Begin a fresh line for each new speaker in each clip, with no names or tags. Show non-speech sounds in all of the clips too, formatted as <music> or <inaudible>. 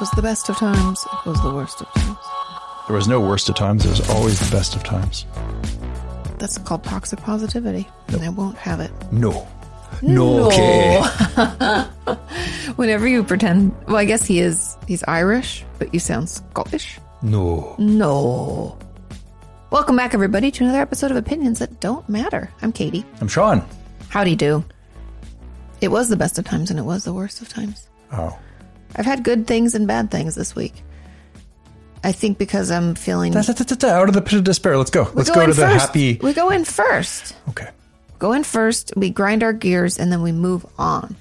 was the best of times. It was the worst of times.
There was no worst of times. There was always the best of times.
That's called toxic positivity, and I won't have it.
No. No. Okay.
Whenever you pretend, well, I guess he is. He's Irish, but you sound Scottish.
No.
No. Welcome back, everybody, to another episode of Opinions That Don't Matter. I'm Katie.
I'm Sean.
Howdy do. It was the best of times, and it was the worst of times.
Oh.
I've had good things and bad things this week. I think because I'm feeling.
Da, da, da, da, da, out of the pit of despair. Let's go.
We
Let's go
in
to the
first.
happy.
We go in first.
Okay.
Go in first. We grind our gears, and then we move on.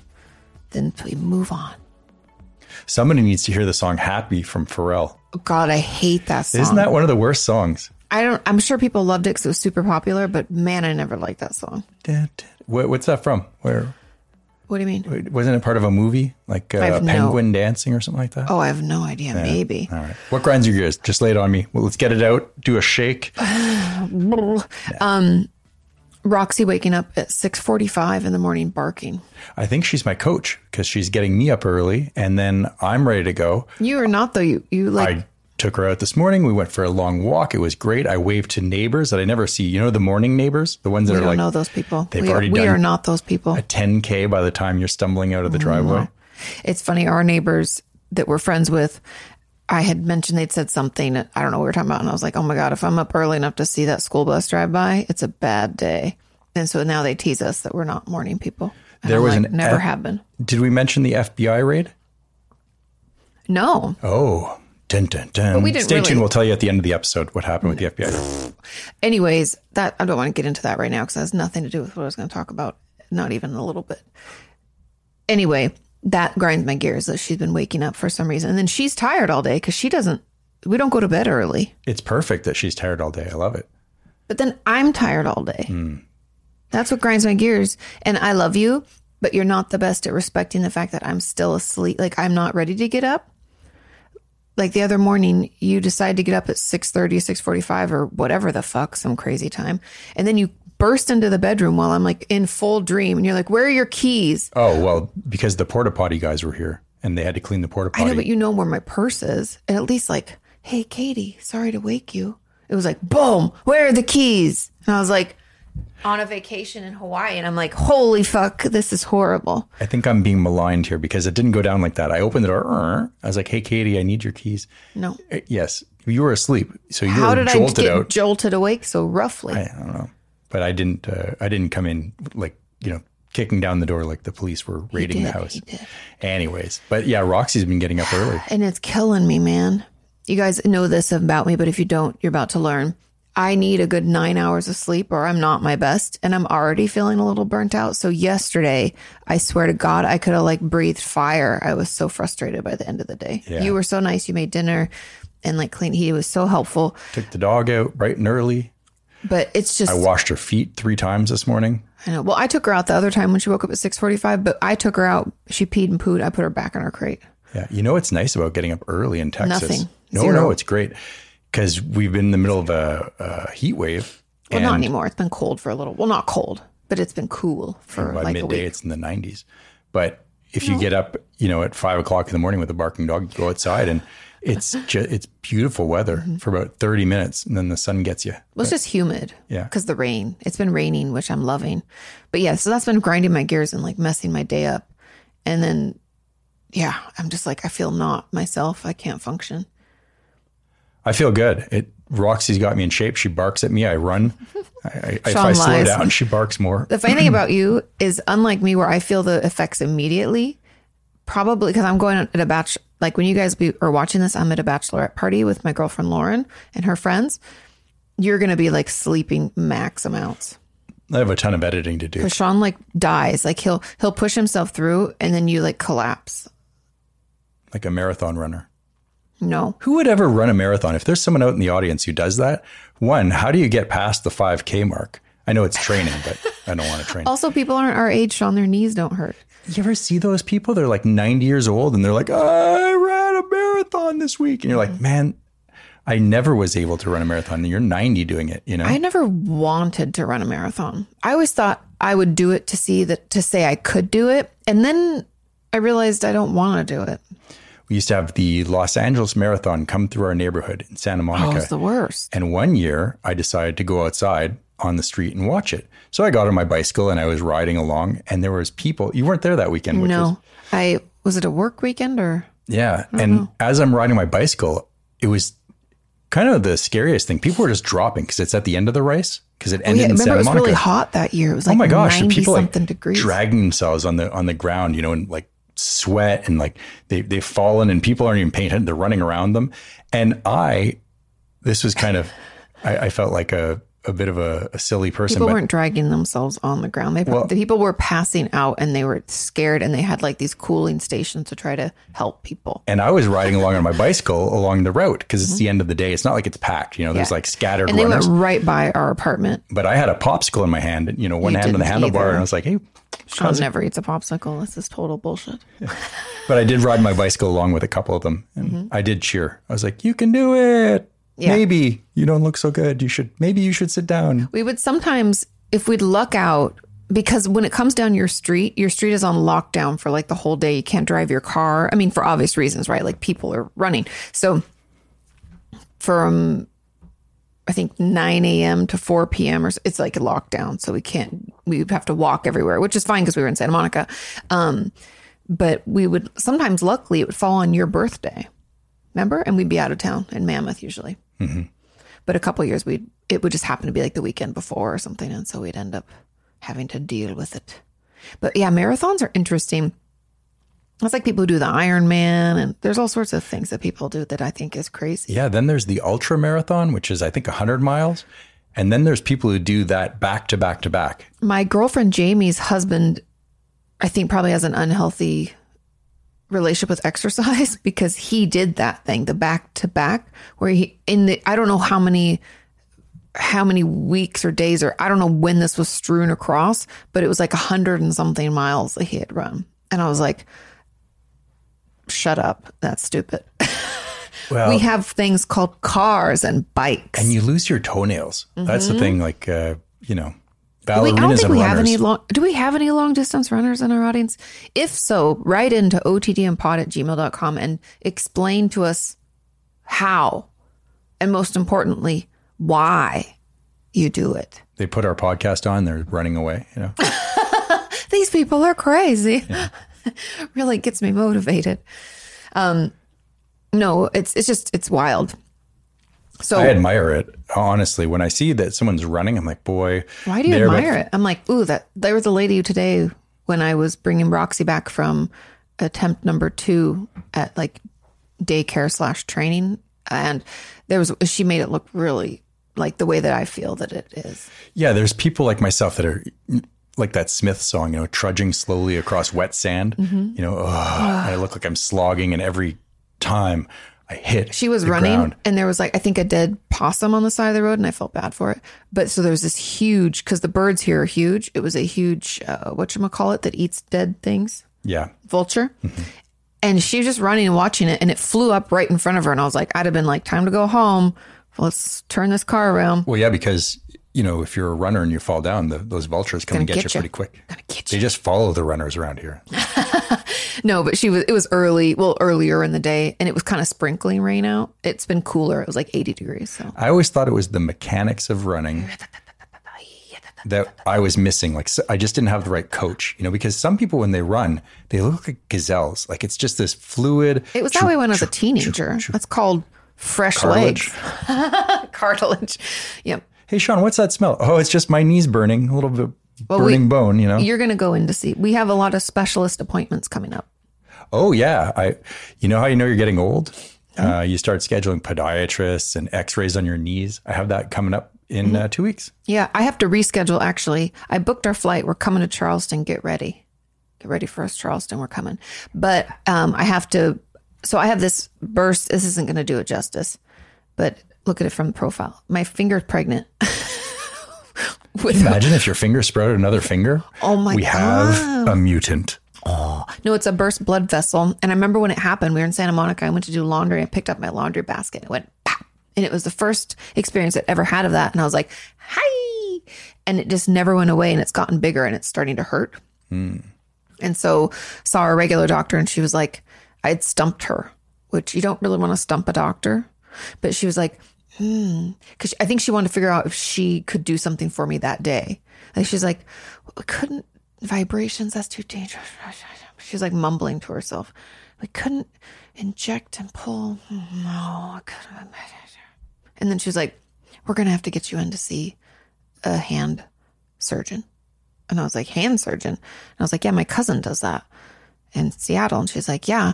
Then we move on.
Somebody needs to hear the song Happy from Pharrell.
Oh, God, I hate that song.
Isn't that one of the worst songs?
I don't. I'm sure people loved it because it was super popular, but man, I never liked that song.
Da, da. What, what's that from? Where
What do you mean?
wasn't it part of a movie like uh,
have no-
Penguin Dancing or something like that?
Oh, I have no idea. Maybe.
All right. What grinds your gears? Just lay it on me. Well, let's get it out. Do
<sighs>
a shake.
<laughs> Um, Roxy waking up at 6:45 in the morning barking.
I think she's my coach because she's getting me up early, and then I'm ready to go.
You are not though. You you like
I took her out this morning. We went for a long walk. It was great. I waved to neighbors that I never see. You know, the morning neighbors, the ones that
we
are
don't
like
know those people.
they've
we are,
already
we
done-
are not those people.
a 10K by the time you're stumbling out of the
Mm,
driveway.
It's funny, our neighbors that we're friends with, I had mentioned they'd said something. I don't know what we were talking about. And I was like, oh my God, if I'm up early enough to see that school bus drive by, it's a bad day. And so now they tease us that we're not morning people. And
There
I'm
was
like,
an
never
F-
have been.
Did we mention the FBI raid?
No.
Oh, dun, dun, dun. But
we didn't
Stay
really-
tuned. We'll tell you at the end of the episode what happened with the FBI.
Anyways, that I don't want to get into that right now because it has nothing to do with what I was going to talk about, not even a little bit. Anyway, that grinds my gears that she's been waking up for some reason. And then she's tired all day because she doesn't, we don't go to bed early.
It's perfect that she's tired all day. I love it.
But then I'm tired all day. That's what grinds my gears. And I love you, but you're not the best at respecting the fact that I'm still asleep. Like I'm not ready to get up. Like the other morning, you decide to get up at 6.30, 6.45 or whatever the fuck, some crazy time. And then you burst into the bedroom while I'm like in full dream. And you're like, where are your keys?
Oh, well, because the porta potty guys were here and they had to clean the porta
I know,
potty.
but you know where my purse is. And at least like, hey, Katie, sorry to wake you. It was like, boom, where are the keys? And I was like, on a vacation in Hawaii. And I'm like, holy fuck, this is horrible.
I think I'm being maligned here because it didn't go down like that. I opened the door. "Er." I was like, hey, Katie, I need your keys.
No.
Uh, Yes, you were asleep. So you
How
were
did I
jolted
get
out.
jolted awake so roughly?
I don't know, but I didn't. Uh, I didn't come in like you know kicking down the door like the police were raiding the
did,
house.
he did.
Anyways, but yeah, Roxy's been getting up early.
and it's killing me, man. You guys know this about me, but if you don't, you're about to learn. I need a good nine hours of sleep or I'm not my best. And I'm already feeling a little burnt out. So yesterday, I swear to God, I could have like breathed fire. I was so frustrated by the end of the day.
Yeah.
You were so nice. You made dinner and like clean. He was so helpful,
Took the dog out bright and early.
but it's just,
I washed her feet three times this morning.
I know. Well, I took her out the other time when she woke up at 645, but I took her out. She peed and pooed. I put her back in her crate.
Yeah, you know what's nice about getting up early in Texas?
Nothing.
No,
Zero.
no, it's great because we've been in the middle of a, a heat wave.
Well,
and
not anymore. It's been cold for a little, well, not cold, but it's been cool for
by
Mm, like a
midday,
week.
it's in the 90s. But if you get up, you know, at five o'clock in the morning with a barking dog, you go outside and it's just it's beautiful weather
Mm-hmm.
for about 30 minutes, and then the sun gets you.
Well, it's just humid.
Yeah.
Because the rain. It's been raining, which I'm loving. But yeah, so that's been grinding my gears and like messing my day up. And then, yeah, I'm just like, I feel not myself. I can't function.
I feel good. It Roxy's got me in shape. She barks at me. I run. I,
<laughs>
I, if
Sean
I slow
lies.
down, she barks more.
The funny thing about you is, unlike me, where I feel the effects immediately, probably because I'm going at a batch. Like when you guys be, are watching this, I'm at a bachelorette party with my girlfriend Lauren and her friends. You're going to be like sleeping max amounts.
I have a ton of editing to do.
But Sean like dies. Like he'll he'll push himself through and then you like collapse.
Like a marathon runner.
No.
Who would ever run a marathon? If there's someone out in the audience who does that, one, how do you get past the 5K mark? I know it's training, but I don't want to train.
Also, people aren't our age, Sean. Their knees don't hurt.
You ever see those people? They're like 90 years old and they're like, I ran a marathon this week. And you're
Mm-hmm.
like, man, I never was able to run a marathon. And you're 90 doing it, you know?
I never wanted to run a marathon. I always thought I would do it to see that to say I could do it, and then I realized I don't want to do it.
we used to have the Los Angeles Marathon come through our neighborhood in Santa
Oh,
Monica.
it's the worst.
And one year I decided to go outside on the street and watch it. So I got on my bicycle and I was riding along and there was people. You weren't there that weekend, which
no, Mm-hmm. I
was
was it a work weekend or
yeah. And as I'm riding my bicycle, it was kind of the scariest thing. People were just dropping because it's at the end of the race because it ended
yeah,
in
remember
Santa
it was
Monica.
really hot that year. It was like
oh my gosh, the
90
people like
something degrees.
dragging themselves on the on the ground, you know, and like sweat and like they they've fallen and people aren't even painted. They're running around them, and I, this was kind of, I, I felt like a a bit of a, a silly person,
people
but
weren't dragging themselves on the ground. They the people were passing out and they were scared and they had like these cooling stations to try to help people.
and I was riding along on my bicycle along the route because it's the end of the day. It's not like it's packed, you know. There's
Mm-hmm. Yeah.
like scattered
And they
runners,
went right by our apartment.
but I had a popsicle in my hand, and you know, one hand on the
didn't
handlebar,
either.
and I was like, hey.
Sean never eats a popsicle. This is total bullshit.
But I did ride my bicycle along with a couple of them, and I did cheer. I was like, "You can do it."
Mm-hmm. Yeah.
Maybe you don't look so good. You should maybe you should sit down.
We would sometimes, if we'd luck out, because when it comes down your street, your street is on lockdown for like the whole day. You can't drive your car. I mean, for obvious reasons, right? Like people are running. So from, I think 9 a.m. to 4 p.m. or s- it's like a lockdown. So we can't, we would have to walk everywhere, which is fine because we were in Santa Monica. Um, but we would sometimes, luckily, it would fall on your birthday. Remember? And we'd be out of town in Mammoth usually but a couple years we would it would just happen to be like the weekend before or something and so we'd end up having to deal with it but yeah marathons are interesting it's like people who do the ironman and there's all sorts of things that people do that i think is crazy
Yeah. Then there's the ultra marathon, which is I think 100 miles, and then there's people who do that back to back to back.
my girlfriend jamie's husband i think probably has an unhealthy relationship with exercise <laughs> because he did that thing the back to back where he in the i don't know how many how many weeks or days or I don't know when this was strewn across, but it was like a hundred and something miles that he had run. And I was like, shut up. That's stupid. <laughs>
Well-
we have things called cars and bikes.
And you lose your toenails. That's the thing. Like uh, you know,
Mm-hmm. we, I
ballerinas
don't think
and
we
runners.
have any long, do we have any long distance runners in our audience? If so, write into otdmpod at gmail.com and explain to us how, and most importantly, why you do it.
they put our podcast on. They're running away. You know.
these people are crazy. <laughs> really gets me motivated. Um, no, it's it's just it's wild. So
I admire it honestly. When I see that someone's running, I'm like, boy.
why do you
they're about
admire it? I'm like, ooh, that there was a lady who today when I was bringing Roxy back from attempt number two at like daycare slash training, and there was she made it look really like the way that I feel that it is.
Yeah, there's people like myself that are like that Smith song, you know, trudging slowly across wet sand.
Mm-hmm.
You know, ugh, and I look like I'm slogging, and every time I hit,
She was
the
running
ground-
and there was like I think a dead possum on the side of the road and I felt bad for it. But so there's this huge cuz the birds here are huge. It was a huge uh, what you call it that eats dead things,
Yeah,
vulture. And she was just running and watching it and it flew up right in front of her and I was like I'd have been like time to go home. Let's turn this car around.
well, yeah, because you know, if you're a runner and you fall down, the, those vultures come and get,
Gonna
you
get ya.
pretty quick.
Gonna get you.
They just follow the runners around here.
No, but she was it was early, well earlier in the day and it was kind of sprinkling rain out. It's been cooler. It was like 80 degrees, so
I always thought it was the mechanics of running that I was missing. Like so- I just didn't have the right coach, you know, because some people when they run, they look like gazelles. Like it's just this fluid.
It was that way when I was a teenager. That's called fresh
Cartilage.
legs. <laughs> Cartilage. Yep.
hey Sean, what's that smell? Oh, it's just my knees burning, a little bit
we-
burning bone, you know.
You're going to go in to see. We have a lot of specialist appointments coming up.
oh yeah, I. You know how you know you're getting old? Uh, you start scheduling podiatrists and X-rays on your knees. I have that coming up in
Mm-hmm.
uh, two weeks.
Yeah, I have to reschedule actually. I booked our flight. We're coming to Charleston. Get ready. Get ready for us, Charleston. We're coming. But um, I have to. So I have this burst. This isn't going to do it justice, but look at it from the profile. My finger's pregnant. With,
Imagine if your finger sprouted another finger.
oh my
we have a mutant.
No, it's a burst blood vessel. And I remember when it happened, we were in Santa Monica. I went to do laundry. I picked up my laundry basket and it went pop. And it was the first experience I'd ever had of that. And I was like, hi. And it just never went away. And it's gotten bigger and it's starting to hurt. And so saw a regular doctor and she was like, I had stumped her. which you don't really want to stump a doctor, but she was like, hmm, because I think she wanted to figure out if she could do something for me that day. And she's like, we couldn't vibrations. That's too dangerous. She's like mumbling to herself. We couldn't inject and pull. No, I couldn't. And then she's like, we're going to have to get you in to see a hand surgeon. And I was like, hand surgeon. And I was like, yeah, my cousin does that in Seattle. And she's like, yeah.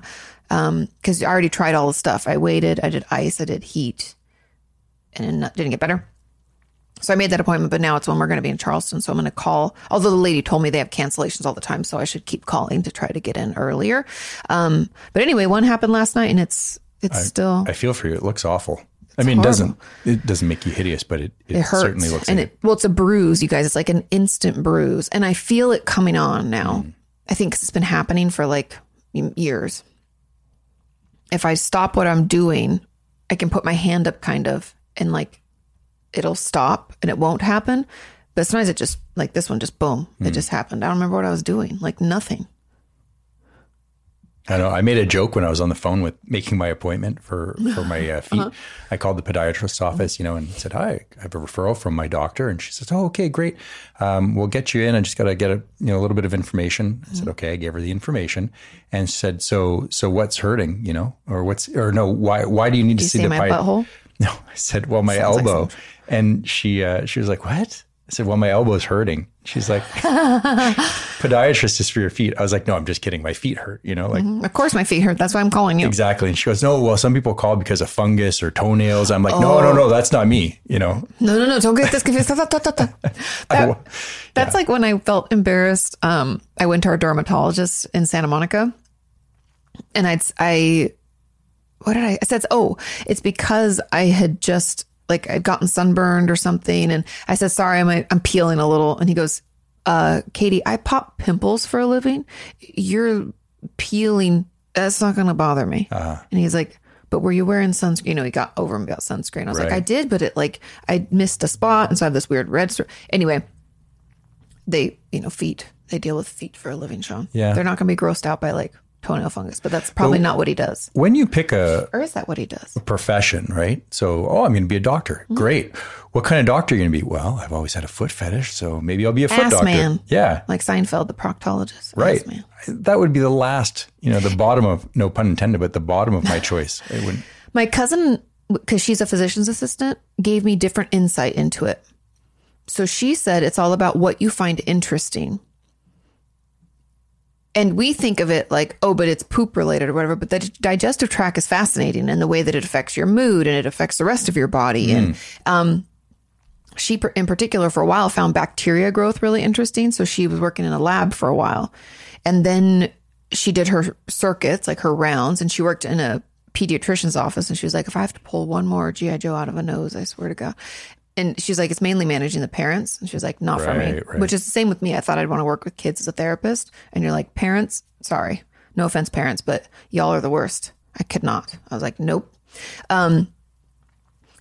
Um, cause I already tried all the stuff. I waited, I did ice, I did heat and it didn't get better. So I made that appointment, but now it's when we're going to be in Charleston. So I'm going to call. Although the lady told me they have cancellations all the time, so I should keep calling to try to get in earlier. Um, but anyway, one happened last night, and it's it's
I-
still
I feel for you. It looks awful. I mean, it doesn't it doesn't make you hideous, but it, it,
it hurts
certainly looks
and
like
it well it's a bruise you guys it's like an instant bruise and i feel it coming on now
Mm.
i think it it's been happening for like m- years if i stop what i'm doing i can put my hand up kind of and like it'll stop and it won't happen but sometimes it just like this one just boom
Mm.
it just happened i don't remember what i was doing like nothing
I know. I made a joke when I was on the phone with making my appointment for for my
<laughs>
uh,
Uh-huh.
feet. I called the podiatrist's office, you know, and said, "Hi, I have a referral from my doctor." And she says, "Oh, okay, great. Um, we'll get you in. I just got to get a you know a little bit of information." I
Mm-hmm.
said, "Okay." I gave her the information and she said, "So, so what's hurting? You know, or what's or no? Why why do you need to
you
see
see
the
my
pi-
butthole
<laughs> No, I said, "Well, my
Sounds like
elbow." and she uh, she was like, "What?" I said, "Well, my elbow's hurting." She's
<laughs>
like, "Podiatrist is for your feet." I was like, "No, I'm just kidding. My feet hurt." You know, like.
Mm, of course my feet hurt that's why i'm calling you
Exactly. And she goes, No, well, some people call because of fungus or toenails. I'm like, No, no,
Oh.
no, that's not me. You know,
no no no don't get this confused
<laughs>
That- That's like when I felt embarrassed. Um, I went to our dermatologist in Santa Monica, and I'd I, what did I? I said, oh, it's because I had just like I'd gotten sunburned or something, and I said, sorry, I'm I'm peeling a little, and he goes, uh, Katie, I pop pimples for a living. You're peeling. That's not going to bother me. And he's like. But were you wearing sunscreen? You know, he got over me about sunscreen. I was like,
Right.
I did, but it like I missed a spot, and so I have this weird red. str- Anyway, they, you know, feet. They deal with feet for a living, Sean.
Yeah.
They're not going to be grossed out by like toenail fungus, but that's probably not what he does.
when you pick a
Or is that what he does?
profession, right? So, oh, I'm going to be a doctor.
Mm-hmm.
Great. What kind of doctor are you going to be? Well, I've always had a foot fetish, so maybe I'll be a foot
Ass
doctor.
man.
Yeah.
Like Seinfeld, the proctologist. Oh,
Right.
Yes, ma'am.
That would be the last, you know, the bottom of, no pun intended, but the bottom of
<laughs>
my choice. It wouldn't.
My cousin, because she's a physician's assistant, gave me different insight into it. So she said it's all about what you find interesting. And we think of it like, oh, but it's poop related or whatever. But the digestive tract is fascinating and the way that it affects your mood and it affects the rest of your body.
Hmm.
And she per- in particular for a while found bacteria growth really interesting so she was working in a lab for a while and then she did her circuits like her rounds and she worked in a pediatrician's office and she was like if i have to pull one more gi joe out of a nose i swear to god and she's like it's mainly managing the parents and she was like not for me
Right, right.
which is the same with me i thought i'd want to work with kids as a therapist and you're like parents sorry no offense parents but y'all are the worst i could not i was like nope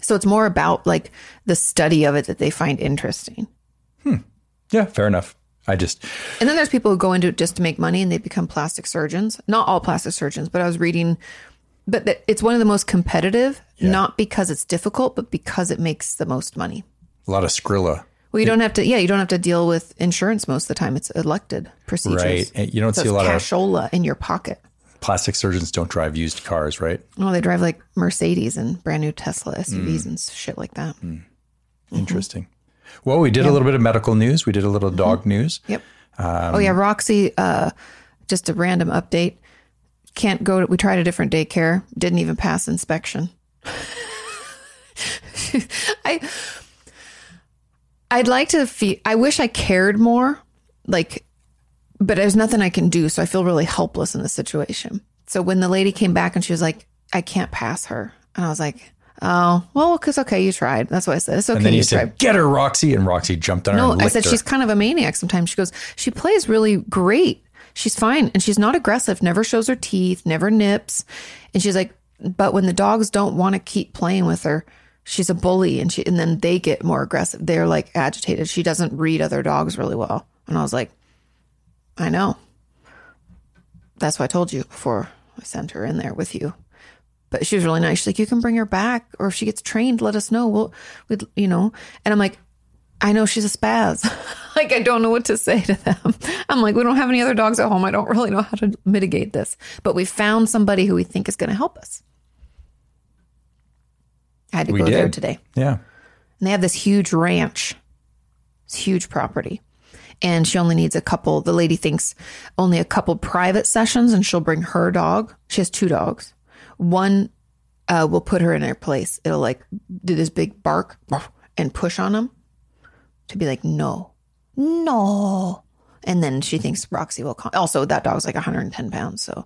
so it's more about like the study of it that they find interesting
Yeah, fair enough. I just,
And then there's people who go into it just to make money and they become plastic surgeons. Not all plastic surgeons, but I was reading, but that it's one of the most competitive, not because it's difficult, but because it makes the most money.
a lot of Skrilla.
Well, you don't have to, yeah, you don't have to deal with insurance most of the time. It's elected procedures.
Right. And You don't
So
see
it's
a lot
cashola in your pocket.
of plastic surgeons don't drive used cars, right?
Oh, they drive like Mercedes and brand new Tesla SUVs
Mm.
and shit like that. Mm-hmm.
Interesting. Well, we did a little bit of medical news. We did a little dog
Mm-hmm.
news.
Yep.
Um,
oh yeah, Roxy. Uh, just a random update. Can't go. To, we tried a different daycare. Didn't even pass inspection. <laughs> I. I'd like to feel. I wish I cared more. Like but there's nothing I can do. So I feel really helpless in this situation. So when the lady came back and she was like, I can't pass her. And I was like, oh, well, because okay, you tried. That's what I said. It's okay.
And then you
you tried.
said, "Get her, Roxy," and Roxy jumped on her.
No,
and
I
licked
said
her.
she's kind of a maniac sometimes. She goes, she plays really great. She's fine and she's not aggressive, never shows her teeth, never nips. And she's like, but when the dogs don't want to keep playing with her, she's a bully and she and then they get more aggressive. They're like agitated. She doesn't read other dogs really well. And I was like, I know. That's why I told you before I sent her in there with you. but she was really nice. She's like, you can bring her back, or if she gets trained, let us know. We'll, we, you know. And I'm like, I know she's a spaz. <laughs> like I don't know what to say to them. <laughs> I'm like, we don't have any other dogs at home. I don't really know how to mitigate this, but we found somebody who we think is going to help us. I had to
We
go
did
there today.
Yeah.
And they have this huge ranch, this huge property. And she only needs a couple, the lady thinks only a couple private sessions, and she'll bring her dog. She has two dogs. One uh, will put her in her place. It'll like do this big bark and push on them to be like, no, no. And then she thinks Roxy will call. Also, that dog's like 110 pounds. So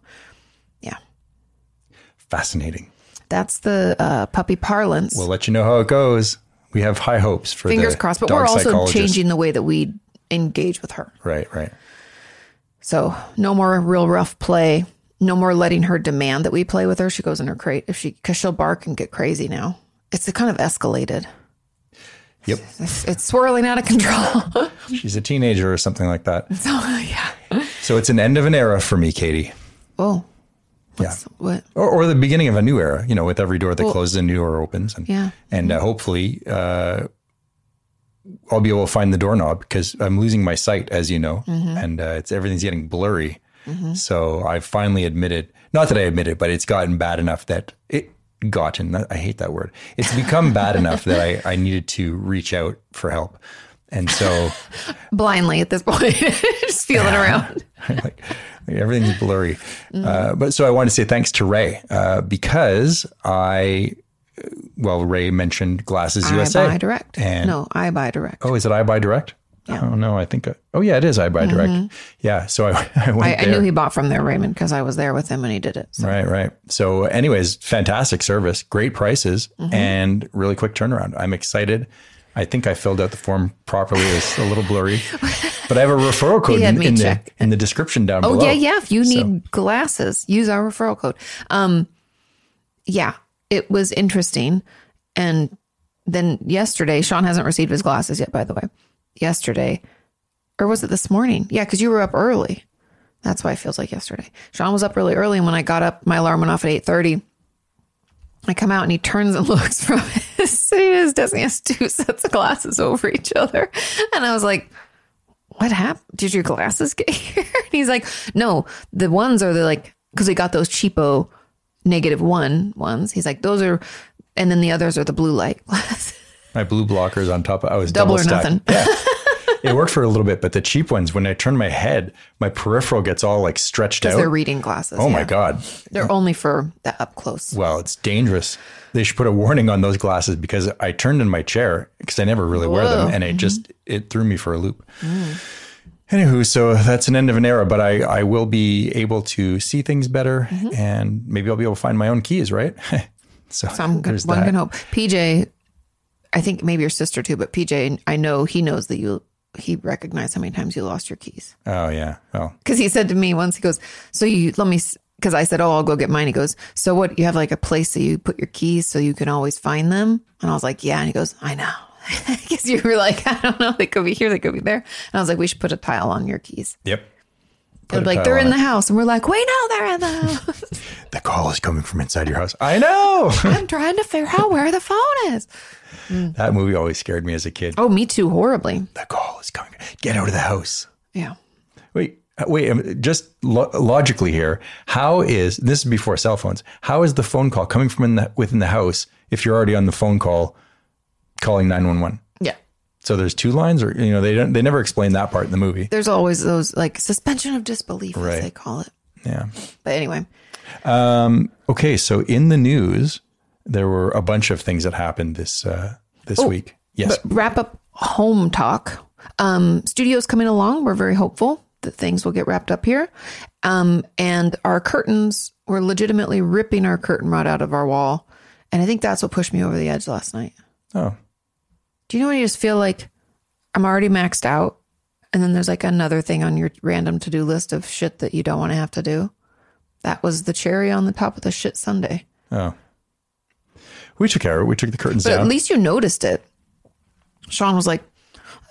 Fascinating.
that's the uh, puppy parlance.
We'll let you know how it goes. We have high hopes for
Fingers
the
crossed. But
dog
we're also
psychologist.
changing the way that we engage with her.
Right, right.
So no more real rough play. No more letting her demand that we play with her. She goes in her crate if she because she'll bark and get crazy now. It's kind of escalated.
Yep.
It's, it's swirling out of control. <laughs>
She's a teenager or something like that.
so yeah.
So it's an end of an era for me, Katie.
Oh.
Yeah.
What's, What?
Or, or the beginning of a new era, you know, with every door that closes, a new door opens. And,
Yeah.
and uh, hopefully uh, I'll be able to find the doorknob because I'm losing my sight, as you know, and uh, it's everything's getting blurry. So I finally admitted, not that I admit it, but it's gotten bad enough that it gotten, I hate that word. It's become bad enough that I, I needed to reach out for help. And so
Blindly at this point, <laughs> just feeling around.
<laughs> like, like everything's blurry.
Mm-hmm.
Uh, but so I want to say thanks to Ray uh, because I, uh, well, Ray mentioned Glasses USA.
I buy direct.
And-
no, I buy direct.
Oh, is it I Buy Direct?
Yeah. Mm-hmm.
Oh no, I think. I, oh yeah, it is I Buy Direct. Yeah. So I, <laughs> I went
I, I
there.
knew he bought from there, Raymond, because I was there with him and he did it. So
Right, right. So, anyways, fantastic service, great prices,
Mm-hmm.
and really quick turnaround. I'm excited. I think I filled out the form properly. It's a little
<laughs>
blurry, but I have a referral code
had
in,
me
in the
check.
in the description down
Oh
below.
yeah, yeah. If you
So-
need glasses, use our referral code. Um, yeah, it was interesting. And then yesterday, Sean hasn't received his glasses yet. By the way, yesterday, or was it this morning? Yeah, because you were up early. That's why it feels like yesterday. Sean was up really early, and when I got up, my alarm went off at eight thirty. I come out and he turns and <laughs> looks from his sitting at his desk. and He has two <laughs> sets of glasses over each other, and I was like, what happened? Did your glasses get <laughs> here? And he's like, no, the ones are the like, because we got those cheapo negative one ones. He's like, those are, and then the others are the blue light <laughs> glasses.
My blue blockers on top. Of, I was
Double
double,
or
stacked.
nothing.
Yeah. It worked for a little bit, but the cheap ones, when I turn my head, my peripheral gets all like stretched out.
They're reading glasses.
oh my
yeah.
God.
They're only for the up close.
Well, it's dangerous. They should put a warning on those glasses because I turned in my chair because I never really wear them
Whoa. Mm-hmm. Mm.
and it just it threw me for a loop. Anywho, so that's an end of an era, but I, I will be able to see things better
Mm-hmm.
and maybe I'll be able to find my own keys, right? <laughs> so,
So I'm good.
there's
One
that.
can hope. PJ, I think maybe your sister too, but PJ, I know he knows that you, he recognized how many times you lost your keys.
Oh yeah. Well,
because he said to me once, he goes, "So you let me," because I said, "Oh, I'll go get mine." He goes, "So what? You have like a place that you put your keys so you can always find them?" And I was like, "Yeah." And he goes, "I know," <laughs> because you were like, "I don't know. They could be here. They could be there." And I was like, "We should put a tile on your keys."
yep.
They're
Put a
like
tile
they're in
on it.
the house, and we're like, "We know they're in the
<laughs>
house."
The call is coming from inside your house.
<laughs>
I know.
I'm trying to figure out where the phone is.
that movie always scared me as a kid.
Oh, me too, horribly.
The call is coming. Get out of the house.
Yeah.
Wait, uh, wait. um, Just lo- logically here, how is this is before cell phones? How is the phone call coming from in the, within the house if you're already on the phone call calling nine one one?
Yeah.
So there's two lines, or you know, they don't they never explain that part in the movie.
There's always those like suspension of disbelief,
Right.
as they call it.
Yeah.
But anyway,
Okay, so in the news, there were a bunch of things that happened this uh, this week. Yes.
wrap up home talk. Um, studio's coming along. We're very hopeful that things will get wrapped up here. Um, and our curtains were legitimately ripping our curtain rod out of our wall. And I think that's what pushed me over the edge last night.
oh,
Do you know when you just feel like I'm already maxed out? And then there's like another thing on your random to do list of shit that you don't want to have to do. That was the cherry on the top of the shit Sunday.
oh. We took care of it. We took the curtains
But
down.
at least you noticed it. Sean was like,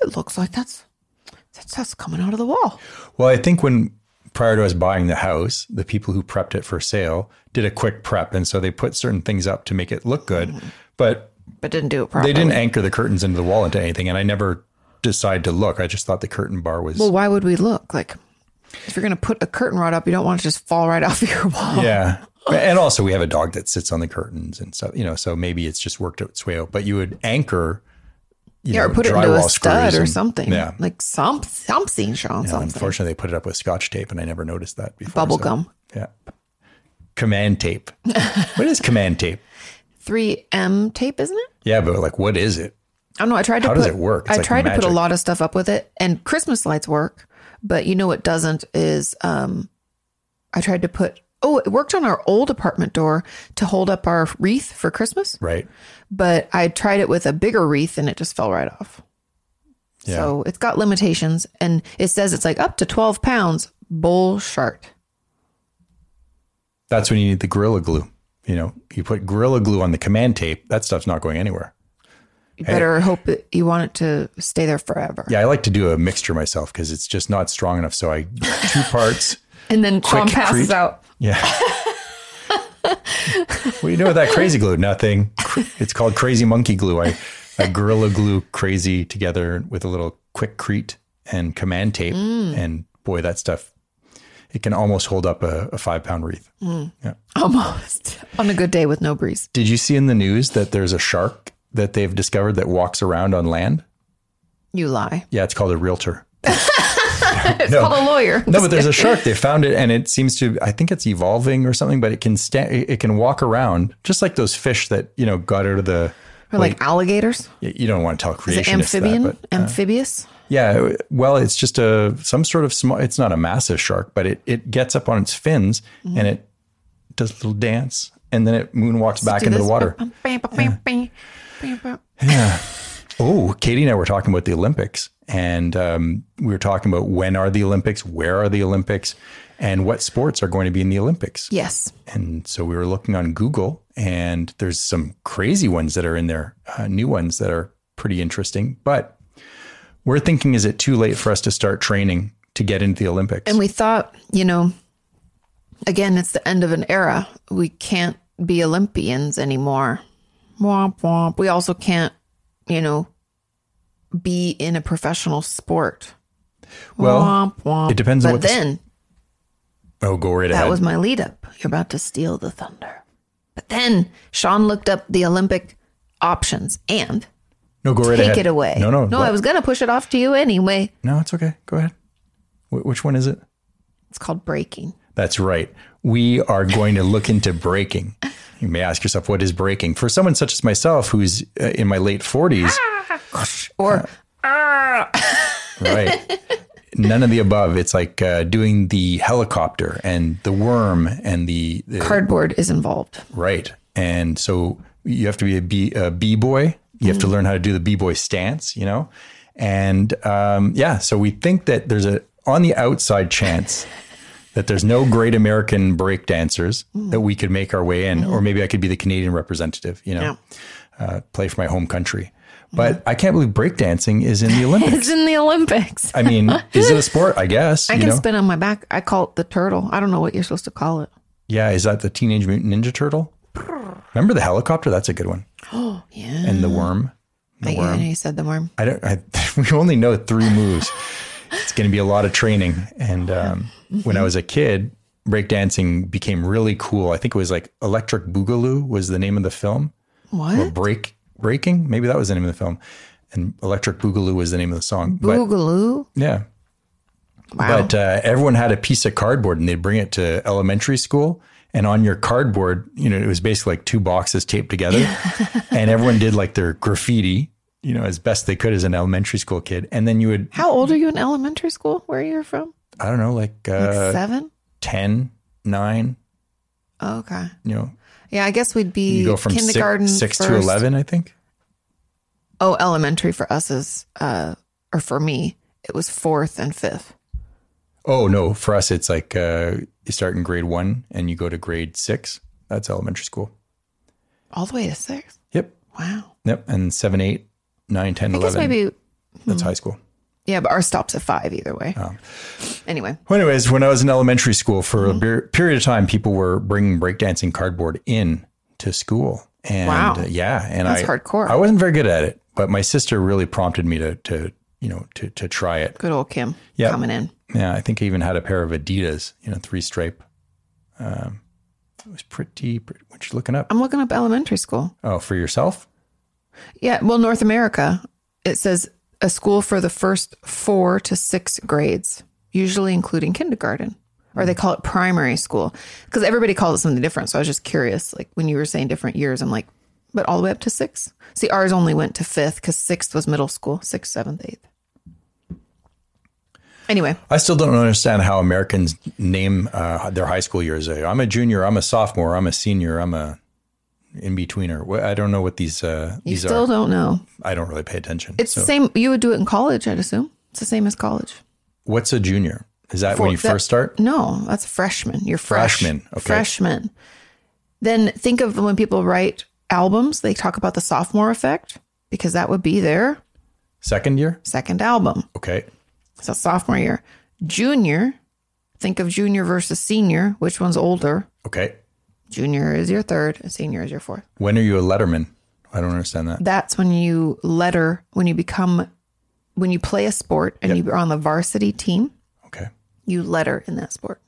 it looks like that's that's, that's coming out of the wall.
Well, I think when prior to us buying the house, the people who prepped it for sale did a quick prep. And so they put certain things up to make it look good,
Mm-hmm.
but
but didn't do it properly.
they didn't anchor the curtains into the wall into anything. And I never decide to look. I just thought the curtain bar was.
Well, why would we look like if you're going to put a curtain rod up, you don't want it to just fall right <laughs> off your wall.
yeah. And also, we have a dog that sits on the curtains and stuff, you know, so maybe it's just worked its way out, but you would anchor. You
Yeah, or
know,
put it into
drywall
a stud
screws
or
and-
something.
Yeah.
Like some something, Sean.
Yeah,
something.
unfortunately, they put it up with scotch tape, and I never noticed that before.
Bubble
so-
gum.
Yeah. Command
<laughs>
tape. what is command tape?
3M tape, isn't it?
Yeah, but like, what is it?
I don't know. I tried to
How
put,
does it work? It's
I
like
tried to put a
magic.
lot of stuff up with it, and Christmas lights work, but you know what doesn't is um, I tried to put. Oh, it worked on our old apartment door to hold up our wreath for Christmas,
Right.
but I tried it with a bigger wreath and it just fell right off.
Yeah.
So it's got limitations, and it says it's like up to twelve pounds. Bull shart.
That's when you need the Gorilla Glue. You know, you put Gorilla Glue on the command tape, that stuff's not going anywhere.
You better hope that you want it to stay there forever.
Yeah, I like to do a mixture myself because it's just not strong enough. So I two parts. <laughs>
And then Tom
Quick
passes
creep.
out.
Yeah. <laughs> what do you know with that crazy glue? Nothing. Cr- It's called crazy monkey glue. I, I gorilla glue crazy together with a little quickcrete and command tape. And boy, that stuff, it can almost hold up a, a five pound wreath.
Almost <laughs> on a good day with no breeze.
Did you see in the news that there's a shark that they've discovered that walks around on land?
You lie.
Yeah, it's called
<laughs>
a realtor.
Call a
<laughs>
lawyer.
No, but there's a shark. They found it, and it seems to. I think it's evolving or something. But it can stand. It can walk around just like those fish that you know got out of the.
Or like alligators.
Y- You don't want to tell
Is it
creationists
amphibian?
that, but uh,
Amphibious?
yeah. Well, it's just a some sort of small. It's not a massive shark, but it it gets up on its fins
Mm-hmm.
and it does a little dance, and then it moonwalks back
Do
into
this.
the water. Oh, Katie and I were talking about the Olympics, and um, we were talking about when are the Olympics, where are the Olympics, and what sports are going to be in the Olympics.
Yes.
And so we were looking on Google, and there's some crazy ones that are in there, uh, new ones that are pretty interesting. But we're thinking, is it too late for us to start training to get into the Olympics?
And we thought, you know, again, it's the end of an era. We can't be Olympians anymore. Womp womp. We also can't, you know, be in a professional sport.
Well,
womp womp.
it depends on
But
what the s-
then
oh, go right
that
ahead.
was my lead up. You're about to steal the thunder. But then Sean looked up the Olympic options and
no, go right
take
ahead.
it away.
No, no,
no.
what?
I was gonna push it off to you anyway.
no. It's okay. Go ahead. Wh- which one is it?
It's called breaking.
That's right. We are going to look into breaking. You may ask yourself, what is breaking? For someone such as myself, who's uh, in my late 40s, Uh,
Or
right? None of the above. It's like uh, doing the helicopter and the worm and the, the-
cardboard is involved.
right. And so you have to be a b a b boy. You have to
Mm.
learn how to do the b boy stance, you know. And um, yeah, so we think that there's a on the outside
<laughs>
chance that there's no great American break dancers
Mm.
that we could make our way in,
Mm-hmm.
or maybe I could be the Canadian representative, you know, uh, play for my home country.
Mm-hmm.
But I can't believe breakdancing is in the
<laughs>
Olympics.
<laughs> It's in the Olympics.
I mean, is it a sport? I guess.
I
you
can
know?
spin on my back. I call it the turtle. I don't know what you're supposed to call it.
yeah, is that the Teenage Mutant Ninja Turtle? Remember the helicopter? That's a good one.
<gasps> Yeah.
And the worm.
I, I know you said the worm.
I don't. I, <laughs> we only know three moves. it's going to be a lot of training. And um, when I was a kid, breakdancing became really cool. I think it was like Electric Boogaloo was the name of the film.
What?
Break breaking. Maybe that was the name of the film. And Electric Boogaloo was the name of the song. But
Boogaloo?
yeah,
Wow.
But uh, everyone had a piece of cardboard and they'd bring it to elementary school. And on your cardboard, you know, it was basically like two boxes taped together. and everyone did like their graffiti, you know, as best they could as an elementary school kid. And then you would,
How old are you in elementary school? Where you're from?
I don't know, like,
Like
uh,
seven?
10, 9,
Oh, okay.
you know,
Yeah, I guess we'd be
you go from
kindergarten
six, six to
first.
11, I think.
Oh, elementary for us is, uh, or for me, it was fourth and fifth.
Oh, no. For us, it's like uh, you start in grade one and you go to grade six. That's elementary school.
All the way to six.
Yep.
Wow.
Yep. And seven, eight, nine, 10,
I guess
11.
maybe hmm.
That's high school.
Yeah, but our stop's at five either way.
Oh.
Anyway,
Well, anyways, when I was in elementary school, for
Mm-hmm.
a per- period of time, people were bringing breakdancing cardboard in to school. And
Wow.
uh, yeah, and
That's
I
hardcore.
I wasn't very good at it, but my sister really prompted me to to you know to to try it.
good old Kim
Yeah.
coming in.
Yeah, I think I even had a pair of Adidas, you know, three stripe. Um, it was pretty. pretty what you looking up?
I'm looking up elementary school.
Oh, for yourself?
Yeah, well, North America, it says a school for the first four to six grades, usually including kindergarten, or they call it primary school because everybody calls it something different. So I was just curious, like when you were saying different years, I'm like, but all the way up to six. See, ours only went to fifth because sixth was middle school, sixth, seventh, eighth. Anyway,
I still don't understand how Americans name uh, their high school years. Uh, I'm a junior. I'm a sophomore. I'm a senior. I'm a in betweener. Wh- I don't know what these uh,
you
these
still
are.
don't know.
I don't really pay attention.
It's the same. You would do it in college, I'd assume. It's the same as college.
What's a junior? Is that when you
that-
first start?
No, that's freshman. You're fresh.
Freshman, okay.
Freshman. Then think of when people write albums, they talk about the sophomore effect because that would be their
Second year?
second album.
Okay.
So sophomore year. Junior, think of junior versus senior. Which one's older?
Okay.
Junior is your third, and senior is your fourth.
When are you a letterman? I don't understand that.
That's when you letter, when you become, when you play a sport and you're on the varsity team,
Okay.
you letter in that sport.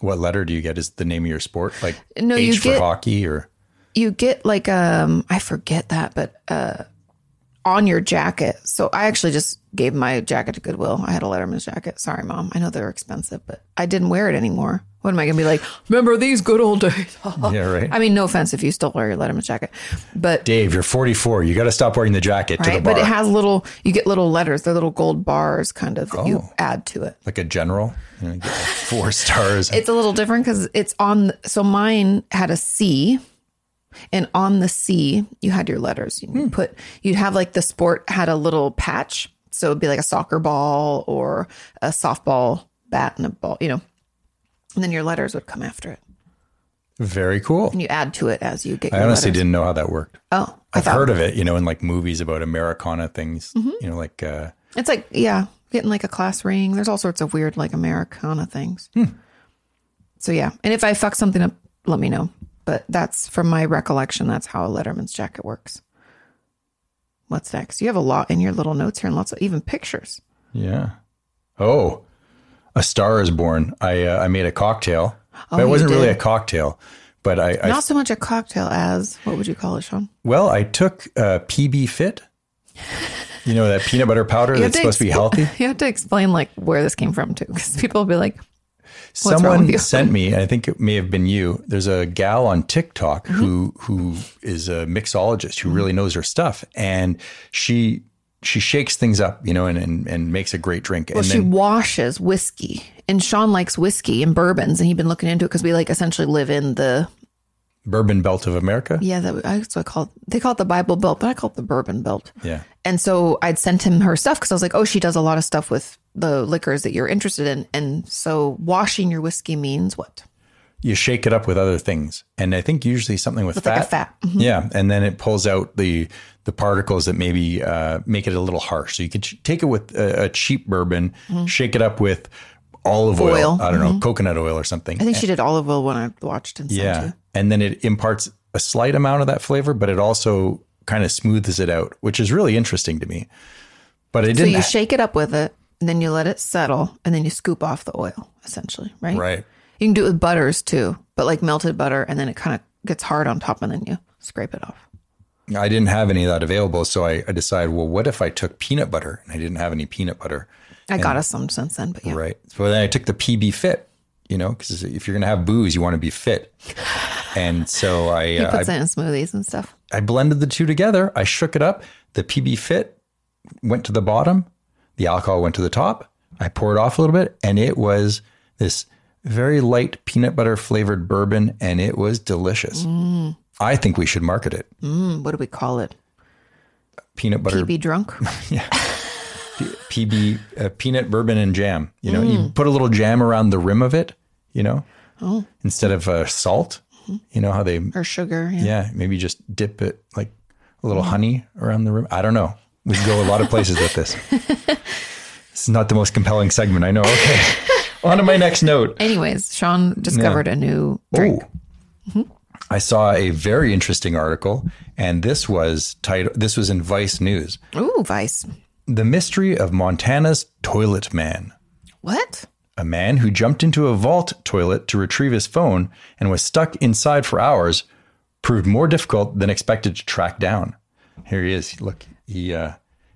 What letter do you get? Is the name of your sport like
No,
H
you
for
get-
hockey or
you get like um I forget that, but uh on your jacket. So I actually just gave my jacket to Goodwill. I had a Letterman's jacket. Sorry, mom. I know they're expensive, but I didn't wear it anymore. What am I gonna be like? Remember these good old days? <laughs>
yeah, right?
I mean, no offense if you still wear your Letterman's jacket, but
Dave, you're 44. You got to stop wearing the jacket to the
right,
bar.
but it has little. You get little letters. They're little gold bars, kind of that
Oh.
you add to it.
like a general, you know, you get
<laughs>
like four stars.
It's a little different because it's on. So mine had a C, and on the C you had your letters. You put you'd have like the sport had a little patch, so it'd be like a soccer ball or a softball bat and a ball, you know. And then your letters would come after it,
Very cool.
and you add to it as you get.
I
your
honestly
letters.
didn't know how that worked.
Oh, I
I've
thought Mm-hmm.
heard of it, you know, in like movies about Americana things, you know, like uh,
it's like yeah, getting like a class ring. There's all sorts of weird like Americana things.
Hmm.
So yeah, and if I fuck something up, let me know. But that's from my recollection. That's how a Letterman's jacket works. What's next? You have a lot in your little notes here, and lots of even pictures.
yeah. Oh, A Star is Born. I uh, I made a cocktail. but it
Oh, you
wasn't really a
did.
cocktail, but I, I
Not so much a cocktail as what would you call it, Sean?
well, I took uh, PB Fit. You know that peanut
<laughs>
butter powder
have
that's
to
supposed to be
expl-
healthy.
You have to explain like where this came from too, because people will be like, wrong with
Someone
you?
sent me, and I think it may have been you. There's a gal on TikTok
Mm-hmm.
who who is a mixologist who really knows her stuff, and she she shakes things up, you know, and and, and makes a great drink.
well,
and
she washes whiskey, and Sean likes whiskey and bourbons, and he'd been looking into it because we like essentially live in the
Bourbon Belt of America.
yeah that that's what I call it. they call it the Bible Belt, but I call it the Bourbon Belt.
Yeah.
And so I'd sent him her stuff because I was like, oh, she does a lot of stuff with the liquors that you're interested in. And so washing your whiskey means what?
You shake it up with other things, and I think usually something with, fat.
Like a fat. Mm-hmm.
Yeah, and then it pulls out the the particles that maybe uh, make it a little harsh. So you could ch- take it with a, a cheap bourbon, shake it up with olive oil.
Mm-hmm. Oil. Mm-hmm.
I don't know, coconut oil or something.
I think she did olive oil when I watched and sent
Yeah.
you.
And then it imparts a slight amount of that flavor, but it also kind of smooths it out, which is really interesting to me. But I
So
didn't.
you shake it up with it and then you let it settle and then you scoop off the oil, essentially, right?
right.
You can do it with butters too, but like melted butter and then it kind of gets hard on top and then you scrape it off.
I didn't have any of that available. So I, I decided, well, what if I took peanut butter? And I didn't have any peanut butter.
I got us some since then, but yeah.
Right. So then I took the PB Fit, you know, because if you're going to have booze, you want to be fit. And so I,
He
uh,
puts it in smoothies and stuff.
I, I blended the two together. I shook it up. The PB Fit went to the bottom, the alcohol went to the top. I poured off a little bit, and it was this very light peanut butter flavored bourbon, and it was delicious. I think we should market it.
Mm, what do we call it?
Peanut butter,
Be drunk?
PB, uh, peanut bourbon and jam. You know, you put a little jam around the rim of it, you know, instead of uh, salt. You know how they,
or sugar? yeah.
yeah, maybe just dip it like a little honey around the rim. I don't know. We could go a lot of places with this. This is not the most compelling segment. I know. Okay. <laughs> On to my next note.
Anyways, Sean discovered a new drink.
Oh. I saw a very interesting article, and this was titled. This was in Vice News.
Ooh, Vice.
The mystery of Montana's toilet man.
What?
A man who jumped into a vault toilet to retrieve his phone and was stuck inside for hours proved more difficult than expected to track down. Here he is. Look, he uh,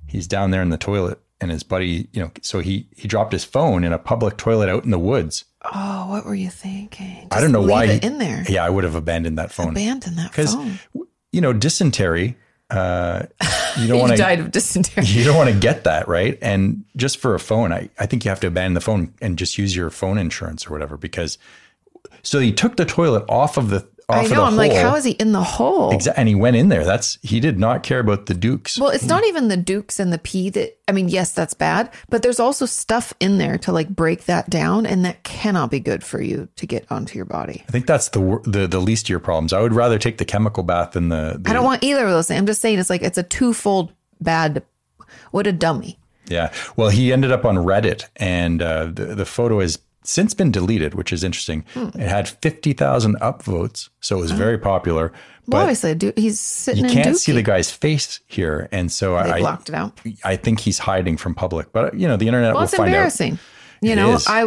he's down there in the toilet, and his buddy, you know, so he he dropped his phone in a public toilet out in the woods.
Oh, what were you thinking?
I don't know
Just
why
leave it
he-
in there.
Yeah, I would have abandoned that phone.
Abandon that
'Cause-
phone.
you know, dysentery. Uh, you
<laughs>
don't
You
want to.
died of dysentery.
You don't want to get that, right? And just for a phone, I, I think you have to abandon the phone and just use your phone insurance or whatever. Because so he took the toilet off of the <laughs> off
I
of the
know. I'm like,
hole.
how is he in the hole?
Exa- and he went in there. That's he did not care about the Dukes.
Well, it's not even the dukes and the pee that I mean, yes, that's bad, but there's also stuff in there to like break that down, and that cannot be good for you to get onto your body.
I think that's the wor- the the least of your problems. I would rather take the chemical bath than the. the
I don't want either of those things. I'm just saying it's like it's a twofold bad. What a dummy.
Yeah. Well, he ended up on Reddit, and uh, the the photo has since been deleted, which is interesting.
Hmm.
It had fifty thousand upvotes, so
Oh.
it was very popular.
Well,
But
obviously, du- he's sitting
you
in
can't
dookie.
see the guy's face here, and so
they
I
blocked it out.
I think he's hiding from public. But you know, the internet
Well,
will
it's
find out.
embarrassing. You
It
know,
is.
I.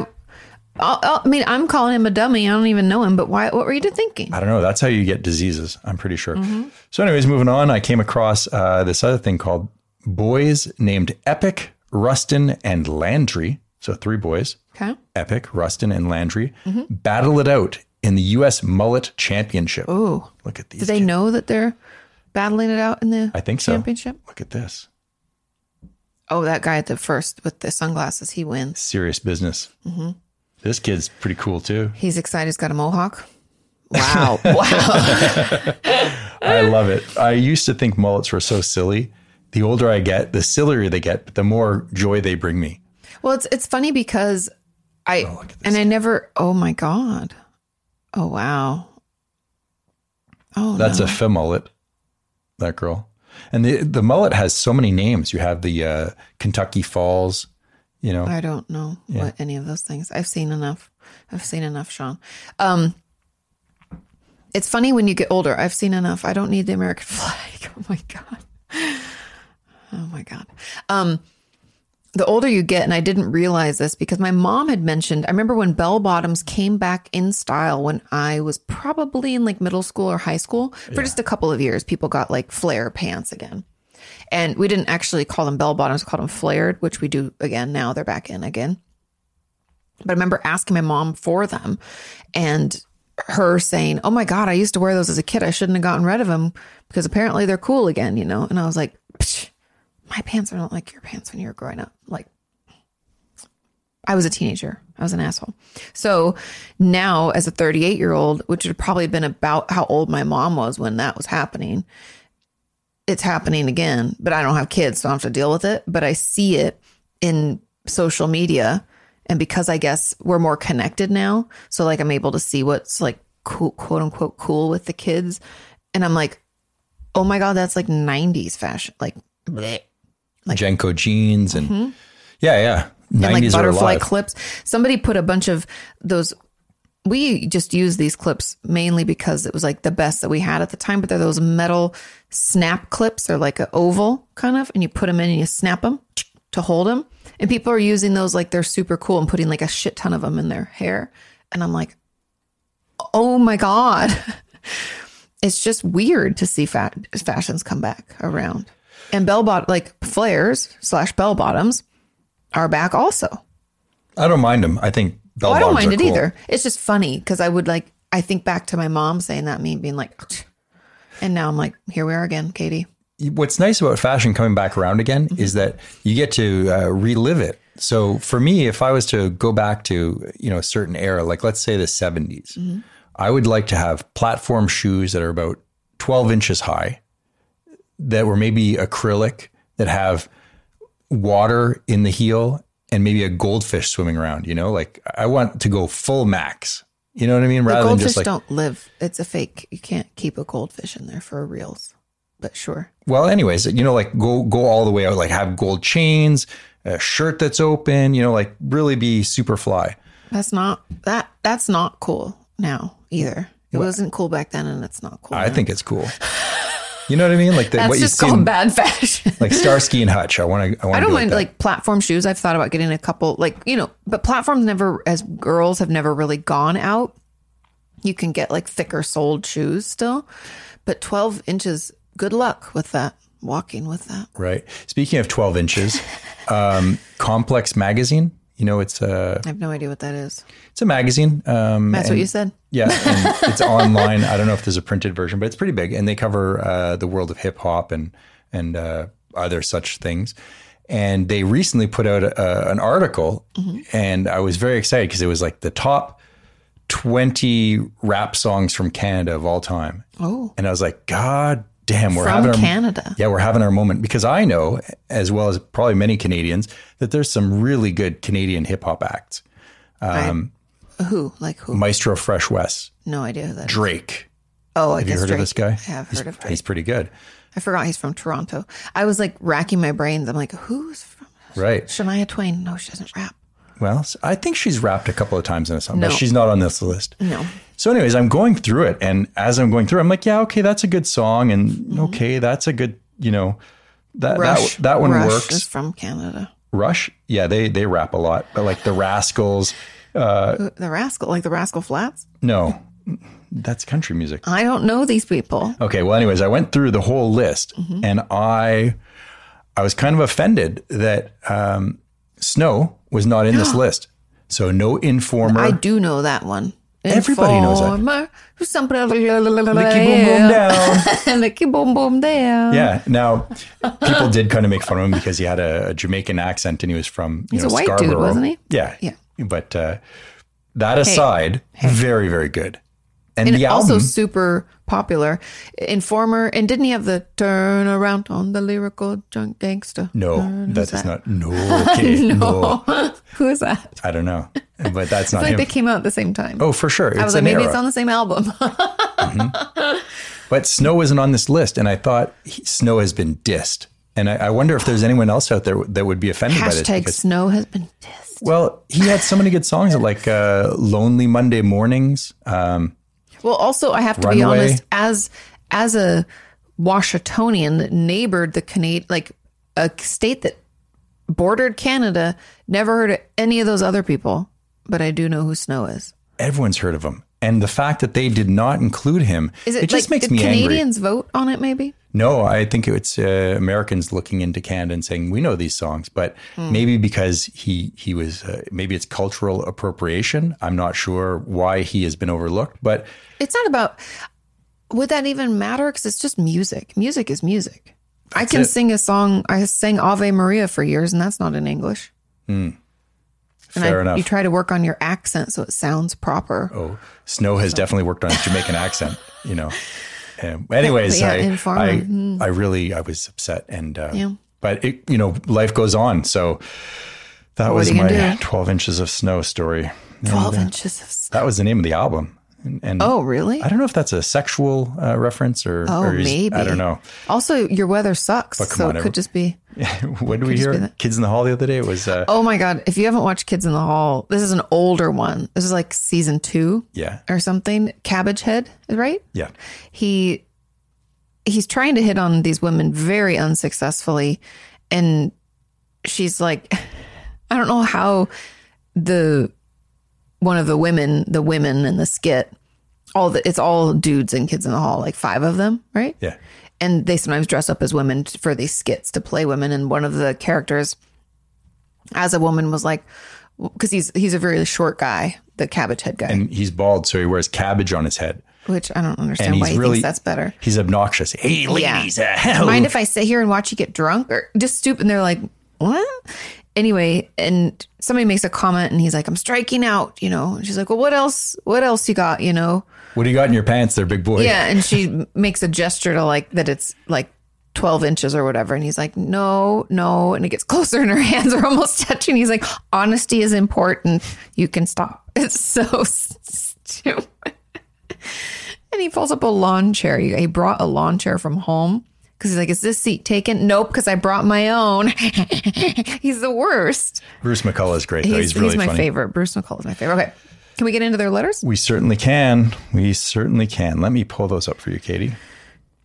I'll, I'll- I mean, I'm calling him a dummy. I don't even know him, but why? What were you thinking?
I don't know. That's how you get diseases. I'm pretty sure.
Mm-hmm.
So, anyways, moving on, I came across uh, this other thing called boys named Epic, Rustin, and Landry. So three boys.
Okay.
Epic, Rustin, and Landry
Mm-hmm.
battle it out in the U.S. Mullet Championship.
Ooh,
Look at these.
do they know that they're battling it out in the
I think so.
championship?
Look at this.
Oh, that guy at the first with the sunglasses, he wins.
Serious business.
Mm-hmm.
This kid's pretty cool too.
He's excited. He's got a mohawk. Wow. <laughs> wow.
I love it. I used to think mullets were so silly. The older I get, the sillier they get, but the more joy they bring me.
Well, it's it's funny because I
look at this.
and I never. Oh my god. Oh wow. Oh
That's
no.
a fem mullet. That girl. And the the mullet has so many names. You have the uh, Kentucky Falls, you know.
I don't know what any of those things. I've seen enough. I've seen enough, Sean. Um, it's funny when you get older. I've seen enough. I don't need the American <laughs> flag. Oh my god. Oh my god. Um, the older you get, and I didn't realize this because my mom had mentioned. I remember when bell bottoms came back in style when I was probably in like middle school or high school for just a couple of years. People got like flare pants again. And we didn't actually call them bell bottoms, we called them flared, which we do again now. They're back in again. But I remember asking my mom for them and her saying, Oh my God, I used to wear those as a kid. I shouldn't have gotten rid of them because apparently they're cool again, you know? And I was like, "Psh, My pants are not like your pants when you were growing up. Like, I was a teenager. I was an asshole. So now, as a 38 year old, which would probably been about how old my mom was when that was happening, it's happening again, but I don't have kids, so I don't have to deal with it. But I see it in social media. And because I guess we're more connected now, so like I'm able to see what's like cool, quote unquote cool with the kids. And I'm like, oh my God, that's like 90s fashion. Like, bleh.
Jenko jeans and yeah, yeah.
Mm-hmm. and like
Nineties are
butterfly
alive.
clips. Somebody put a bunch of those. We just use these clips mainly because it was like the best that we had at the time. But they're those metal snap clips. They're like an oval kind of, and you put them in and you snap them to hold them. And people are using those like they're super cool and putting like a shit ton of them in their hair. And I'm like, oh my god, <laughs> it's just weird to see fa- fashions come back around. And bell bottom like flares slash bell bottoms are back also.
I don't mind them. I think
Well,
bell
Oh, I don't
bottoms
mind
are
it
cool.
either. It's just funny because I would like, I think back to my mom saying that, me being like, "Ugh." and now I'm like, here we are again, Katie.
What's nice about fashion coming back around again is that you get to uh, relive it. So for me, if I was to go back to you know a certain era, like let's say the 70s I would like to have platform shoes that are about twelve inches high, that were maybe acrylic, that have water in the heel and maybe a goldfish swimming around. You know, like I want to go full max. You know what I mean? Rather than
goldfish
just like
don't live. It's a fake. You can't keep a goldfish in there for reals. but sure.
well anyways you know like go go all the way out like have gold chains a shirt that's open you know like really be super fly
That's not that that's not cool now either. It wasn't cool back then and it's not cool.
i
now.
think it's
<laughs>
cool you know what i mean like the,
that's
what you
just
see
called
in,
bad <laughs> fashion.
like starsky and hutch i want to i want
I
to
don't mind
like,
like platform shoes. I've thought about getting a couple, like, you know, but platforms never, as girls, have never really gone out. You can get like thicker soled shoes still, but 12 inches, good luck with that, walking with that.
that, right speaking of 12 inches um complex magazine you know it's a
I have no idea what that is.
it's a magazine um
That's what you said.
Yeah, and it's online. I don't know if there's a printed version, but it's pretty big, and they cover uh, the world of hip hop and and uh, other such things. And they recently put out a, an article,
Mm-hmm.
and I was very excited because it was like the top twenty rap songs from Canada of all time.
Oh,
And I was like, God damn, we're
from
having our
Canada.
yeah, we're having our moment because I know, as well as probably many Canadians, that there's some really good Canadian hip hop acts. um,
Right. Who? Like who?
Maestro Fresh West,
no idea who that is.
Drake.
Oh, I
Have you heard of this guy?
I have
he's,
heard of Drake.
He's pretty good,
I forgot he's from Toronto. I was like racking my brains. I'm like, who's from
right?
Shania Twain? No, she doesn't rap.
Well, s- I think she's rapped a couple of times in a song, but
No.
she's not on this list.
No.
So, anyways, I'm going through it, and as I'm going through, I'm like, yeah, okay, that's a good song, and okay, that's a good, you know, that
Mm-hmm. Rush.
that that one
Rush
works.
is from Canada.
Rush, yeah, they they rap a lot, but like the Rascals,
Who- The Rascal, like the Rascal Flats?
no, that's country music.
I don't know these people.
Okay. Well, anyways, I went through the whole list,
Mm-hmm.
and I, I was kind of offended that um, Snow was not in
<gasps>
this list. So no informer.
I do know that one.
Everybody knows that.
Informer, who's somebody
Licky boom boom
<laughs>
down.
Licky boom boom down.
yeah. Now, people did kind of make fun of him because he had a, a Jamaican accent and he was from you
He's
know,
a white dude,
Scarborough.
wasn't he?
Yeah.
Yeah.
But uh, that aside, very very good. And,
And
the
also
album,
super popular. Informer, and didn't he have the turn around on the lyrical drunk gangster?
no, that is not. No, okay, no.
<laughs> Who is that?
I don't know, but that's not
Like
him.
they came out at the same time.
oh, for sure.
I was like, maybe it's on the same
<laughs>
album.
But Snow isn't on this list, and I thought he, Snow has been dissed, and I, I wonder if there's anyone else out there that would be offended by this.
Hashtag snow has been dissed.
well, he had so many good songs like uh, "Lonely Monday Mornings." Um,
Well, also I have to be
Runaway.
honest, as as a Washingtonian that neighbored the Canadian, like a state that bordered Canada, never heard of any of those other people, but I do know who Snow is.
everyone's heard of him, and the fact that they did not include him,
Is it,
it just
like
makes
did
me angry.
Canadians vote on it? Maybe
No, I think it's uh, Americans looking into Canada and saying we know these songs, but
Hmm.
maybe because he he was uh, maybe it's cultural appropriation. I'm not sure why he has been overlooked, but
it's not about. Would that even matter? Because it's just music. Music is music. I can
it.
sing a song. I sang Ave Maria for years, and that's not in English. And
Hmm. fair
I,
enough.
You try to work on your accent so it sounds proper.
Oh, Snow has definitely worked on his Jamaican accent, you
<laughs>
know. Um, anyways,
Yeah,
I,
inform
I,
him.
I really, I was upset, and uh,
Yeah.
but it, you know, life goes on. So that
What
was
are you gonna
my
do?
twelve inches of snow story.
12 inches of snow.
That was the name of the album, and, and
Oh, really?
I don't know if that's a sexual uh, reference or,
Oh,
or is-
maybe.
I don't know. <laughs>
Also, your weather sucks.
come
So
on,
it could
every-
just be.
what did we
just be
hear?
that.
Kids in the Hall the other day. It was uh,
Oh my God. If you haven't watched Kids in the Hall, this is an older one. This is like season two
yeah,
or something. Cabbage Head, right?
yeah,
He. He's trying to hit on these women very unsuccessfully. And she's like, <sighs> I don't know how the one of the women, the women in the skit, all the, it's all dudes and kids in the hall, like five of them, right?
yeah.
and they sometimes dress up as women t- for these skits to play women and one of the characters as a woman was like because he's he's a very short guy the cabbage head guy
And he's bald, so he wears cabbage on his head.
which i don't understand
And
why
he's
he
really
thinks that's better
He's obnoxious. Hey,
Yeah.
ladies, uh, hello.
mind if i sit here and watch you get drunk or just stoop and they're like what anyway and somebody makes a comment and he's like i'm striking out you know and she's like well what else what else you got you know
What do you got in your pants, there, big
<laughs>
boy?
Yeah, and she m- makes a gesture to like that it's like 12 inches or whatever. And he's like, no, no. And it gets closer and her <laughs> hands are almost touching. He's like, honesty is important. You can stop. <laughs> It's so stupid. And he pulls up a lawn chair. He he brought a lawn chair from home Because he's like, is this seat taken? Nope, because I brought my own. <laughs> he's the worst.
Bruce McCullough is great. Though. Oh, He's,
He's,
really
he's my
funny.
favorite. Bruce McCullough is my favorite. Okay. Can we get into their letters?
We certainly can. We certainly can. Let me pull those up for you, Katie.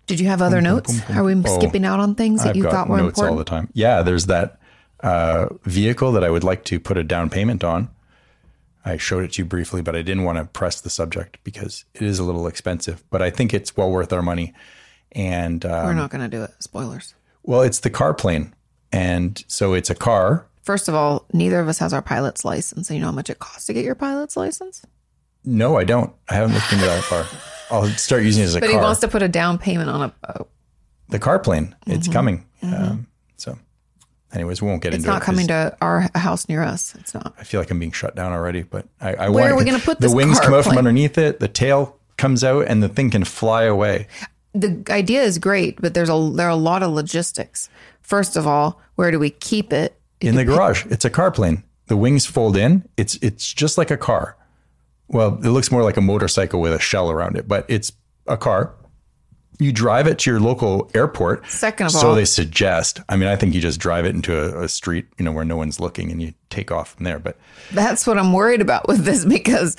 Did you have other notes? Are we
Oh,
skipping out on things that
I've
you
got
thought were
notes
important?
all the time. Yeah, there's that uh, vehicle that I would like to put a down payment on. I showed it to you briefly, but I didn't want to press the subject because it is a little expensive. But I think it's well worth our money. And uh,
We're not going to do it. Spoilers.
well, it's the car plane, and so it's a car.
First of all, neither of us has our pilot's license. So you know how much it costs to get your pilot's license?
No, I don't. I haven't looked into that far. I'll start using it as a
But
car.
he wants to put a down payment on a. a-
the car plane. It's coming. Um, so, anyways, we won't get
Mm-hmm. it's
into it.
not
'cause
coming to our a house near us. It's not.
I feel like I'm being shut down already, but I, I
Where
want
are we gonna put
the
this
wings
car
come out from
plane?
underneath it, the tail comes out, and the thing can fly away.
The idea is great, but there's a there are a lot of logistics. First of all, where do we keep it?
in the garage. It's a car plane. The wings fold in. It's it's just like a car. Well, it looks more like a motorcycle with a shell around it, but it's a car. You drive it to your local airport.
Second of
so
all-
they suggest. I mean, I think you just drive it into a, a street, you know, where no one's looking, and you take off from there. But
That's what I'm worried about with this <laughs> because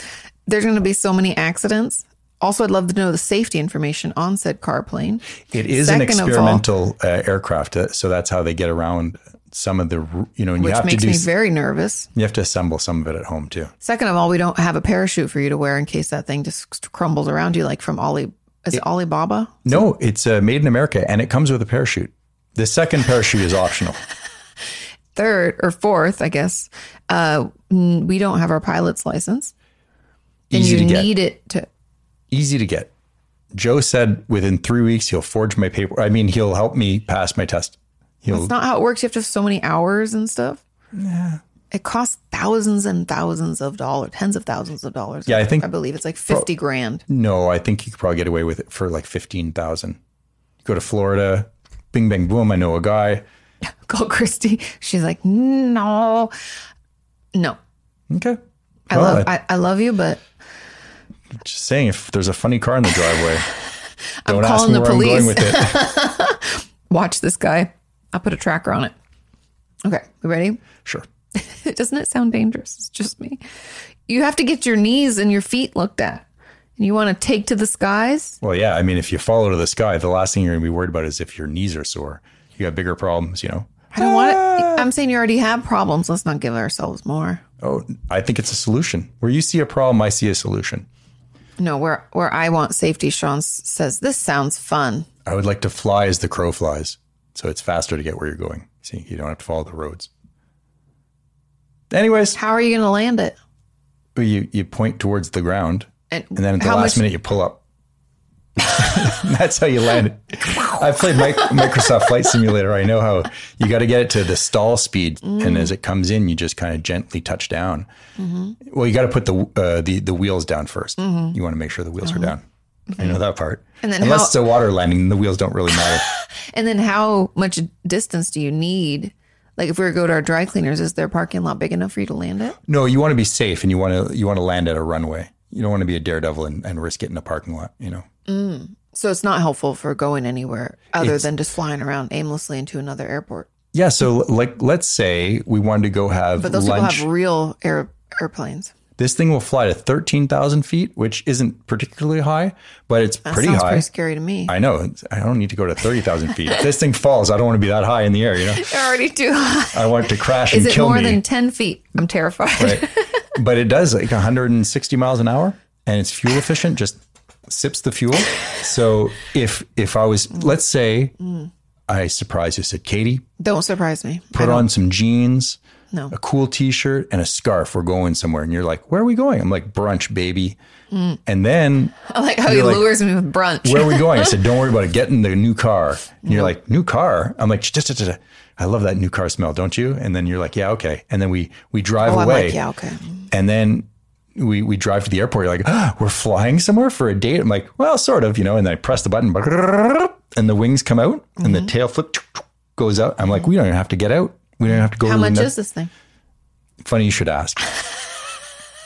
there's going to be so many accidents. Also, I'd love to know the safety information on said car plane.
it is an
Second of all-
experimental uh, aircraft, uh, so that's how they get around some of the, ru- you know, and you
which
have to
makes
do.
me very nervous.
you have to assemble some of it at home too.
Second of all, we don't have a parachute for you to wear in case that thing just crumbles around you, like from Ali. Is it Alibaba?
No, it's uh, made in America, and it comes with a parachute. The second parachute is optional.
Third or fourth, I guess. Uh, n- we don't have our pilot's license, <laughs> and
Easy
you
to get.
need it to.
easy to get. Joe said within three weeks he'll forge my paper. I mean, he'll help me pass my test. He'll
It's not how it works. You have to have so many hours and stuff. It costs thousands and thousands of dollars, tens of thousands of dollars.
Yeah, I think-
I believe it's like fifty grand.
no. I think you could probably get away with it for like fifteen thousand. Go to Florida, bing bang boom. I know a guy.
Call Christy. She's like, no, no.
Okay,
I
Well,
love, I, I love you, but
just saying if there's a funny car in
<laughs>
the driveway, don't ask
calling
me
the
where I'm going
police.
with <laughs> it.
watch this guy. I'll put a tracker on it. Okay, we ready? <laughs>
sure.
Doesn't it sound dangerous? It's just me. You have to get your knees and your feet looked at. And you want to take to the skies?
Well, yeah. I mean, if you follow to the sky, the last thing you're gonna be worried about is if your knees are sore. You got bigger problems, you know.
I don't want it. I'm saying you already have problems. Let's not give ourselves more.
Oh, I think it's a solution. Where you see a problem, I see a solution.
No, where where I want safety, Sean s- says this sounds fun.
I would like to fly as the crow flies. So it's faster to get where you're going. See, you don't have to follow the roads. Anyways,
How are you going to land it?
you, you point towards the ground
And,
and then at the
how
last
much?
minute you pull up. <laughs> That's how you land it. I played Mi- Microsoft Flight Simulator. I know how you got to get it to the stall speed, and as it comes in, you just kind of gently touch down.
Mm-hmm.
Well, you got to put the, uh, the the wheels down 1st You want to make sure the wheels are down. I know that part.
Mm-hmm. And then
Unless
how-
it's a water landing, then the wheels don't really matter.
And then how much distance do you need? Like if we were to go to our dry cleaners, is their parking lot big enough for you to land it?
No, you want to be safe and you want to you want to land at a runway. You don't want to be a daredevil and, and risk it in a parking lot, you know.
So it's not helpful for going anywhere other than just flying around aimlessly into another airport.
Yeah, so like let's say we wanted to go have
But those
lunch.
people have real air, airplanes.
this thing will fly to 13,000 feet, which isn't particularly high, but it's pretty
Sounds
high.
pretty scary to me.
I know. it's- I don't need to go to 30,000 feet. If this thing falls, I don't want to be that high in the air, you know.
They're already too high.
I want it to crash
Is
and
it
kill
more
me.
than ten feet? I'm terrified.
right? but it does like 160 miles an hour and it's fuel efficient just sips the fuel so if if i was
Mm.
let's say i surprised you said katie
<laughs> Don't surprise me. I
put
don't-
on some jeans
No.
a cool t-shirt and a scarf we're going somewhere and you're like where are we going i'm like brunch baby
Mm.
and then
I <laughs> like how he
like-
lures me with brunch.
where are we going? I said, don't worry about it. Get in the new car. And
Mm-hmm.
you're like, new car? I'm like, "Tch, tch, tch, tch. I love that new car smell, don't you? And then you're like, yeah, okay. And then we we drive
Oh, I'm
away.
like, yeah, okay.
And then we we drive to the airport. You're like, ah, we're flying somewhere for a date. I'm like, well, sort of, you know. And then I press the button, and the wings come out, and
Mm-hmm.
the tail flip goes out. I'm like, we don't even have to get out. We don't have to go.
How
to
much
another-
is this thing?
Funny you
<laughs>
should ask.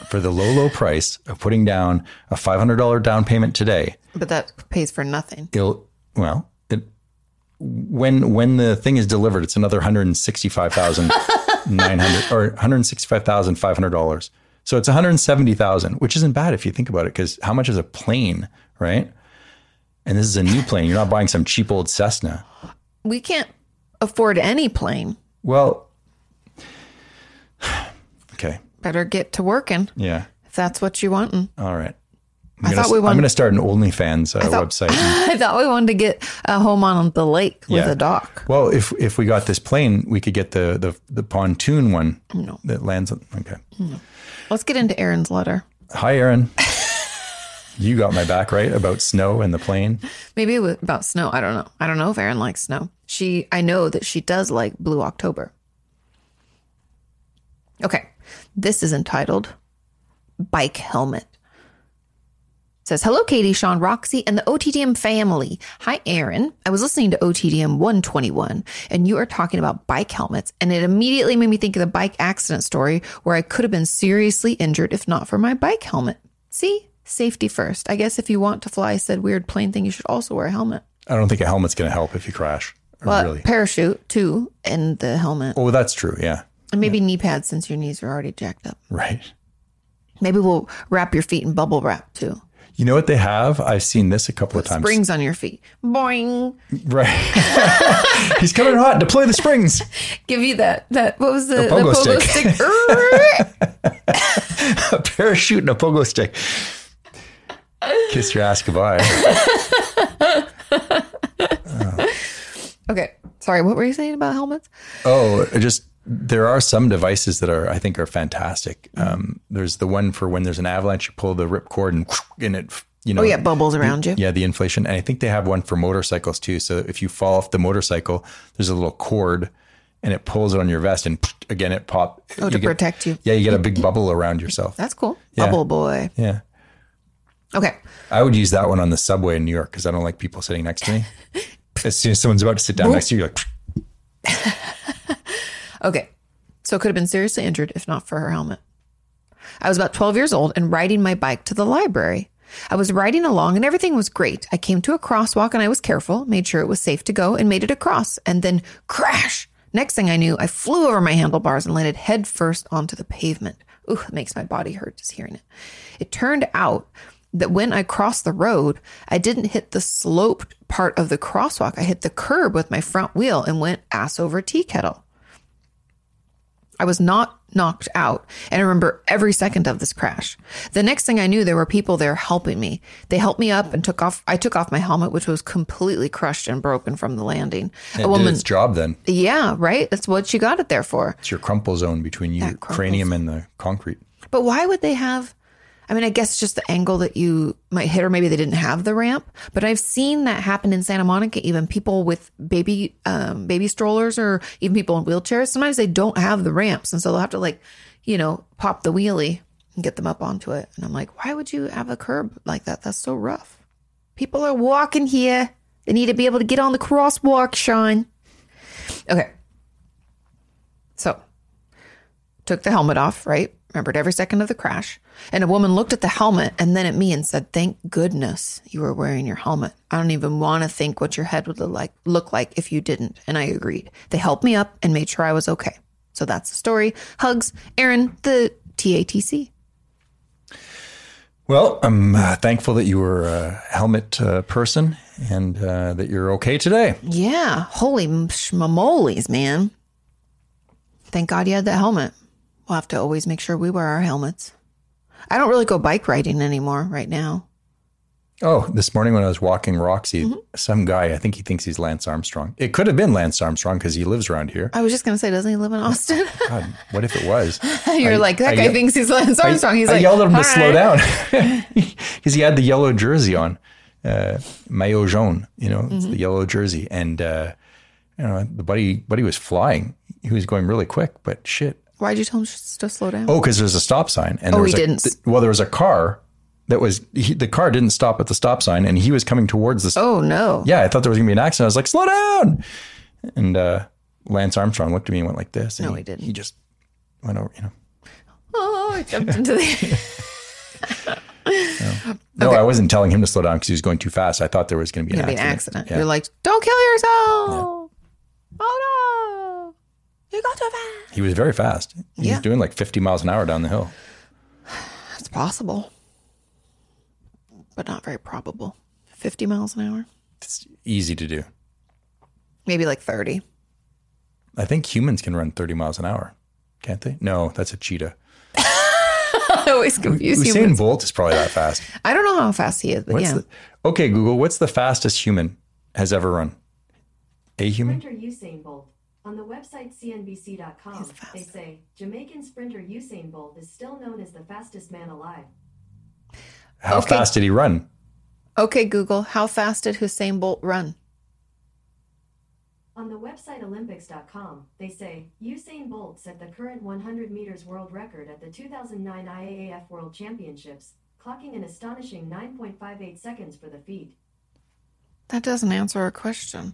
For the low, low price of putting down a $500 down payment today,
But that pays for nothing.
it'll well it when when the thing is delivered, it's another hundred and sixty five thousand nine hundred or one hundred sixty five thousand five hundred dollars. So it's one hundred seventy thousand, which isn't bad if you think about it, because how much is a plane, right? And this is a new plane. You're not buying some cheap old Cessna.
We can't afford any plane.
Well, <sighs> okay,
Better get to working
yeah,
if that's what you wanting.
all right. I'm
I
gonna,
thought we
I'm
wanted-
gonna start an OnlyFans uh,
thought-
website.
<laughs> I thought we wanted to get a home on the lake with
Yeah.
a dock.
Well, if if we got this plane, we could get the the, the pontoon one that lands. On, okay.
Let's get into Aaron's letter. <laughs>
Hi, Aaron. you got my back right about snow and the plane.
Maybe it was about snow. I don't know. I don't know if Erin likes snow. She, I know that she does like Blue October. Okay, this is entitled "Bike Helmet." It says hello, Katie, Sean, Roxy, and the OTDM family. Hi, Erin. I was listening to OTDM 121, and you are talking about bike helmets, and it immediately made me think of the bike accident story where I could have been seriously injured if not for my bike helmet. See, safety first. I guess if you want to fly said weird plane thing, you should also wear a helmet.
I don't think a helmet's going to help if you crash.
But
really?
parachute too, and the helmet,
Oh, that's true. Yeah.
and maybe knee pads since your knees are already jacked up.
Right.
Maybe we'll wrap your feet in bubble wrap too.
You know what they have? I've seen this a couple of times.
Springs on your feet. Boing.
<laughs> Right. <laughs> He's coming hot. Deploy the springs.
give you that that what was the, the
pogo
pogo
stick. <laughs>
stick? Err.
A parachute and a pogo stick. Kiss your ass goodbye.
okay, sorry. What were you saying about helmets?
Oh, it just there are some devices that are I think are fantastic.
Mm-hmm.
Um, there's the one for when there's an avalanche, you pull the ripcord and <laughs> and it you know
Oh yeah, bubbles around you.
Uh, yeah the inflation. And I think they have one for motorcycles too. So if you fall off the motorcycle, there's a little cord and it pulls on your vest and <laughs> again it pop.
Oh, to
get-
protect you.
Yeah, you get a big bubble around yourself.
That's cool.
Yeah.
Bubble boy.
Yeah.
Okay,
I would use that one on the subway in New York because I don't like people sitting next
<laughs>
to me. As soon as someone's about to sit down next to you, you're like,
okay. So could have been seriously injured if not for her helmet. I was about 12 years old and riding my bike to the library. I was riding along and everything was great. I came to a crosswalk and I was careful, made sure it was safe to go, and made it across. And then crash! Next thing I knew, I flew over my handlebars and landed headfirst onto the pavement. Ooh, it makes my body hurt just hearing it. It turned out that when I crossed the road, I didn't hit the sloped part of the crosswalk. I hit the curb with my front wheel and went ass over tea kettle. I was not knocked out and I remember every second of this crash. The next thing I knew there were people there helping me. They helped me up and took off I took off my helmet which was completely crushed and broken from the landing. a
it did
woman
its job then.
Yeah, right? That's what you got it there for.
It's your crumple zone between your
crumple
cranium and the concrete.
But why would they have? I mean, I guess it's just the angle that you might hit, or maybe they didn't have the ramp. But I've seen that happen in Santa Monica. Even people with baby um, baby strollers, or even people in wheelchairs, sometimes they don't have the ramps, and so they'll have to like, you know, pop the wheelie and get them up onto it. And I'm like, why would you have a curb like that? That's so rough. People are walking here. They need to be able to get on the crosswalk, Sean. Okay. So took the helmet off, right? Remembered every second of the crash. And a woman looked at the helmet and then at me and said, Thank goodness you were wearing your helmet. I don't even want to think what your head would look like, look like if you didn't. And I agreed. They helped me up and made sure I was okay. So that's the story. Hugs, Aaron, the TATC.
Well, I'm uh, thankful that you were a helmet uh, person and uh, that you're okay today.
Yeah. Holy m- schmamolies, man. Thank God you had that helmet. We'll have to always make sure we wear our helmets. I don't really go bike riding anymore right now.
Oh, this morning when I was walking Roxy,
Mm-hmm.
some guy, I think he thinks he's Lance Armstrong. It could have been Lance Armstrong because he lives around here.
I was just going to say, doesn't he live in Austin?
God, what if it
<laughs>
was?
You're like, that
I
guy
ye-
thinks he's <laughs> Lance Armstrong. He's
I
like,
yelled at him
"All
to slow
right." <laughs>
down <laughs> because he had the yellow jersey on, uh, maillot jaune. You know, it's
Mm-hmm.
the yellow jersey, and uh, you know the buddy buddy was flying. He was going really quick, but shit.
Why'd you tell him just to slow down?
Oh, because there's a stop sign, and there
Oh,
was
he
a-
didn't.
th- well, there was a car that was he, the car didn't stop at the stop sign, and he was coming towards the.
Oh, no. <laughs>
Yeah, I thought there was gonna be an accident. I was like, slow down, and uh, Lance Armstrong looked at me and went like this. And
No, he didn't.
He just went over. You know,
<laughs> Oh, I jumped into the.
No, I wasn't telling him to slow down because he was going too fast. I thought there was going to be an
It'd be an
accident.
accident.
Yeah.
You're like, don't kill yourself. Oh no, you got too fast.
He was very fast. He
Yeah.
was doing like 50 miles an hour down the hill.
That's possible, but not very probable. Fifty miles an hour,
It's easy to do.
maybe like thirty.
I think humans can run 30 miles an hour, can't they? No, that's a cheetah.
<laughs> I always confuse you.
Usain Bolt is probably that fast.
with- I don't know how fast he is, but
What's
yeah,
the, okay, Google, what's the fastest human has ever run? A human?
Sprinter Usain Bolt. On the website CNBC.com, they say Jamaican sprinter Usain Bolt is still known as the fastest man alive.
How
Okay.
fast did he run?
okay. Google, how fast did Hussein Bolt run?
On the website Olympics.com, they say Usain Bolt set the current 100 meters world record at the 2009 IAAF World Championships, clocking an astonishing 9.58 seconds for the feat.
That doesn't answer our question.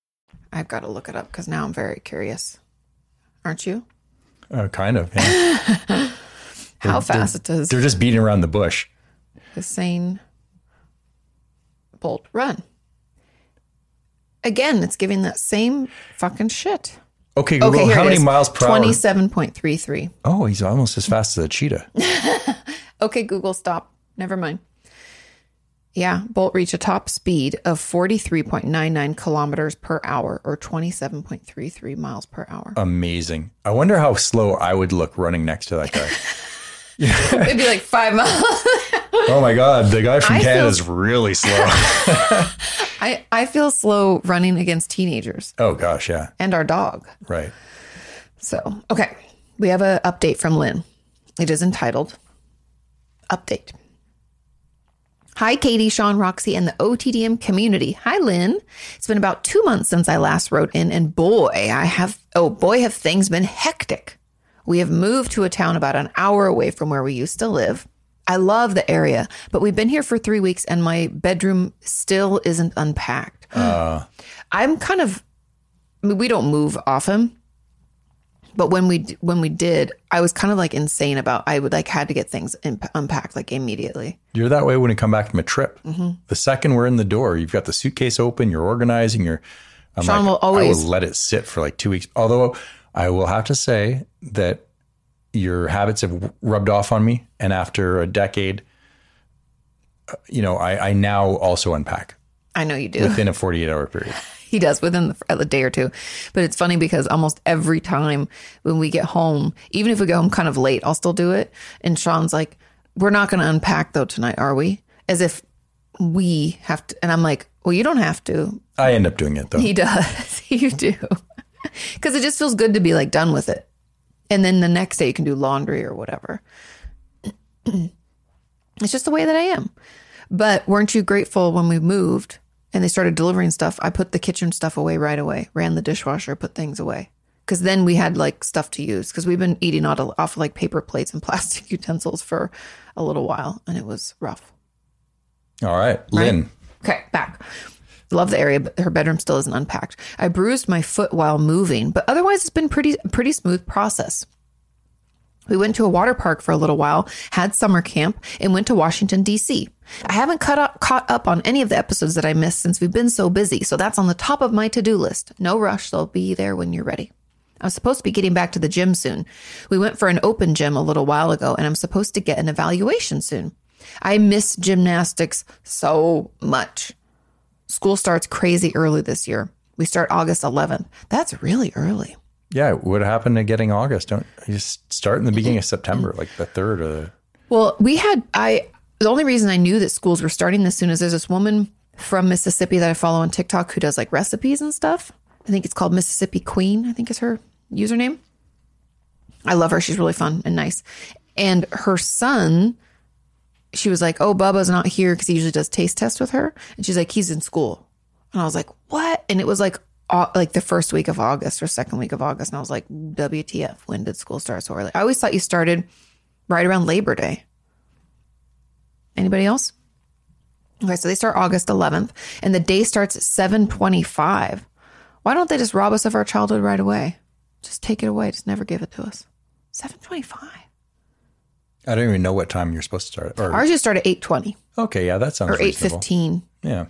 I've got to look it up because now I'm very curious. Aren't you?
Uh, kind of. yeah.
<laughs> How fast does
They're just beating around the bush.
Hussein Bolt run? Again, it's giving that same fucking shit.
Okay, Google,
Okay, here
how
it
many
is.
miles per hour?
Twenty-seven point three three.
Oh, he's almost as fast as
<laughs>
a cheetah.
Okay, Google, stop. Never mind. Yeah, Bolt reached a top speed of forty-three point nine nine kilometers per hour, or twenty-seven point three three miles per <laughs> hour.
Amazing. I wonder how slow I would look running next to that guy.
It'd be like five miles.
oh my God, the guy from
I feel-
Canada is
<laughs>
really slow.
I I feel slow running against teenagers
oh gosh, yeah,
and our dog.
right.
So, okay, we have an update from Lynn. It is entitled Update. Hi, Katie, Sean, Roxy, and the OTDM community. Hi, Lynn. It's been about two months since I last wrote in, and boy, I have, oh boy, have things been hectic. We have moved to a town about an hour away from where we used to live. I love the area, but we've been here for three weeks, and my bedroom still isn't unpacked. I'm kind of, I mean, we don't move often, but when we d- when we did, I was kind of like insane about I would like had to get things imp- unpacked like immediately.
You're that way when you come back from a trip.
Mm-hmm.
The second we're in the door, you've got the suitcase open, you're organizing, you're. I'm
Sean
like,
will always-
I will let it sit for like two weeks. Although I will have to say that your habits have rubbed off on me. And after a decade, uh, you know, I, I now also unpack
I know you do.
within a 48 hour period.
<laughs> he does within the, a day or two, but it's funny because almost every time when we get home, even if we go home kind of late, I'll still do it. And Sean's like, "We're not going to unpack though tonight, are we?" As if we have to. And I'm like, "Well, you don't have to.
I end up doing it
<laughs>
though.
He does. you do." Because it just feels good to be like done with it. And then the next day you can do laundry or whatever. <clears throat> it's just the way that I am. But weren't you grateful when we moved and they started delivering stuff? I put the kitchen stuff away right away, ran the dishwasher, put things away. Because then we had like stuff to use because we've been eating out of, off like paper plates and <laughs> plastic utensils for a little while and it was rough.
All right, Lynn.
Okay, back. Love the area, but her bedroom still isn't unpacked. I bruised my foot while moving, but otherwise it's been pretty pretty smooth process. We went to a water park for a little while, had summer camp, and went to Washington D.C. I haven't cut up, caught up on any of the episodes that I missed since we've been so busy, so that's on the top of my to-do list. No rush; they'll be there when you're ready. I'm supposed to be getting back to the gym soon. We went for an open gym a little while ago, and I'm supposed to get an evaluation soon. I miss gymnastics so much. School starts crazy early this year. We start August 11th. That's really early.
Yeah, what happened to getting August? Don't you just start in the
<laughs>
beginning of September, like the third uh, or the
Well, we had I the only reason I knew that schools were starting this soon is there's this woman from Mississippi that I follow on TikTok who does like recipes and stuff. I think it's called Mississippi Queen, I think is her username. I love her. She's really fun and nice. And her son she was like, "Oh, Bubba's not here because he usually does taste tests with her," and she's like, "He's in school," and I was like, "What?" And it was like. au- Like the first week of August or second week of August, and I was like, "WTF? When did school start so early?" I always thought you started right around Labor Day. Anybody else? Okay, so they start August 11th, and the day starts at 7:25. Why don't they just rob us of our childhood right away? Just take it away. Just never give it to us. 7:25.
I don't even know what time you're supposed to start. Or
Ours just start at 8:20
okay, yeah, that sounds
or
reasonable.
8:15
Yeah,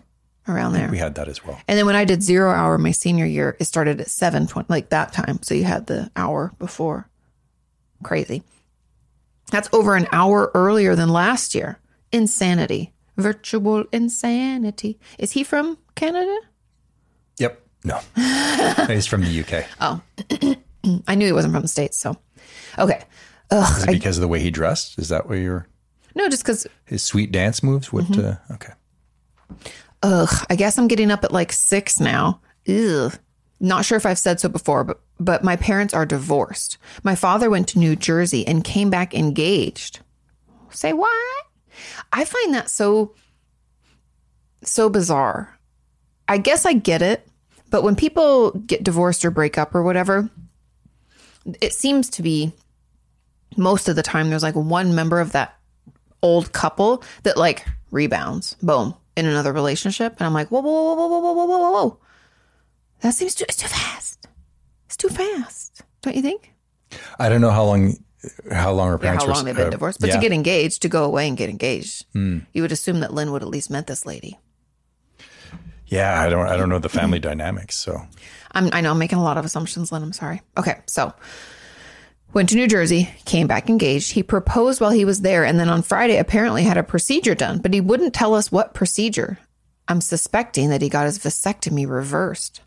around there.
we had that as well.
And then when I did zero hour my senior year, it started at seven twenty, like that time. So you had the hour before. Crazy. That's over an hour earlier than last year. Insanity. Virtual insanity. Is he from Canada?
Yep. No, <laughs> he's from the UK.
Oh, I knew he wasn't from the States. So, okay.
Is
Ugh.
it because of the way he dressed? Is that where your
No, just because,
his sweet dance moves? What?
Mm-hmm.
Uh, okay.
ugh, I guess I'm getting up at like six now. Ugh. Not sure if I've said so before, but, but my parents are divorced. My father went to New Jersey and came back engaged. Say what? I find that so so bizarre. I guess I get it, but when people get divorced or break up or whatever, it seems to be most of the time there's like one member of that old couple that like rebounds, boom, in another relationship. And I'm like, whoa, whoa, whoa, whoa, whoa, whoa, whoa, whoa, whoa. That seems too, it's too fast. It's too fast. Don't you think?
I don't know how long how long her
Yeah,
parents
how
were
long they've been
uh,
divorced. But
yeah.
to get engaged, to go away and get engaged, you would assume that Lynn would at least met this lady.
yeah, I don't I
<laughs>
don't know the family dynamics. So
I'm, I know I'm making a lot of assumptions, Lynn. I'm sorry. Okay, so went to New Jersey, came back engaged. He proposed while he was there, and then on Friday apparently had a procedure done, but he wouldn't tell us what procedure. I'm suspecting that he got his vasectomy reversed.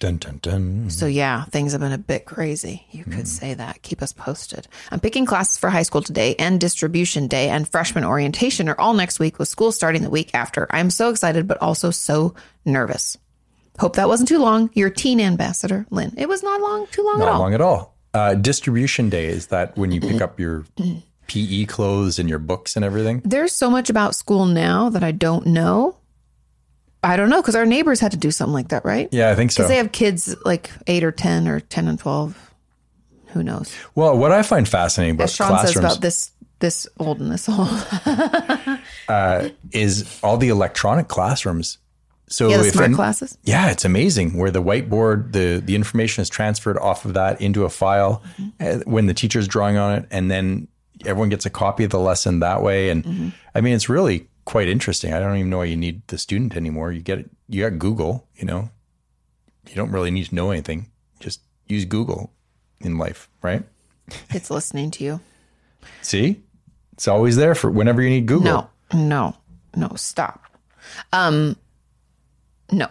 dun dun dun.
So yeah, things have been a bit crazy. You
Mm-hmm.
could say that. Keep us posted. I'm picking classes for high school today and distribution day and freshman orientation are all next week with school starting the week after. I'm so excited but also so nervous. Hope that wasn't too long. Your teen ambassador, Lynn. It was not long, too long
Not
at all.
long at all. Uh, distribution day is that when you
<clears throat>
pick up your PE clothes and your books and everything.
There's so much about school now that I don't know. I don't know because our neighbors had to do something like that, right?
Yeah, I think so.
Because they have kids like eight or ten or ten and twelve. Who knows?
well, what I find fascinating about
As Sean
classrooms
says about this this old and this old.
is all the electronic classrooms. So
Yeah, the
if
smart
an-
classes.
Yeah, it's amazing where the whiteboard, the the information is transferred off of that into a file uh, when the teacher's drawing on it, and then everyone gets a copy of the lesson that way. And I mean, it's really quite interesting. I don't even know why you need the student anymore. You get it, you got Google. You know, you don't really need to know anything. Just use Google in life, right?
It's listening to you.
See, it's always there for whenever you need Google.
No, no, no, stop. Um, no.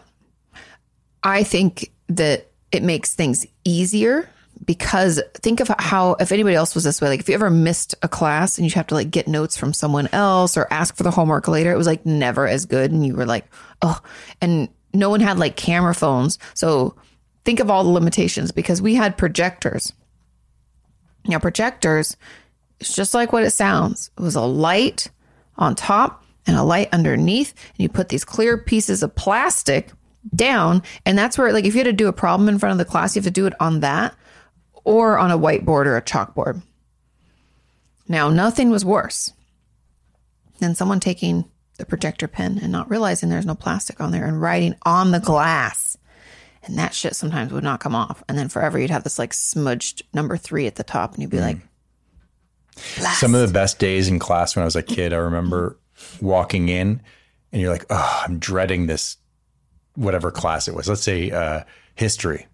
I think that it makes things easier because think of how if anybody else was this way, like if you ever missed a class and you have to like get notes from someone else or ask for the homework later, it was like never as good. And you were like, oh, and no one had like camera phones. So think of all the limitations because we had projectors. Now, projectors, it's just like what it sounds. It was a light on top and a light underneath. And you put these clear pieces of plastic down. And that's where, like, if you had to do a problem in front of the class, you have to do it on that or on a whiteboard or a chalkboard. Now, nothing was worse than someone taking the projector pen and not realizing there's no plastic on there and writing on the glass. And that shit sometimes would not come off. And then forever you'd have this like smudged number three at the top and you'd be like,
Some of the best days in class when I was a kid, I remember walking in and you're like, oh, I'm dreading this, whatever class it was. Let's say uh, history.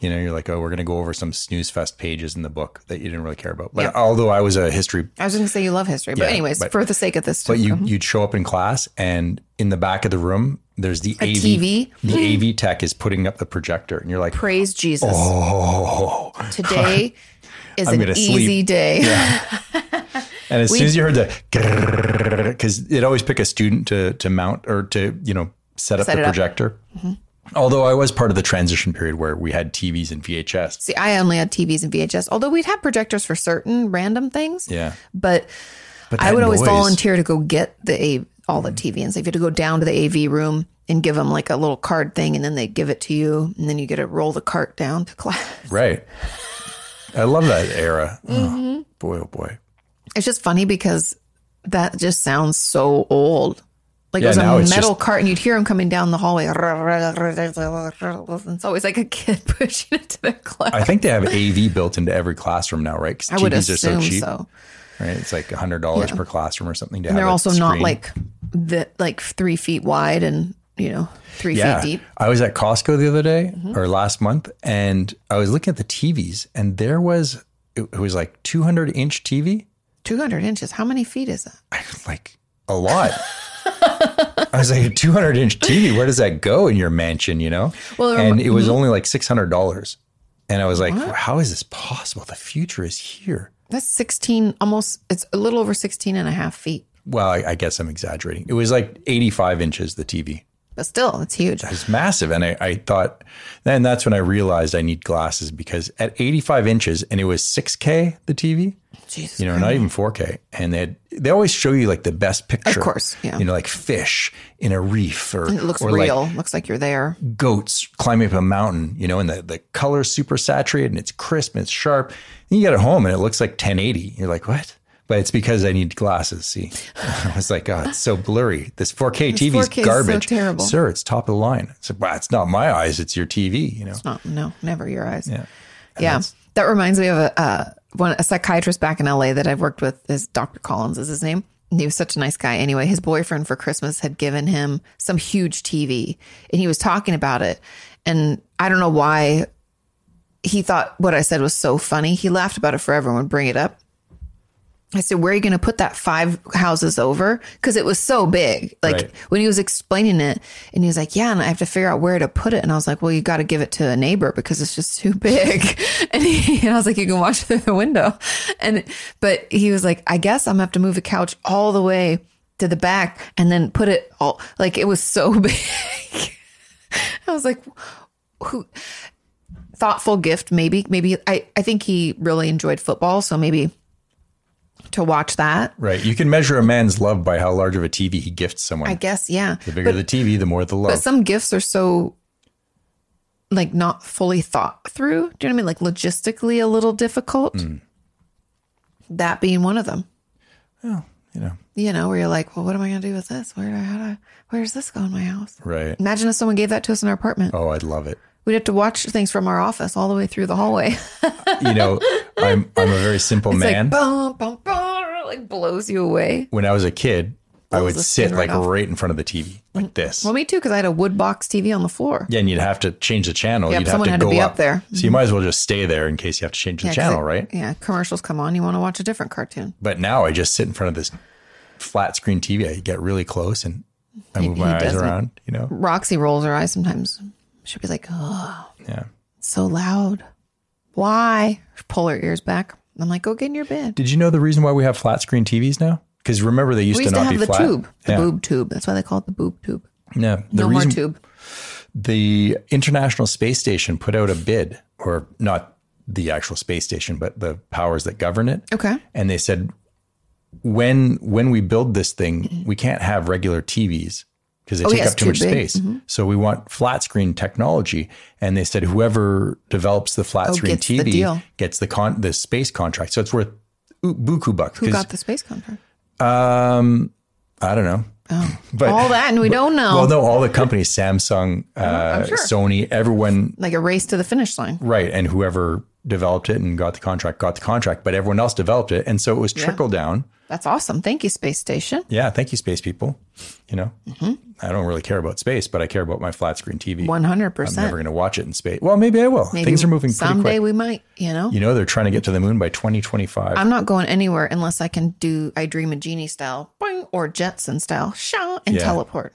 You know, you're like, oh, we're going to go over some snooze fest pages in the book that you didn't really care about. But
Yeah.
although I was a history,
I was going to say you love history, but
Yeah,
anyways,
but-
for the sake of this,
but you, you'd show up in class and in the back of the room, there's the AV.
TV?
The AV tech is putting up the projector and you're like,
praise Jesus.
oh.
Today is
<laughs> I'm
an
gonna
easy
sleep.
day.
And as soon as you heard the, because it always pick a student to to mount or to you know set up
Set
the
it up. Mm-hmm.
projector. Although I was part of the transition period where we had TVs and
<laughs>
VHS.
See, I only had TVs and VHS, although we'd have projectors for certain random things.
Yeah,
But
But
I
that
would always
noise- Mm.
volunteer to go get the A all the TV and so if you had to go down to the AV room and give them like a little card thing and then they give it to you and then you get to roll the cart down to class.
Right. I love that
<laughs>
era.
Mm-hmm.
Oh, boy, oh boy.
It's just funny because that just sounds so old. Like
Yeah,
it was
now
a
it's
metal
just-
cart and you'd hear him coming down the hallway. It's always like a kid <laughs> pushing it to the class.
I think they have AV built into every classroom now, right?
I
Because
would
TVs are
assume
so
so.
cheap, right? It's like hundred dollars per classroom or something. To
And
have
they're
a
also not
screen.
like the like three feet wide and you know three
yeah.
feet deep. Mm-hmm.
I was at Costco the other day or last month, and I was looking at the TVs, and there was it, it was like two hundred inch TV,
Two hundred inches. How many feet is that?
I was like
<laughs>
a lot. I was like a two hundred inch TV. Where does that go in your mansion? You know,
Well, it
and
rem-
it was only like six hundred dollars, and I was like, how is this possible? The future is here.
That's sixteen. Almost. It's a little over 16 and a half feet.
Well, I, I guess I'm exaggerating. It was like 85 inches, the TV.
But still, it's huge.
It was massive. And I, I thought, then that's when I realized I need glasses because at 85 inches, and it was 6K, the TV,
Jesus.
you know, not even 4K. And they, had, they always show you like the best picture.
course, yeah.
You know, like fish in a reef or,
It looks
or
real.
like
looks like you're there.
goats climbing up a mountain, you know, and the, the color's super saturated and it's crisp and it's sharp. And you get it home and it looks like 1080. You're like, what? But it's because I need glasses. See, <laughs> I was like, oh, it's so blurry. This 4K TV is
4K is so
garbage.
terrible.
Sir, it's top of the line. It's like, well, it's not my eyes. It's your TV, you know?
Oh, no, never your eyes.
Yeah.
Yeah, that reminds me of a uh, one a psychiatrist back in LA that I've worked with is Dr. Collins is his name. And he was such a nice guy. Anyway, his boyfriend for Christmas had given him some huge TV, and he was talking about it. And I don't know why he thought what I said was so funny. He laughed about it forever and would bring it up. I said, "Where are you going to put that five houses over?" Because it was so big. Like
Right.
when he was explaining it, and he was like, "Yeah," and I have to figure out where to put it. And I was like, "Well, you got to give it to a neighbor because it's just too big." <laughs> and, he, and I was like, "You can watch <laughs> through the window." And but he was like, "I guess I'm gonna have to move a couch all the way to the back and then put it all like it was so <laughs> big." I was like, "Who?" Thoughtful gift, maybe. Maybe I. I think he really enjoyed football, so maybe to watch that.
Right. You can measure a man's love by how large of a TV he gifts someone.
I guess, yeah.
the bigger the TV, the more the love.
But some gifts are so like not fully thought through. Do you know what I mean? Like logistically a little difficult.
Mm.
That being one of them.
you know,
You know, where you're like, well, what am I gonna do with this? Where do I how do I, where's this going in my house?
right.
Imagine if someone gave that to us in our apartment.
Oh, I'd love it.
We'd have to watch things from our office all the way through the hallway. <laughs>
You know, I'm, I'm a very simple
it's
man.
like bum bum bum like blows you away.
when I was a kid, I would
the
sit
screen
like
right off?
right in front of the TV, like this.
Well, me too, because I had a wood box TV on the floor.
Yeah, and you'd have to change the channel.
Yep,
you'd have
someone
to
had to
go
be up there.
So you might as well just stay there in case you have to change the
'cause
channel,
it-
right?
Yeah, commercials come on. You want to watch a different cartoon.
But now I just sit in front of this flat screen TV. I get really close and I move my eyes
does it.
around, you know?
Roxy rolls her eyes sometimes. She'll be like, oh,
Yeah.
it's so loud. Why? Pull her ears back. I'm like, go get in your bed.
Did you know the reason why we have flat screen TVs now? Because remember they used
we
to
used to
not
have
be
the
flat.
tube, the
yeah.
boob tube. That's why they call it the boob tube.
Yeah. The
no more
reason
tube.
the International Space Station put out a bid, or not the actual space station, but the powers that govern it.
Okay.
and they said when when we build this thing we can't have regular tvs because they
Mm-hmm. Oh,
take
yeah,
up
it's
too,
too
much
big. Mm-hmm.
space so we want flat screen technology and they said whoever develops the flat
Oh,
screen
gets the
tv
deal.
gets the con the space contract so it's worth u- buku buck
Who
'cause,
got the space contract?
um i don't know <laughs> but
Oh. All that, and we don't know.
well no all the companies samsung uh,
Uh-huh, sure.
sony everyone
Like a race to the finish line.
Right. And whoever developed it and got the contract got the contract, but everyone else developed it. And so it was trickle down.
That's awesome. Thank you, space station.
Yeah. Thank you, space people. You know, I don't really care about space, but I care about my flat screen TV.
Mm-hmm. One hundred
I'm never
percent.
going to watch it in space. Well, maybe I will. Things are moving pretty
Someday
quick.
we might. You know.
you know, they're trying to get to the moon by 2025.
I'm not going anywhere unless I can do I dream a genie style, boing, or Jetson style, shah, and
Yeah.
teleport.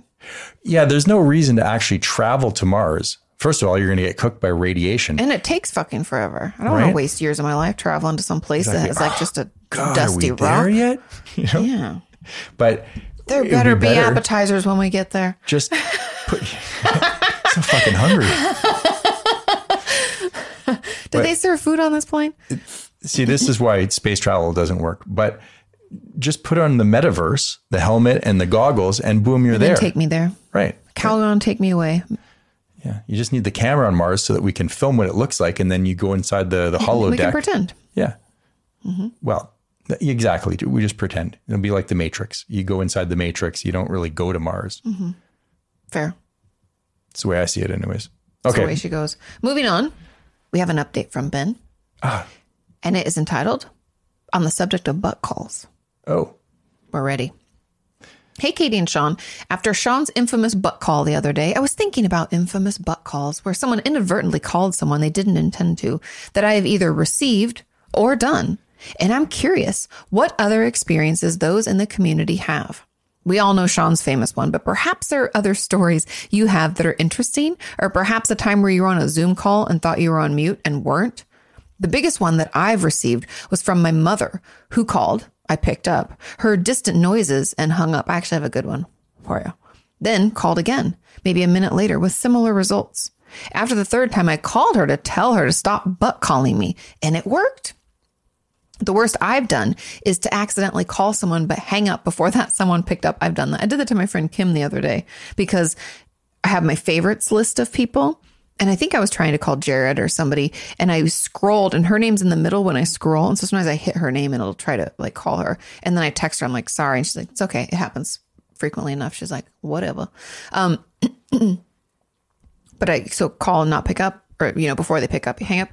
yeah. There's no reason to actually travel to Mars. First of all, you're going to get cooked by radiation.
And it takes fucking forever. I don't want
Right.
to waste years of my life traveling to some place that is like just a
<gasps> God,
dusty
are we there
rock.
yet? <laughs> You know,
Yeah.
but
There
it would
better be, appetizers when we get there. <laughs>
Just put. <laughs> so fucking hungry.
Do
But-
they serve food on this plane?
See, this is why space travel doesn't work. But just put on the metaverse, the helmet and the goggles, and boom, you're
Then
there.
take me there.
right.
Calgon, take me away.
Yeah. You just need the camera on Mars so that we can film what it looks like, and then you go inside the the hollow
we can
deck.
pretend. Mm-hmm.
Yeah. Well, th- exactly. We just pretend. It'll be like the Matrix. You go inside the Matrix. You don't really go to Mars.
Mm-hmm.
It's
Fair.
the way I see it, anyways.
That's the way
Okay.
she goes. Moving on, we have an update from Ben.
Ah.
And it is entitled On the Subject of Butt Calls.
Oh,
We're ready. Hey, Katie and Sean. After Sean's infamous butt call the other day, I was thinking about infamous butt calls where someone inadvertently called someone they didn't intend to that I have either received or done. And I'm curious what other experiences those in the community have. We all know Sean's famous one, but perhaps there are other stories you have that are interesting, or perhaps a time where you were on a Zoom call and thought you were on mute and weren't. The biggest one that I've received was from my mother, who called. I picked up, heard distant noises, and hung up. I actually have a good one for you. Then called again, maybe a minute later, with similar results. After the third time, I called her to tell her to stop butt calling me, and it worked. The worst I've done is to accidentally call someone but hang up before that someone picked up. I've done that. I did that to my friend Kim the other day because I have my favorites list of people. And I think I was trying to call Jared or somebody and I scrolled and her name's in the middle when I scroll. And so sometimes I hit her name and it'll try to like call her. And then I text her, I'm like, sorry. And she's like, it's okay. It happens frequently enough. She's like, whatever. Um, but I so call and not pick up, or you know, before they pick up, you hang up.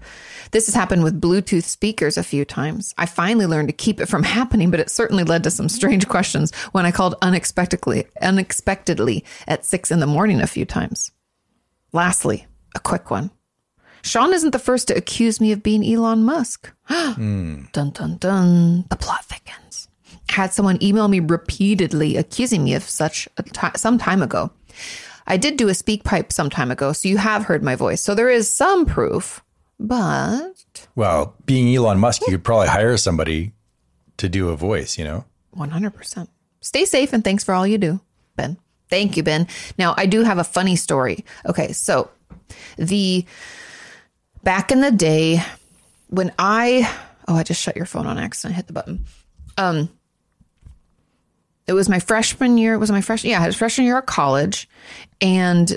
This has happened with Bluetooth speakers a few times. I finally learned to keep it from <laughs> happening, but it certainly led to some strange questions when I called unexpectedly, unexpectedly at six in the morning a few times. Lastly, a quick one. Sean isn't the first to accuse me of being Elon Musk. Dun dun dun. The plot thickens. Had someone email me repeatedly accusing me of such a ti- some time ago. I did do a speak pipe some time ago, so you have heard my voice. So there is some proof, but
well, being Elon Musk, you could probably hire somebody to do a voice, you know?
100%. Stay safe and thanks for all you do, Ben. Thank you, Ben. Now, I do have a funny story. Okay, so the back in the day when I oh, I just shut your phone on accident, I hit the button. Um it was my freshman year. Was it my freshman? Yeah, it was freshman year at college, and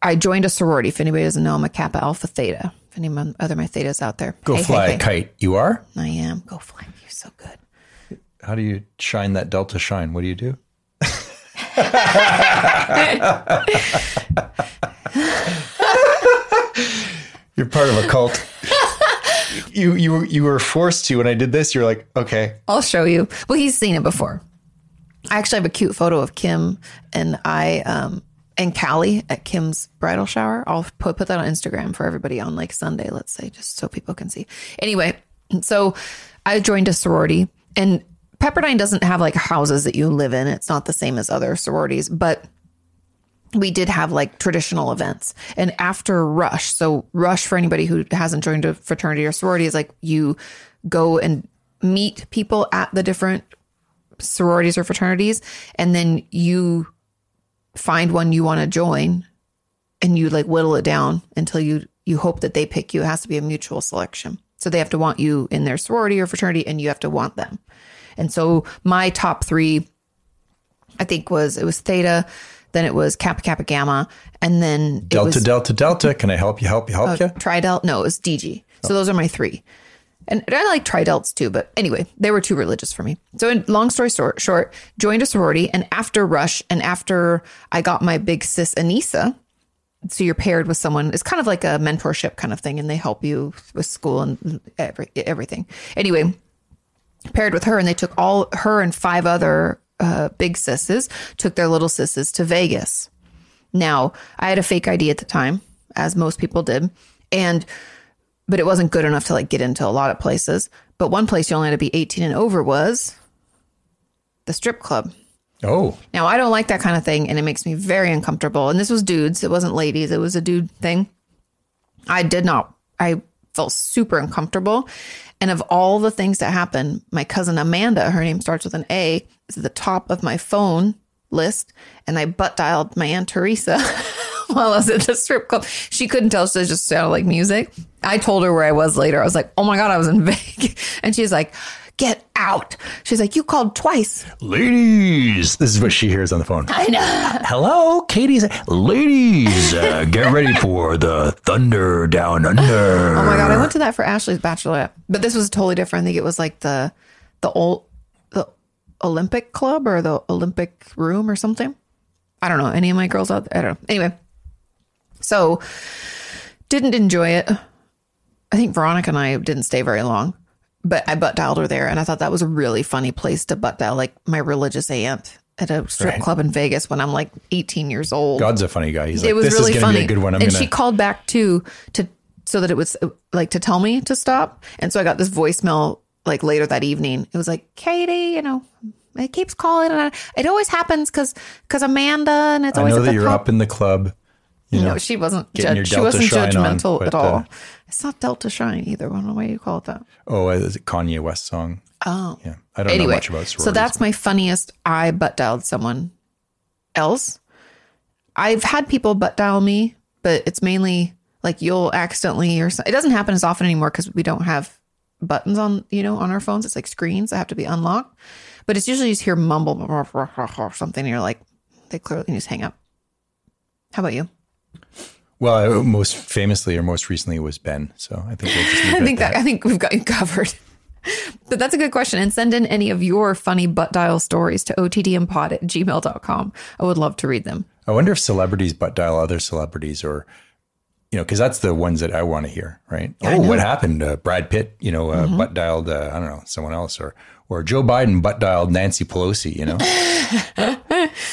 I joined a sorority. If anybody doesn't know, I'm a Kappa Alpha Theta. If any mon- other my thetas out there,
Go
Hey, hey,
fly
hey.
a kite. You are?
I am. Go fly. You're so good.
How do you shine that Delta shine? What do you do? <laughs> You're part of
<laughs>
a cult. you you were- you were forced to when I did this. You're like, okay,
I'll show you. Well, he's seen it before. I actually have a cute photo of Kim and I um and Callie at Kim's bridal shower. I'll put put that on Instagram for everybody on like Sunday, let's say, just so people can see. Anyway, so I joined a sorority and Pepperdine doesn't have like houses that you live in. It's not the same as other sororities, but we did have like traditional events and after rush so rush for anybody who hasn't joined a fraternity or sorority is like you go and meet people at the different sororities or fraternities and then you find one you want to join and you like whittle it down until you you hope that they pick you it has to be a mutual selection so they have to want you in their sorority or fraternity and you have to want them and so my top 3 I think was it was Theta, then it was Kappa Kappa Gamma, and then it
Delta
was Oh.
Delta Delta. Can I help you? Help you? Help you?
Tridelt. No, it was DG. So those are my three. And and I like tridelts too, but anyway, they were too religious for me. So, in long story short, short, joined a sorority, and after Rush, and after I got my big sis Anissa, so you're paired with someone. It's kind of like a mentorship kind of thing, and they help you with school and every, everything. Anyway, paired with her and they took all her and five other uh, big sisses took their little sisses to vegas now i had a fake id at the time as most people did and but it wasn't good enough to like get into a lot of places but one place you only had to be 18 and over was the strip club
Oh,
now, I don't like that kind of thing, and it makes me very uncomfortable. And this was dudes, it wasn't ladies, it was a dude thing. I did not, I felt super uncomfortable. And of all the things that happened, my cousin Amanda, her name starts with an A, is at the top of my phone list. And I butt dialed my Aunt Teresa <laughs> while I was at the strip club. She couldn't tell, so it <laughs> just sounded like music. I told her where I was later. I was like, oh my God, I was in Vegas. And she's like, Get out. She's like, You called twice.
Ladies, this is what she hears on the phone. I know. Hello, Katie's. Ladies,
<laughs>
uh, get ready for the thunder down under.
Oh my god, I went to that for Ashley's bachelorette, but this was totally different. I think it was like the the old the Olympic club or the Olympic room or something. I don't know. Any of my girls out there? I don't know. Anyway, so didn't enjoy it. I think Veronica and I didn't stay very long, but I butt dialed her there, and I thought that was a really funny place to butt dial, like my religious aunt at a strip
Right.
club in Vegas when I'm like 18 years old
God's a funny guy. He's like,
it was
this
really
is going to
funny.
be a good one. I'm
and
going
she called back too to so that it was uh, like to tell me to stop. And so I got this voicemail like later that evening. It was like Katie, you know, it keeps calling, and I, it always happens because because Amanda, and it's
I
always
know
at
that
the
you're
top.
up in the club. You know,
no, she wasn't.
getting
Judge, she
your Delta
wasn't
shine on,
judgmental
but,
at all.
uh,
it's not Delta Shine either. I don't know why you call it that.
oh, is it Kanye West song?
Oh,
Yeah. I don't know
anyway,
much about sororities.
so that's my funniest. I butt dialed someone else. I've had people butt dial me, but it's mainly like you'll accidentally or so, it doesn't happen as often anymore because we don't have buttons on you know on our phones. It's like screens that have to be unlocked, but it's usually you just hear mumble <laughs> or something. And you're like, they clearly just hang up. How about you?
well, I- most famously or most recently was Ben. So I think we'll
<laughs>
just leave it
I
at
think that I think we've got you <laughs> covered. But that's a good question. And send in any of your funny butt dial stories to ottmpod at gmail.com. I would love to read them.
I wonder if celebrities butt dial other celebrities or, you know, because that's the ones that I want to hear, right? oh, what happened? Uh, Brad Pitt, you know,
Mm-hmm.
uh, butt dialed, uh, I don't know, someone else, or or Joe Biden butt dialed Nancy
<laughs>
Pelosi, you know?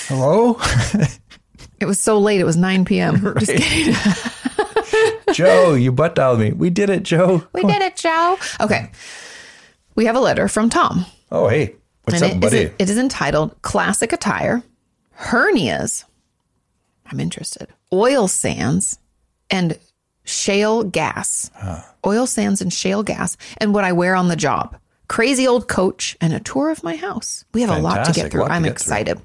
Hello? <laughs>
It was so late. It was 9 p.m. <laughs> Just kidding.
Joe, you butt dialed me. We did it, Joe.
We did it, Joe. Okay. We have a letter from Tom.
Oh, hey. What's up,
and it
buddy?
is, it is entitled Classic Attire, Hernias. I'm interested. Oil sands and shale gas. Oil sands and shale gas, and what I wear on the job. Crazy old coach and a tour of my house. We have a lot to get
Fantastic.
through.
Lot to
I'm
get through.
excited.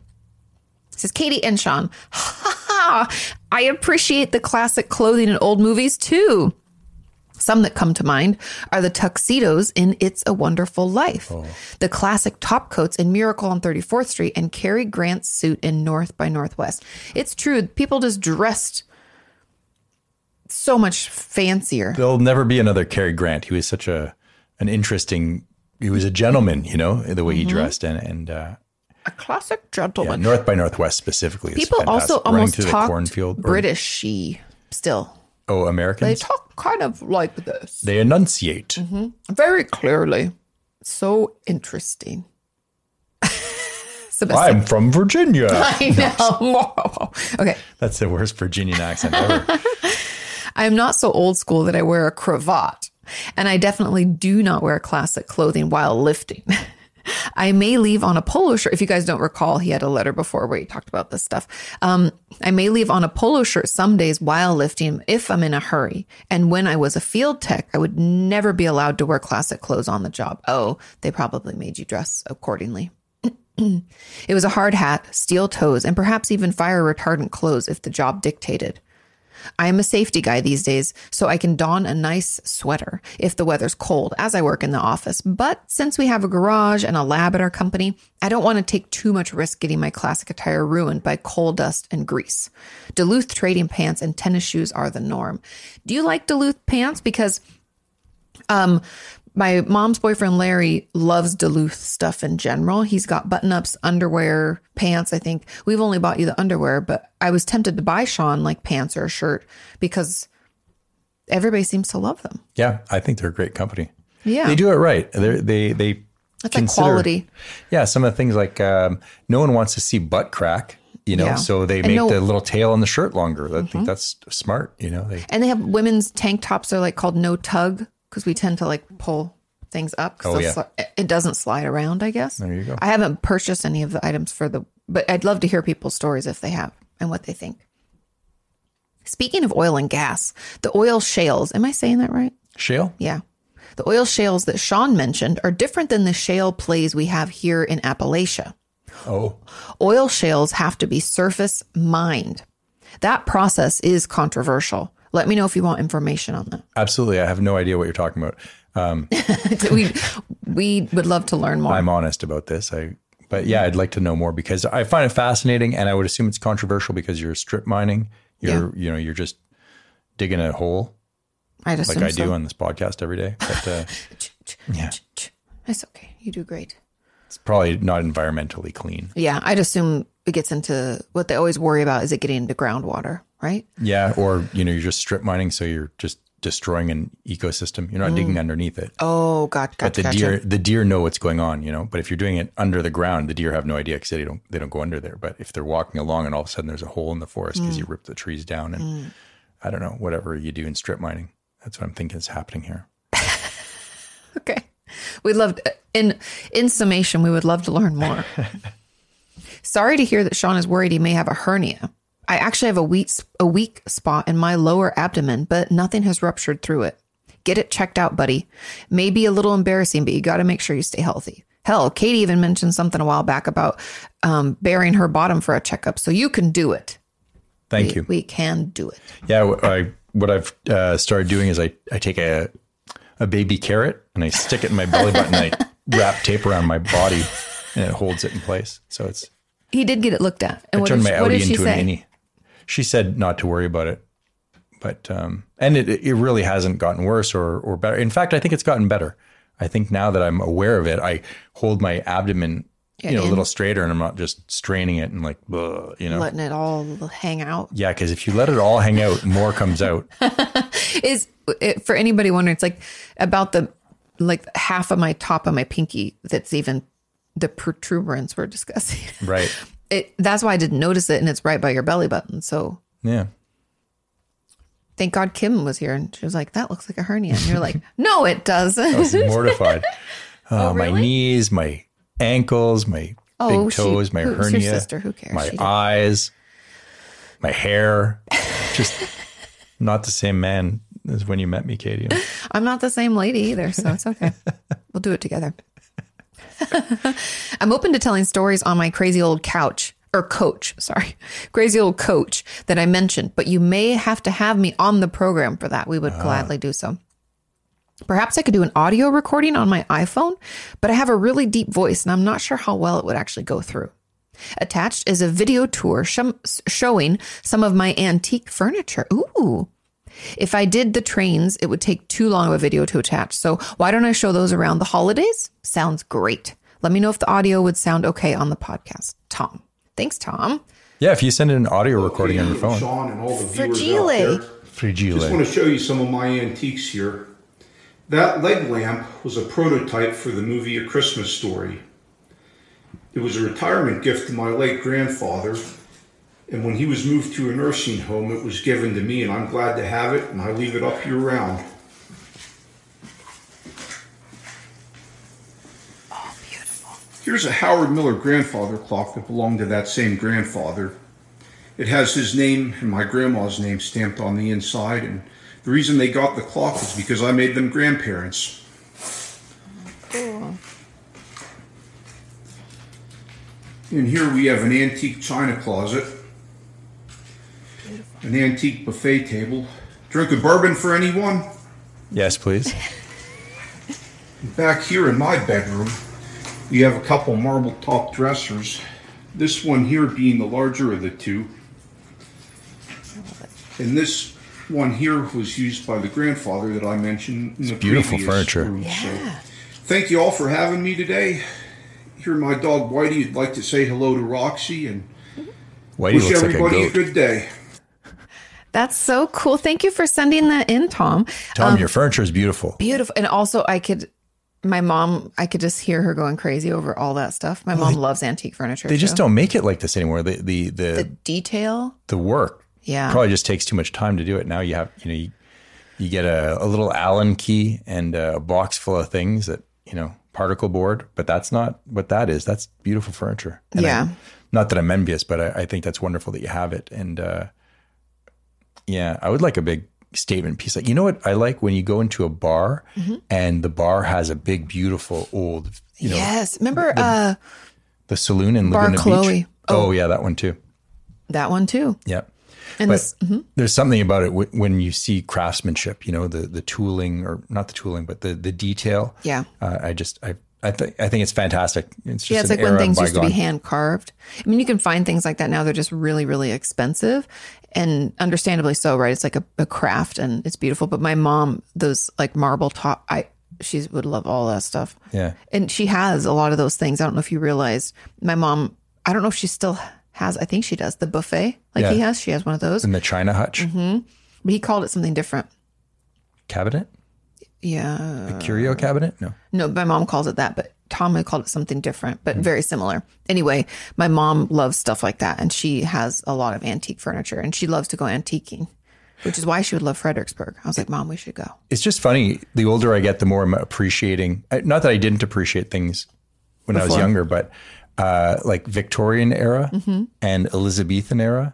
Says Katie and Sean. <laughs> Ha ha! I appreciate the classic clothing in old movies too. Some that come to mind are the tuxedos in It's a Wonderful Life,
Oh.
the classic top coats in Miracle on 34th Street, and Cary Grant's suit in North by Northwest. It's true, people just dressed so much fancier.
There'll never be another Cary Grant. He was such a an interesting, he was a gentleman, you know, the way he
Mm-hmm.
dressed. And, and uh,
A classic
yeah,
gentleman.
North by Northwest specifically. is
people also
fantastic. Running
almost
through the
talk
cornfield or-
Britishy still.
Oh,
They
Americans?
talk kind of like this.
They enunciate.
Mm-hmm. Very clearly. So interesting. <laughs> It's the best
I'm from
<laughs>
Virginia.
I know. <laughs> okay.
That's the worst Virginian
<laughs>
accent ever.
I'm not so old school that I wear a cravat, and I definitely do not wear classic clothing while lifting. <laughs> I may leave on a polo shirt. If you guys don't recall, he had a letter before where he talked about this stuff. Um, I may leave on a polo shirt some days while lifting if I'm in a hurry. And when I was a field tech, I would never be allowed to wear classic clothes on the job. Oh, they probably made you dress accordingly. <clears throat> it was a hard hat, steel toes, and perhaps even fire retardant clothes if the job dictated. I am a safety guy these days, so I can don a nice sweater if the weather's cold as I work in the office. But since we have a garage and a lab at our company, I don't want to take too much risk getting my classic attire ruined by coal dust and grease. Duluth trading pants and tennis shoes are the norm. Do you like Duluth pants? Because my mom's boyfriend Larry loves Duluth stuff in general. He's got button ups, underwear, pants. I think we've only bought you the underwear, but I was tempted to buy Sean like pants or a shirt because everybody seems to love them.
yeah, I think they're a great company.
Yeah.
They do it right. They're, they they
That's like quality.
Yeah, some of the things like um, no one wants to see butt crack, you know,
Yeah.
so they
And
make
no- Mm-hmm.
the little tail on the shirt longer. I think that's smart, you know. They
And they have women's tank tops that are like called no tug because we tend to like pull things up because
Oh, yeah.
it doesn't slide around, I guess. There
you go.
I haven't purchased any of the items for the, but I'd love to hear people's stories if they have and what they think. Speaking of oil and gas, the oil shales, am I saying that right?
shale?
Yeah. The oil shales that Sean mentioned are different than the shale plays we have here in Appalachia.
Oh,
Oil shales have to be surface mined. That process is controversial. Let me know if you want information on that. <laughs>
absolutely. I have no idea what you're talking about.
we we would love to learn more.
I'm honest about this. I but yeah, I'd like to know more because I find it fascinating and I would assume it's controversial because you're strip mining. You're you know, you're just digging a hole
I just
like I do on this podcast every day. But uh, <laughs> yeah.
It's okay. You do great.
it's probably not environmentally clean.
Yeah, I'd assume it gets into what they always worry about is it getting into groundwater, right?
Yeah, or you know, you're just strip mining, so you're just destroying an ecosystem. You're not digging underneath it.
Oh, got,
but
got,
the
gotcha.
deer, the deer know what's going on, you know. But if you're doing it under the ground, the deer have no idea because they don't they don't go under there. But if they're walking along and all of a sudden there's a hole in the forest because you
Mm.
ripped the trees down and I don't know whatever you do in strip mining, that's what I'm thinking is happening here.
Okay. We loved in in summation, we would love to learn
<laughs>
more. Sorry to hear that Sean is worried he may have a hernia. I actually have a weak a weak spot in my lower abdomen, but nothing has ruptured through it. Get it checked out, buddy. May be a little embarrassing, but you got to make sure you stay healthy. Hell, Katie even mentioned something a while back about um, burying her bottom for a checkup, so you can do it.
Thank
We-
you.
We can do it.
Yeah, wh- I, what I've uh, started doing is I, I take a a baby carrot and I stick it in my belly button. and
<laughs>
I wrap tape around my body and it holds it in place. So it's
He did get it looked at. And
I turned
did
my
she- did
Audi
she
into a
say?
mini. She said not to worry about it, but um, and it it really hasn't gotten worse or or better. In fact, I think it's gotten better. I think now that I'm aware of it, I hold my abdomen
Yeah,
you know a
in.
little straighter, and I'm not just straining it and like "Bleh," you know.
Letting it all hang out.
yeah, because if you let it all hang out, more
<laughs>
comes out.
is it, for anybody wondering it's like about the like half of my top of my pinky that's even the protuberance we're discussing <laughs>
Right?
it that's why i didn't notice it and it's right by your belly button so
Yeah.
thank god kim was here and she was like that looks like a hernia and you're like <laughs> no it <laughs>
I was
doesn't
mortified. Uh, My
really?
knees, my ankles, my
Oh,
big
she-
toes, my
who- it's your
hernia,
sister, who cares?
my
She did.
eyes, my hair. Just not the same man as when you met me, Katie.
i'm not the same lady either so it's okay we'll do it together <laughs> i'm open to telling stories on my crazy old couch or coach sorry <laughs> crazy old coach that i mentioned but you may have to have me on the program for that we would gladly do so Perhaps I could do an audio recording on my iPhone, but I have a really deep voice and I'm not sure how well it would actually go through. Attached is a video tour shum- showing some of my antique furniture. Ooh. If I did the trains, it would take too long of a video to attach. So why don't I show those around the holidays? Sounds great. Let me know if the audio would sound okay on the podcast. Tom. Thanks, Tom.
Yeah, if you send in an audio recording on your phone.
Sean and all the viewers
Fragile.
out there. Just want
Frigile.
to show you some of my antiques here. That leg lamp was a prototype for the movie A Christmas Story. It was a retirement gift to my late grandfather, and when he was moved to a nursing home, it was given to me, and I'm glad to have it, and I leave it up year round. Here's a Howard Miller grandfather clock that belonged to that same grandfather. It has his name and my grandma's name stamped on the inside, and the reason they got the clock is because I made them grandparents. And here we have an antique china closet, an antique buffet table. Drink of bourbon for anyone?
Yes, please.
Back here in my bedroom, we have a couple marble top dressers. This one here being the larger of the two. And this one here was used by the grandfather that I mentioned in the
beautiful
previous
furniture.
Room, So thank you all for having me today. Here, my dog Whitey would like to say hello to Roxy and
Whitey
wish
looks like a
everybody a
goat.
good day.
That's so cool. Thank you for sending that in, Tom.
Tom,
Um,
your furniture is beautiful.
Beautiful. And also, I could, my mom, I could just hear her going crazy over all that stuff. My mom loves antique furniture.
They just don't make it like this anymore. The the
The
the,
detail.
the work
Yeah.
probably just takes too much time to do it. Now you have, you know, you, you get a, a little Allen key and a box full of things that, you know, particle board, but that's not what that is. That's beautiful furniture. And I-
Yeah.
not that I'm envious, but I, I think that's wonderful that you have it. And, uh, yeah, I would like a big statement piece. Like, you know what I like when you go into a bar
Mm-hmm.
and the bar has a big, beautiful old, you know,
yes. Remember uh,
the saloon in
Bar
Laguna Beach.
Chloe.
Oh. yeah, that one too.
that one too.
Yep.
And
But
this, mm-hmm.
there's something about it w- when you see craftsmanship, you know, the the tooling or not the tooling, but the the detail.
yeah.
Uh, I just I I think I think it's fantastic. It's just
yeah, it's
an
like when
era
things used to be
bygone.
hand carved. I mean, you can find things like that now. They're just really, really expensive and understandably so, right? It's like a, a craft and it's beautiful. But my mom, those like marble top, I, she would love all that stuff.
Yeah.
And she has a lot of those things. I don't know if you realized my mom, I don't know if she still has, I think she does the buffet like
Yeah.
he has. She has one of those,
In the China hutch
Mm-hmm. but he called it something different.
cabinet,
Yeah.
curio cabinet. No,
No, my mom calls it that, but Tom had called it something different, but very similar. Anyway, my mom loves stuff like that, and she has a lot of antique furniture, and she loves to go antiquing, which is why she would love Fredericksburg. I was like, Mom, we should go.
it's just funny. The older I get, the more I'm appreciating. I- Not that I didn't appreciate things when I was
Before.
younger, but uh, like Victorian era
Mm-hmm.
and Elizabethan era,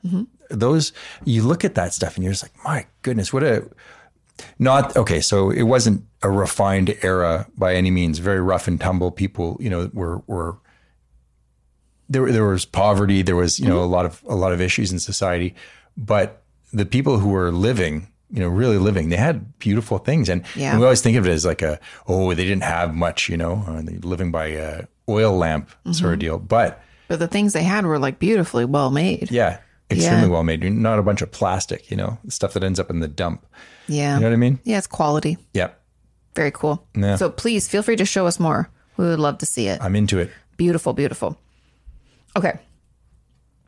those you look at that stuff and you're just like, my goodness, what a not okay. So it wasn't a refined era by any means. Very rough and tumble. People, you know, were were there there was poverty. There was you know a lot of a lot of issues in society, but the people who were living. You know, really living. They had beautiful things, and,
Yeah.
and we always think of it as like a oh, they didn't have much, you know, and they living by a oil lamp
Mm-hmm.
sort of deal. But
But the things they had were like beautifully well made.
yeah,
Yeah.
extremely well made. Not a bunch of plastic, you know, stuff that ends up in the dump.
Yeah.
You know what I mean?
yeah, it's quality.
Yeah,
Very cool.
Yeah.
So please feel free to show us more. We would love to see it.
I'm into it.
Beautiful, beautiful. Okay.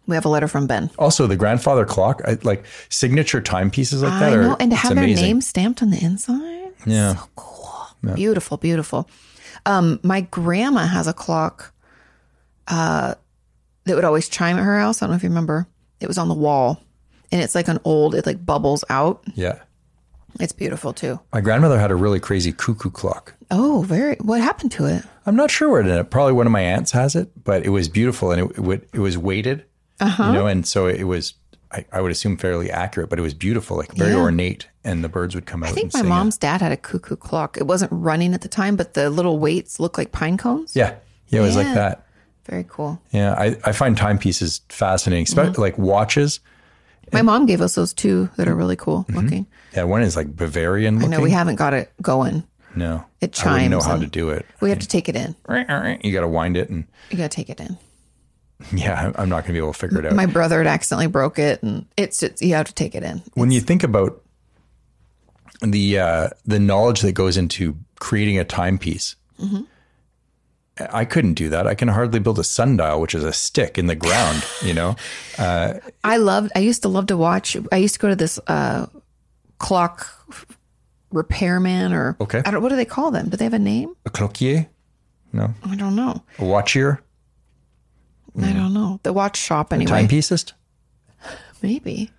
We have a letter from Ben.
Also, the grandfather clock, I, like signature timepieces like that,
I
are
know, and to
it's
have
amazing.
their name stamped on the inside.
Yeah.
so cool, beautiful, beautiful. Um, my grandma has a clock uh, that would always chime at her house. I don't know if you remember. It was on the wall, and it's like an old. It like bubbles out.
Yeah,
It's beautiful too.
my grandmother had a really crazy cuckoo clock.
Oh, very. What happened to it?
I'm not sure where it ended. up. Probably one of my aunts has it, but it was beautiful and it it, would, it was weighted,
Uh-huh.
you know, and so it was. I, I would assume fairly accurate, but it was beautiful, like very
Yeah.
ornate, and the birds would come out.
I think
and
my
sing
mom's dad had a cuckoo clock. It wasn't running at the time, but the little weights looked like pine cones.
It. Yeah, yeah, it was like
Yeah.
that.
Very cool.
Yeah, I, I find timepieces fascinating, especially
Mm-hmm.
like watches.
My mom gave us those two that are really cool
Mm-hmm.
looking.
Yeah, one is like Bavarian
I
looking.
know we haven't got it going.
no,
It
I wouldn't know
chimes
how
and-
to do it.
We have to take it in.
You got to wind it, and
You gotta take it in.
yeah, I'm- I'm not going to be able to figure it out.
My brother had accidentally broke it, and it's just, you have to take it in.
when you think about the uh, the knowledge that goes into creating a timepiece,
Mm-hmm.
I I couldn't do that. I can hardly build a sundial, which is a stick in the ground. you know,
I loved. I used to love to watch. I used to go to this uh, clock repairman or
Okay.
I don't. What do they call them? Do they have <laughs> a name?
a cloquier,
I don't know.
a watchier,
I don't know. The watch shop anyway.
timepiecist.
Maybe.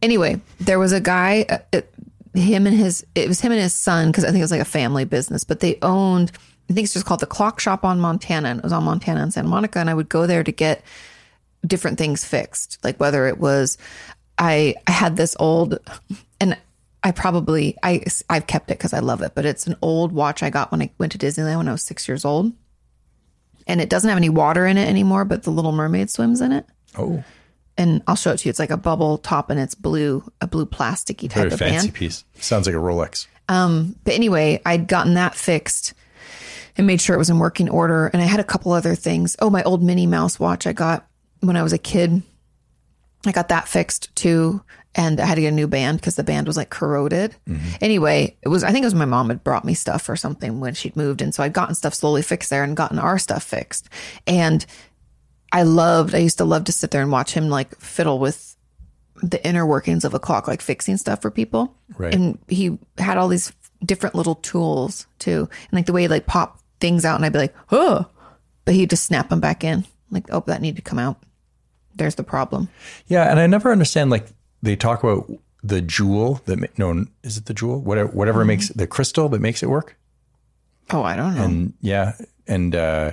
Anyway, there was a guy. Uh, it, him and his. It was him and his son because I think it was like a family business, but they owned. I think it's just called the Clock Shop on Montana, and it was on Montana and Santa Monica. And I would go there to get different things fixed, like whether it was I, I had this old and I probably I I've kept it because I love it, but it's an old watch I got when I went to Disneyland when I was six years old, and it doesn't have any water in it anymore, but the Little Mermaid swims in it
Oh,
and I'll show it to you. It's like a bubble top and it's blue, a blue plasticky type
very
of
fancy
band.
piece. Sounds like a Rolex.
But anyway, I'd gotten that fixed and made sure it was in working order. And I had a couple other things. Oh, my old Minnie Mouse watch I got when I was a kid. I got that fixed too. And I had to get a new band because the band was like corroded. Anyway, it was, I think it was my mom had brought me stuff or something when she'd moved. And so I'd gotten stuff slowly fixed there and gotten our stuff fixed. And I loved, I used to love to sit there and watch him like fiddle with the inner workings of a clock, like fixing stuff for people.
Right.
And he had all these different little tools too. And like the way he'd like pop things out and I'd be like, oh, but he'd just snap them back in. Like, oh, that needed to come out. There's the problem.
Yeah, and I never understand like they talk about the jewel that ma- no is it the jewel whatever whatever
Mm-hmm.
makes the crystal that makes it work
Oh, I don't know.
and yeah and uh,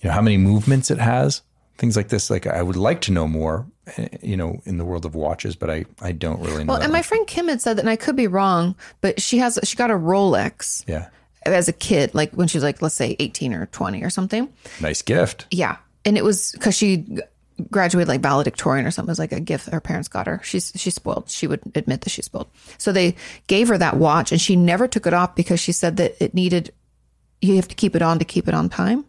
you know how many movements it has things like this like I would like to know more eh, you know in the world of watches but I I don't really know
well,
that
and my
much.
friend Kim had said that, and I could be wrong, but she has she got a Rolex
yeah
as a kid, like when she was like, let's say eighteen or twenty or something.
nice gift
Yeah, and it was because she g- graduated like valedictorian or something. It was like a gift her parents got her. She's she spoiled. She would admit that she spoiled. So they gave her that watch, and she never took it off because she said that it needed you have to keep it on to keep it on time.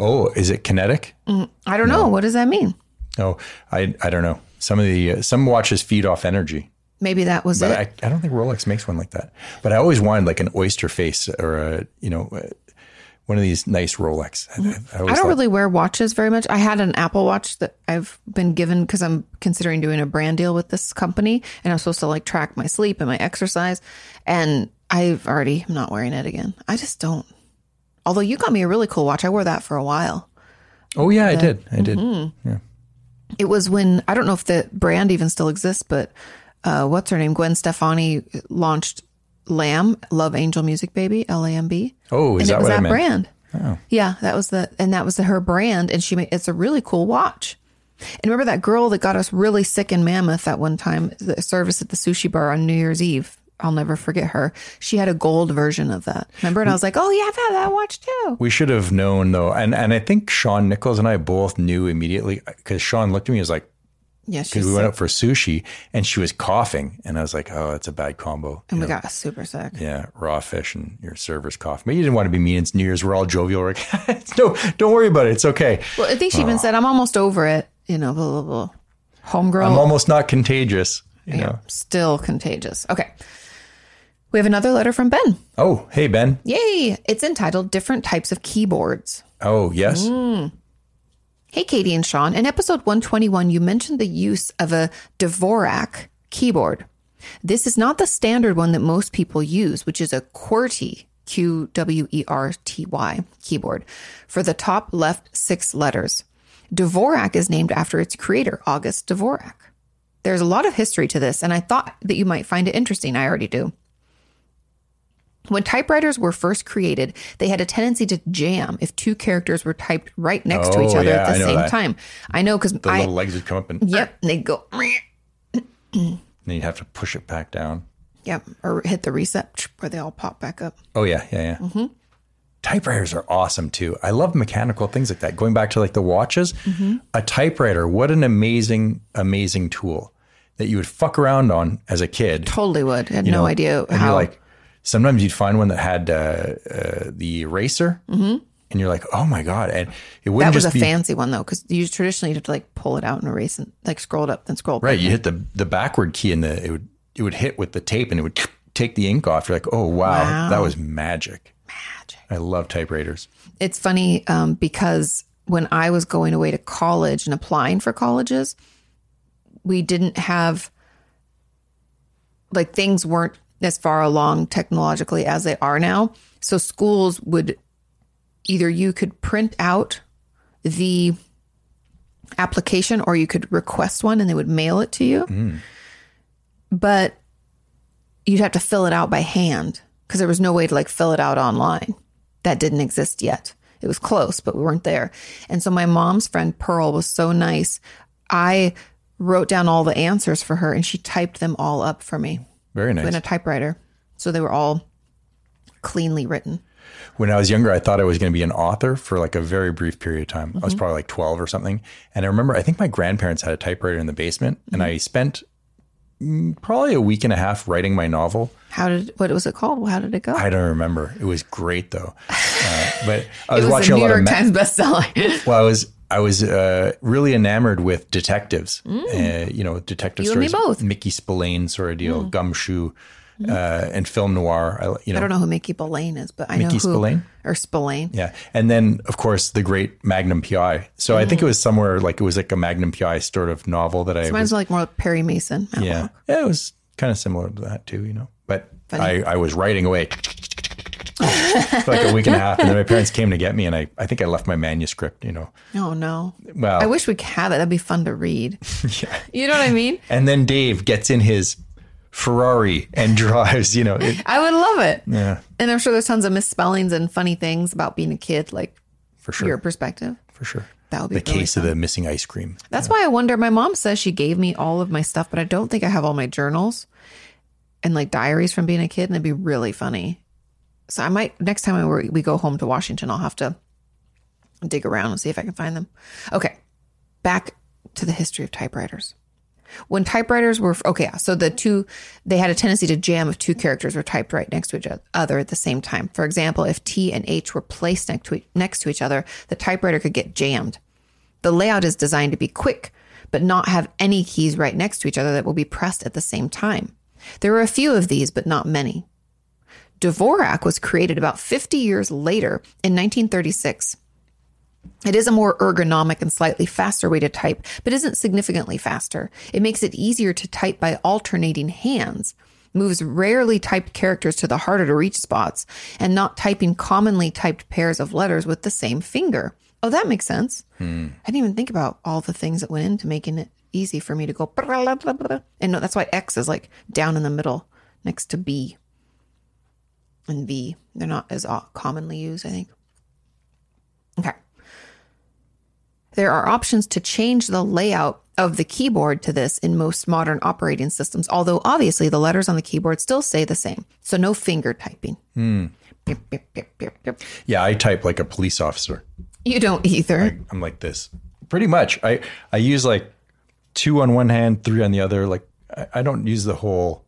Oh, is it kinetic?
I don't know. What does that mean?
Oh, I I don't know. Some of the uh, some watches feed off energy,
Maybe that was
but
it.
I, I don't think Rolex makes one like that. But I always wanted like an oyster face or a you know uh, one of these nice Rolex. I, I, always
I don't
thought-
really wear watches very much. I had an Apple Watch that I've been given because I'm considering doing a brand deal with this company, and I'm supposed to like track my sleep and my exercise. And I've already I'm not wearing it again. I just don't. Although you got me a really cool watch, I wore that for a while.
Oh yeah, I did. I did.
Mm-hmm.
Yeah.
It was when I don't know if the brand even still exists, but uh, what's her name? Gwen Stefani launched Lamb Love Angel Music Baby L A M B.
Oh, is
and
that
it was
what
that
I meant? Oh.
brand. Yeah, that was the and that was her brand, and she made it's a really cool watch. And remember that girl that got us really sick in Mammoth that one time, the service at the sushi bar on New Year's Eve. I'll never forget her. She had a gold version of that. Remember? And I was like, oh yeah, I've had that watch too.
We should have known though, and and I think Sean Nichols and I both knew immediately because Sean looked at me and was like,
Yeah,
because
she's
we went
sick.
up for sushi and she was coughing, and I was like, oh, that's a bad combo.
and we got super sick.
Yeah, raw fish and your server's cough. But you didn't want to be mean. It's New Year's. We're all jovial. Rick. <laughs> no, don't worry about it. It's okay.
Well, I think she even said, I'm almost over it. You know, blah blah blah. Homegirl.
I'm almost not contagious. You know.
Still contagious. Okay. We have another letter from Ben.
Oh, hey Ben.
Yay. It's entitled Different Types of Keyboards.
Oh yes.
Mm, Hey, Katie and Sean. In episode 121, you mentioned the use of a Dvorak keyboard. This is not the standard one that most people use, which is a QWERTY, Q W E R T Y keyboard for the top left six letters. Dvorak is named after its creator, August Dvorak. There's a lot of history to this, and I thought that you might find it interesting. I already do. When typewriters were first created, they had a tendency to jam if two characters were typed right next to each
Oh,
other
yeah,
at the
I know
same
that.
time. I know because
The
I
little legs would come up and
yep, and they go
then you'd have to push it back down.
yep or hit the reset where they all pop back up.
Oh yeah, yeah, yeah.
Mm-hmm.
Typewriters are awesome too. I love mechanical things like that. Going back to like the watches,
Mm-hmm.
a typewriter. What an amazing, amazing tool that you would fuck around on as a kid.
Totally would. Had no
know,
idea
And
how.
you're like, sometimes you'd find one that had uh, uh, the eraser, and you're like, oh my god! And it wouldn't
Mm-hmm. that was
just
a
be
fancy one though, because you traditionally you'd have to like pull it out and erase and like scroll it up, then scroll.
right. You hit the the backward key, and the it would it would hit with the tape, and it would <clears throat> take the ink off. You're like, oh wow, that was magic. Magic. I love typewriters.
it's funny um, because when I was going away to college and applying for colleges, we didn't have like things weren't as far along technologically as they are now. So schools would either you could print out the application or you could request one and they would mail it to you. But you'd have to fill it out by hand because there was no way to like fill it out online. That didn't exist yet. It was close, but we weren't there. And so my mom's friend Pearl was so nice. I wrote down all the answers for her and she typed them all up for me
Very nice.
in a typewriter. So they were all cleanly written.
when I was younger, I thought I was going to be an author for like a very brief period of time. I
Mm-hmm.
was probably like 12 or something. And I remember, I think my grandparents had a typewriter in the basement, and
Mm-hmm.
I spent mm, probably a week and a half writing my novel.
How did what was it called? How did it go?
I don't remember. It was
<laughs>
great though. Uh, but I
it was
was,
a
watching a,
New
lot
York
of. Ma-
Times bestseller. <laughs>
well, I was I was uh, really enamored with detectives. Uh, you know, detective
Mm. You and me
stories.
both. Mm. Mm-hmm.
Mickey Spillane sort of deal, gumshoe, uh, and film noir. I, you know,
I don't know who Mickey Spillane is, but I know
Mickey
who
Spillane?
or Spillane.
Yeah. And then, of course, the great Magnum PI. So I think
Mm.
it was somewhere like it was like a Magnum PI sort of novel that I
Mine's
was,
like more like Perry Mason.
yeah. yeah. It was kind of similar to that too, you know. But I, I was writing away for like a week and a half. And then my parents came to get me and I, I think I left my manuscript, you know.
Oh no.
Well,
I wish we could have it. That'd be fun to
<laughs>
read. You know what I mean?
and then Dave gets in his Ferrari and <laughs> drives, you know. It,
I would love it.
yeah,
And I'm sure there's tons of misspellings and funny things about being a kid, like
for sure.
your perspective.
for sure.
That would be
The
really
case of the missing ice cream.
That's why I wonder. My mom says she gave me all of my stuff, but I don't think I have all my journals and like diaries from being a kid, and it'd be really funny. So I might next time I were, we go home to Washington, I'll have to dig around and see if I can find them. Okay, back to the history of typewriters. When typewriters were okay, yeah, so the two they had a tendency to jam if two characters were typed right next to each other at the same time. For example, if T and H were placed next to next to each other, the typewriter could get jammed. The layout is designed to be quick, but not have any keys right next to each other that will be pressed at the same time. There were a few of these, but not many. Dvorak was created about 50 years later in 1936. It is a more ergonomic and slightly faster way to type, but isn't significantly faster. It makes it easier to type by alternating hands, moves rarely typed characters to the harder to reach spots, and not typing commonly typed pairs of letters with the same finger. Oh, that makes sense. I didn't even think about all the things that went into making it easy for me to go. blah, blah, blah, blah. And no, that's why X is like down in the middle next to B and V. They're not as o- commonly used, I think. Okay. There are options to change the layout of the keyboard to this in most modern operating systems, although obviously the letters on the keyboard still say the same. So no finger typing. Beep, beep, beep, beep, beep.
Yeah, I type like a police officer.
You don't either.
I'm like this. Pretty much. I I use like two on one hand, three on the other. Like I, I don't use the whole.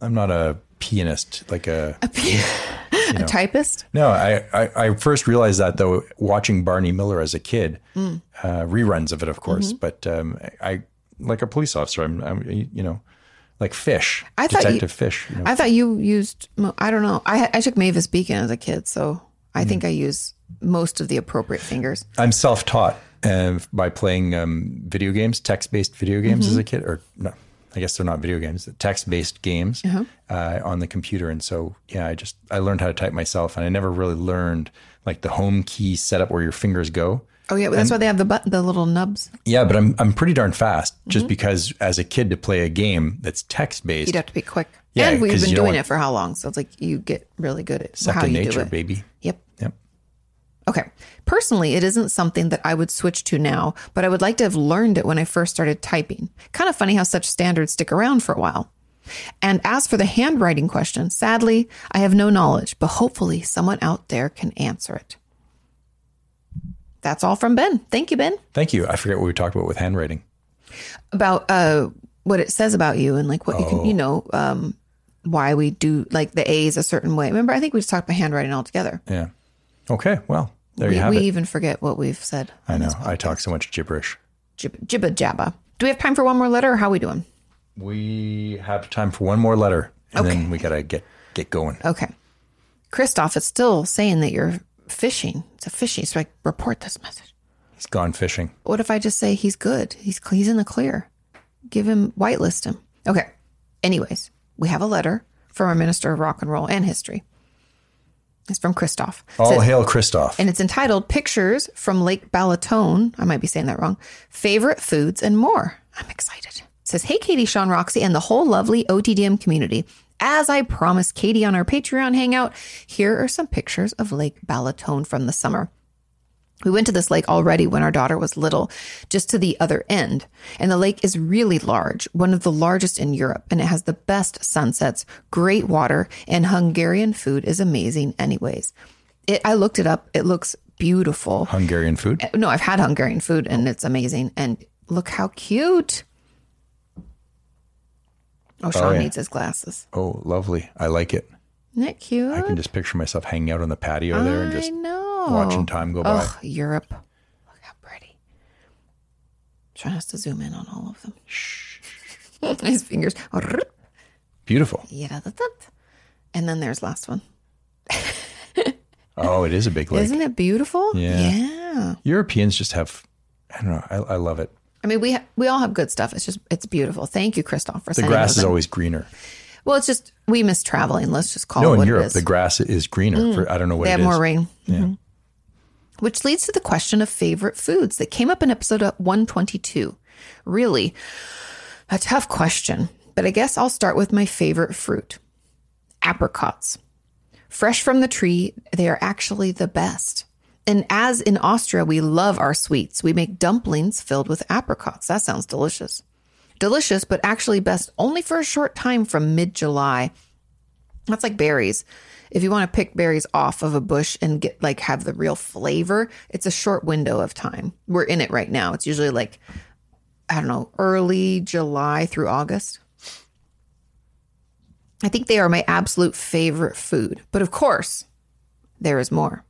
I'm not a pianist. Like a
a typist?
no. I, I I first realized that though watching Barney Miller as a kid,
Mm.
uh, reruns of it, of course.
Mm-hmm.
But um, I like a police officer. I'm, I'm you know like fish.
I thought you-
detective fish. You know?
I thought you used. mo- I don't know. I I took Mavis Beacon as a kid, so I think
Mm.
I use most of the appropriate fingers.
I'm self taught uh, by playing um, video games, text based video games
Mm-hmm.
as a kid, or no, I guess they're not video games, text based games
Uh-huh.
uh on the computer. And so, yeah, I just I learned how to type myself, and I never really learned like the home key setup where your fingers go.
Oh yeah, but that's why they have the button, the little nubs.
Yeah, but I'm I'm pretty darn fast,
Mm-hmm.
just because as a kid to play a game that's text based,
You'd have to be quick.
Yeah,
and we've
'cause
been
you don't
doing it
want-
for how long? So it's like you get really good at how
second
you do
nature,
it.
baby.
Yep.
Yep.
Okay. Personally, it isn't something that I would switch to now, but I would like to have learned it when I first started typing. Kind of funny how such standards stick around for a while. And as for the handwriting question, sadly, I have no knowledge, but hopefully someone out there can answer it. That's all from Ben. Thank you, Ben.
Thank you. I forget what we talked about with handwriting.
About uh what it says about you and like what you can,
Oh.
you know, um why we do like the A's a certain way. Remember, I think we just talked about handwriting altogether.
Yeah. Okay. Well, there
we
you have
we
it.
even forget what we've said.
I know. I talk so much gibberish.
Jib- jibba jabba. Do we have time for one more letter? Or how we doing?
We have time for one more letter, and then we gotta get get going.
Okay. Christoph, it's still saying that you're fishing. It's a fishy. So I report this message.
He's gone fishing.
What if I just say he's good? He's cl- he's in the clear. Give him whitelist him. Okay. Anyways, we have a letter from our minister of rock and roll and history. It's from Christoph.
All
Says-
hail Christoph.
and it's entitled Pictures from Lake Balatone. I might be saying that wrong. Favorite foods and more. I'm excited. It says, Hey, Katie, Sean, Roxy, and the whole lovely OTDM community. As I promised Katie on our Patreon hangout, here are some pictures of Lake Balatone from the summer. We went to this lake already when our daughter was little, just to the other end. And the lake is really large, one of the largest in Europe, and it has the best sunsets, great water, and Hungarian food is amazing anyways. It I looked it up. It looks beautiful.
Hungarian food.
No, I've had Hungarian food and it's amazing and look how cute. Oh, Sean
yeah.
needs his glasses.
Oh, lovely. I like it.
Isn't it cute?
I can just picture myself hanging out on the patio there and
Uh, I
just
know.
watching time go by.
Ugh, Europe. Look how pretty. Sean has to zoom in on all of them. <laughs> His fingers.
Beautiful.
And then there's last one.
Oh, it is a big lake.
Isn't it beautiful?
Yeah.
yeah.
Europeans just have I don't know. I, I love it.
I mean, we ha- we all have good stuff. It's just it's beautiful. Thank you, Christoph, for
The
sending
grass
those
is
in.
always greener.
Well, it's just we miss traveling. Let's just call it
No, in
Oh, what it
Europe,
is. Mm.
the grass is greener. For, I don't know what
they
it
have
is.
more rain. Mhm. Which leads to the question of favorite foods that came up in episode 122. Really, a tough question, but I guess I'll start with my favorite fruit apricots. Fresh from the tree, they are actually the best. And as in Austria, we love our sweets. We make dumplings filled with apricots. That sounds delicious. Delicious, but actually best only for a short time from mid July that's like berries. If you want to pick berries off of a bush and get like have the real flavor, it's a short window of time. We're in it right now. It's usually like I don't know, early July through August. I think they are my absolute favorite food. But of course, there is more.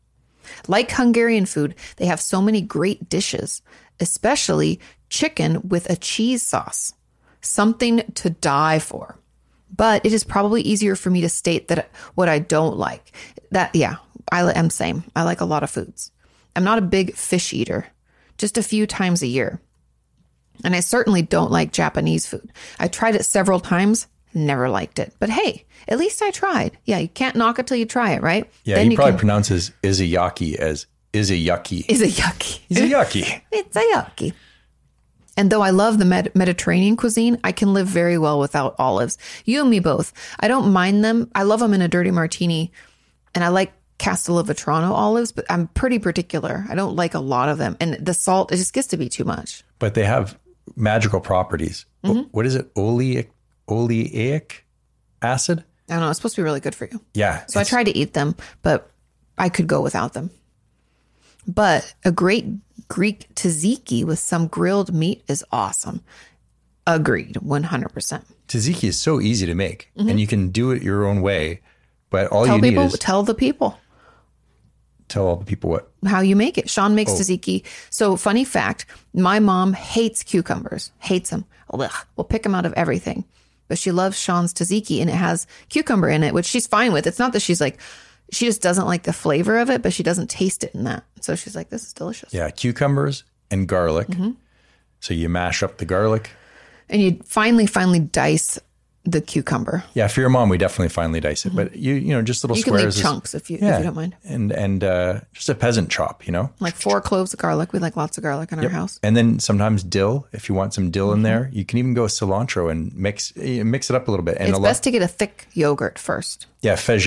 Like Hungarian food, they have so many great dishes, especially chicken with a cheese sauce. Something to die for. But it is probably easier for me to state that what I don't like. That yeah, I am same. I like a lot of foods. I'm not a big fish eater, just a few times a year. And I certainly don't like Japanese food. I tried it several times, never liked it. But hey, at least I tried. Yeah, you can't knock it till you try it, right?
Yeah, he probably pronounces izayaki as izayaki.
is a yucky.
Izayaki.
<laughs> It's a yucky. And though I love the Med- Mediterranean cuisine, I can live very well without olives. You and me both. I don't mind them. I love them in a dirty martini, and I like Castelvetrano olives, but I'm pretty particular. I don't like a lot of them, and the salt it just gets to be too much.
But they have magical properties.
Mm-hmm.
Wh- What is it? Oleic, oleic acid?
I don't know. It's supposed to be really good for you.
Yeah.
So I
it's-
tried to eat them, but I could go without them. But a great Greek tzatziki with some grilled meat is awesome. Agreed, 100%.
Tzatziki is so easy to make and you can do it your own way. But all
Mm-hmm. Tell
you
people,
need is
tell the people
tell all the people what.
how you make it. Sean
Oh.
makes tzatziki. So, funny fact my mom hates cucumbers, hates them. Ugh, we'll pick them out of everything. But she loves Sean's tzatziki and it has cucumber in it, which she's fine with. It's not that she's like, she just doesn't like the flavor of it, but she doesn't taste it in that. So she's like, this is delicious.
Yeah, cucumbers and garlic.
Mm-hmm.
So you mash up the garlic.
and you finally finally dice the cucumber.
Yeah, for your mom, we definitely finally dice it. But you, you know, just little
Mm-hmm. You can
squares.
leave
is-
chunks if you if you don't mind.
And and uh, just a peasant chop, you know.
Like four cloves of garlic. We like lots of garlic in our house.
And then sometimes dill, if you want some dill
Mm-hmm.
in there, you can even go with cilantro and mix eh, mix it up a little bit. And
It's
a
best
lot,
to get a thick yogurt first.
yeah, fage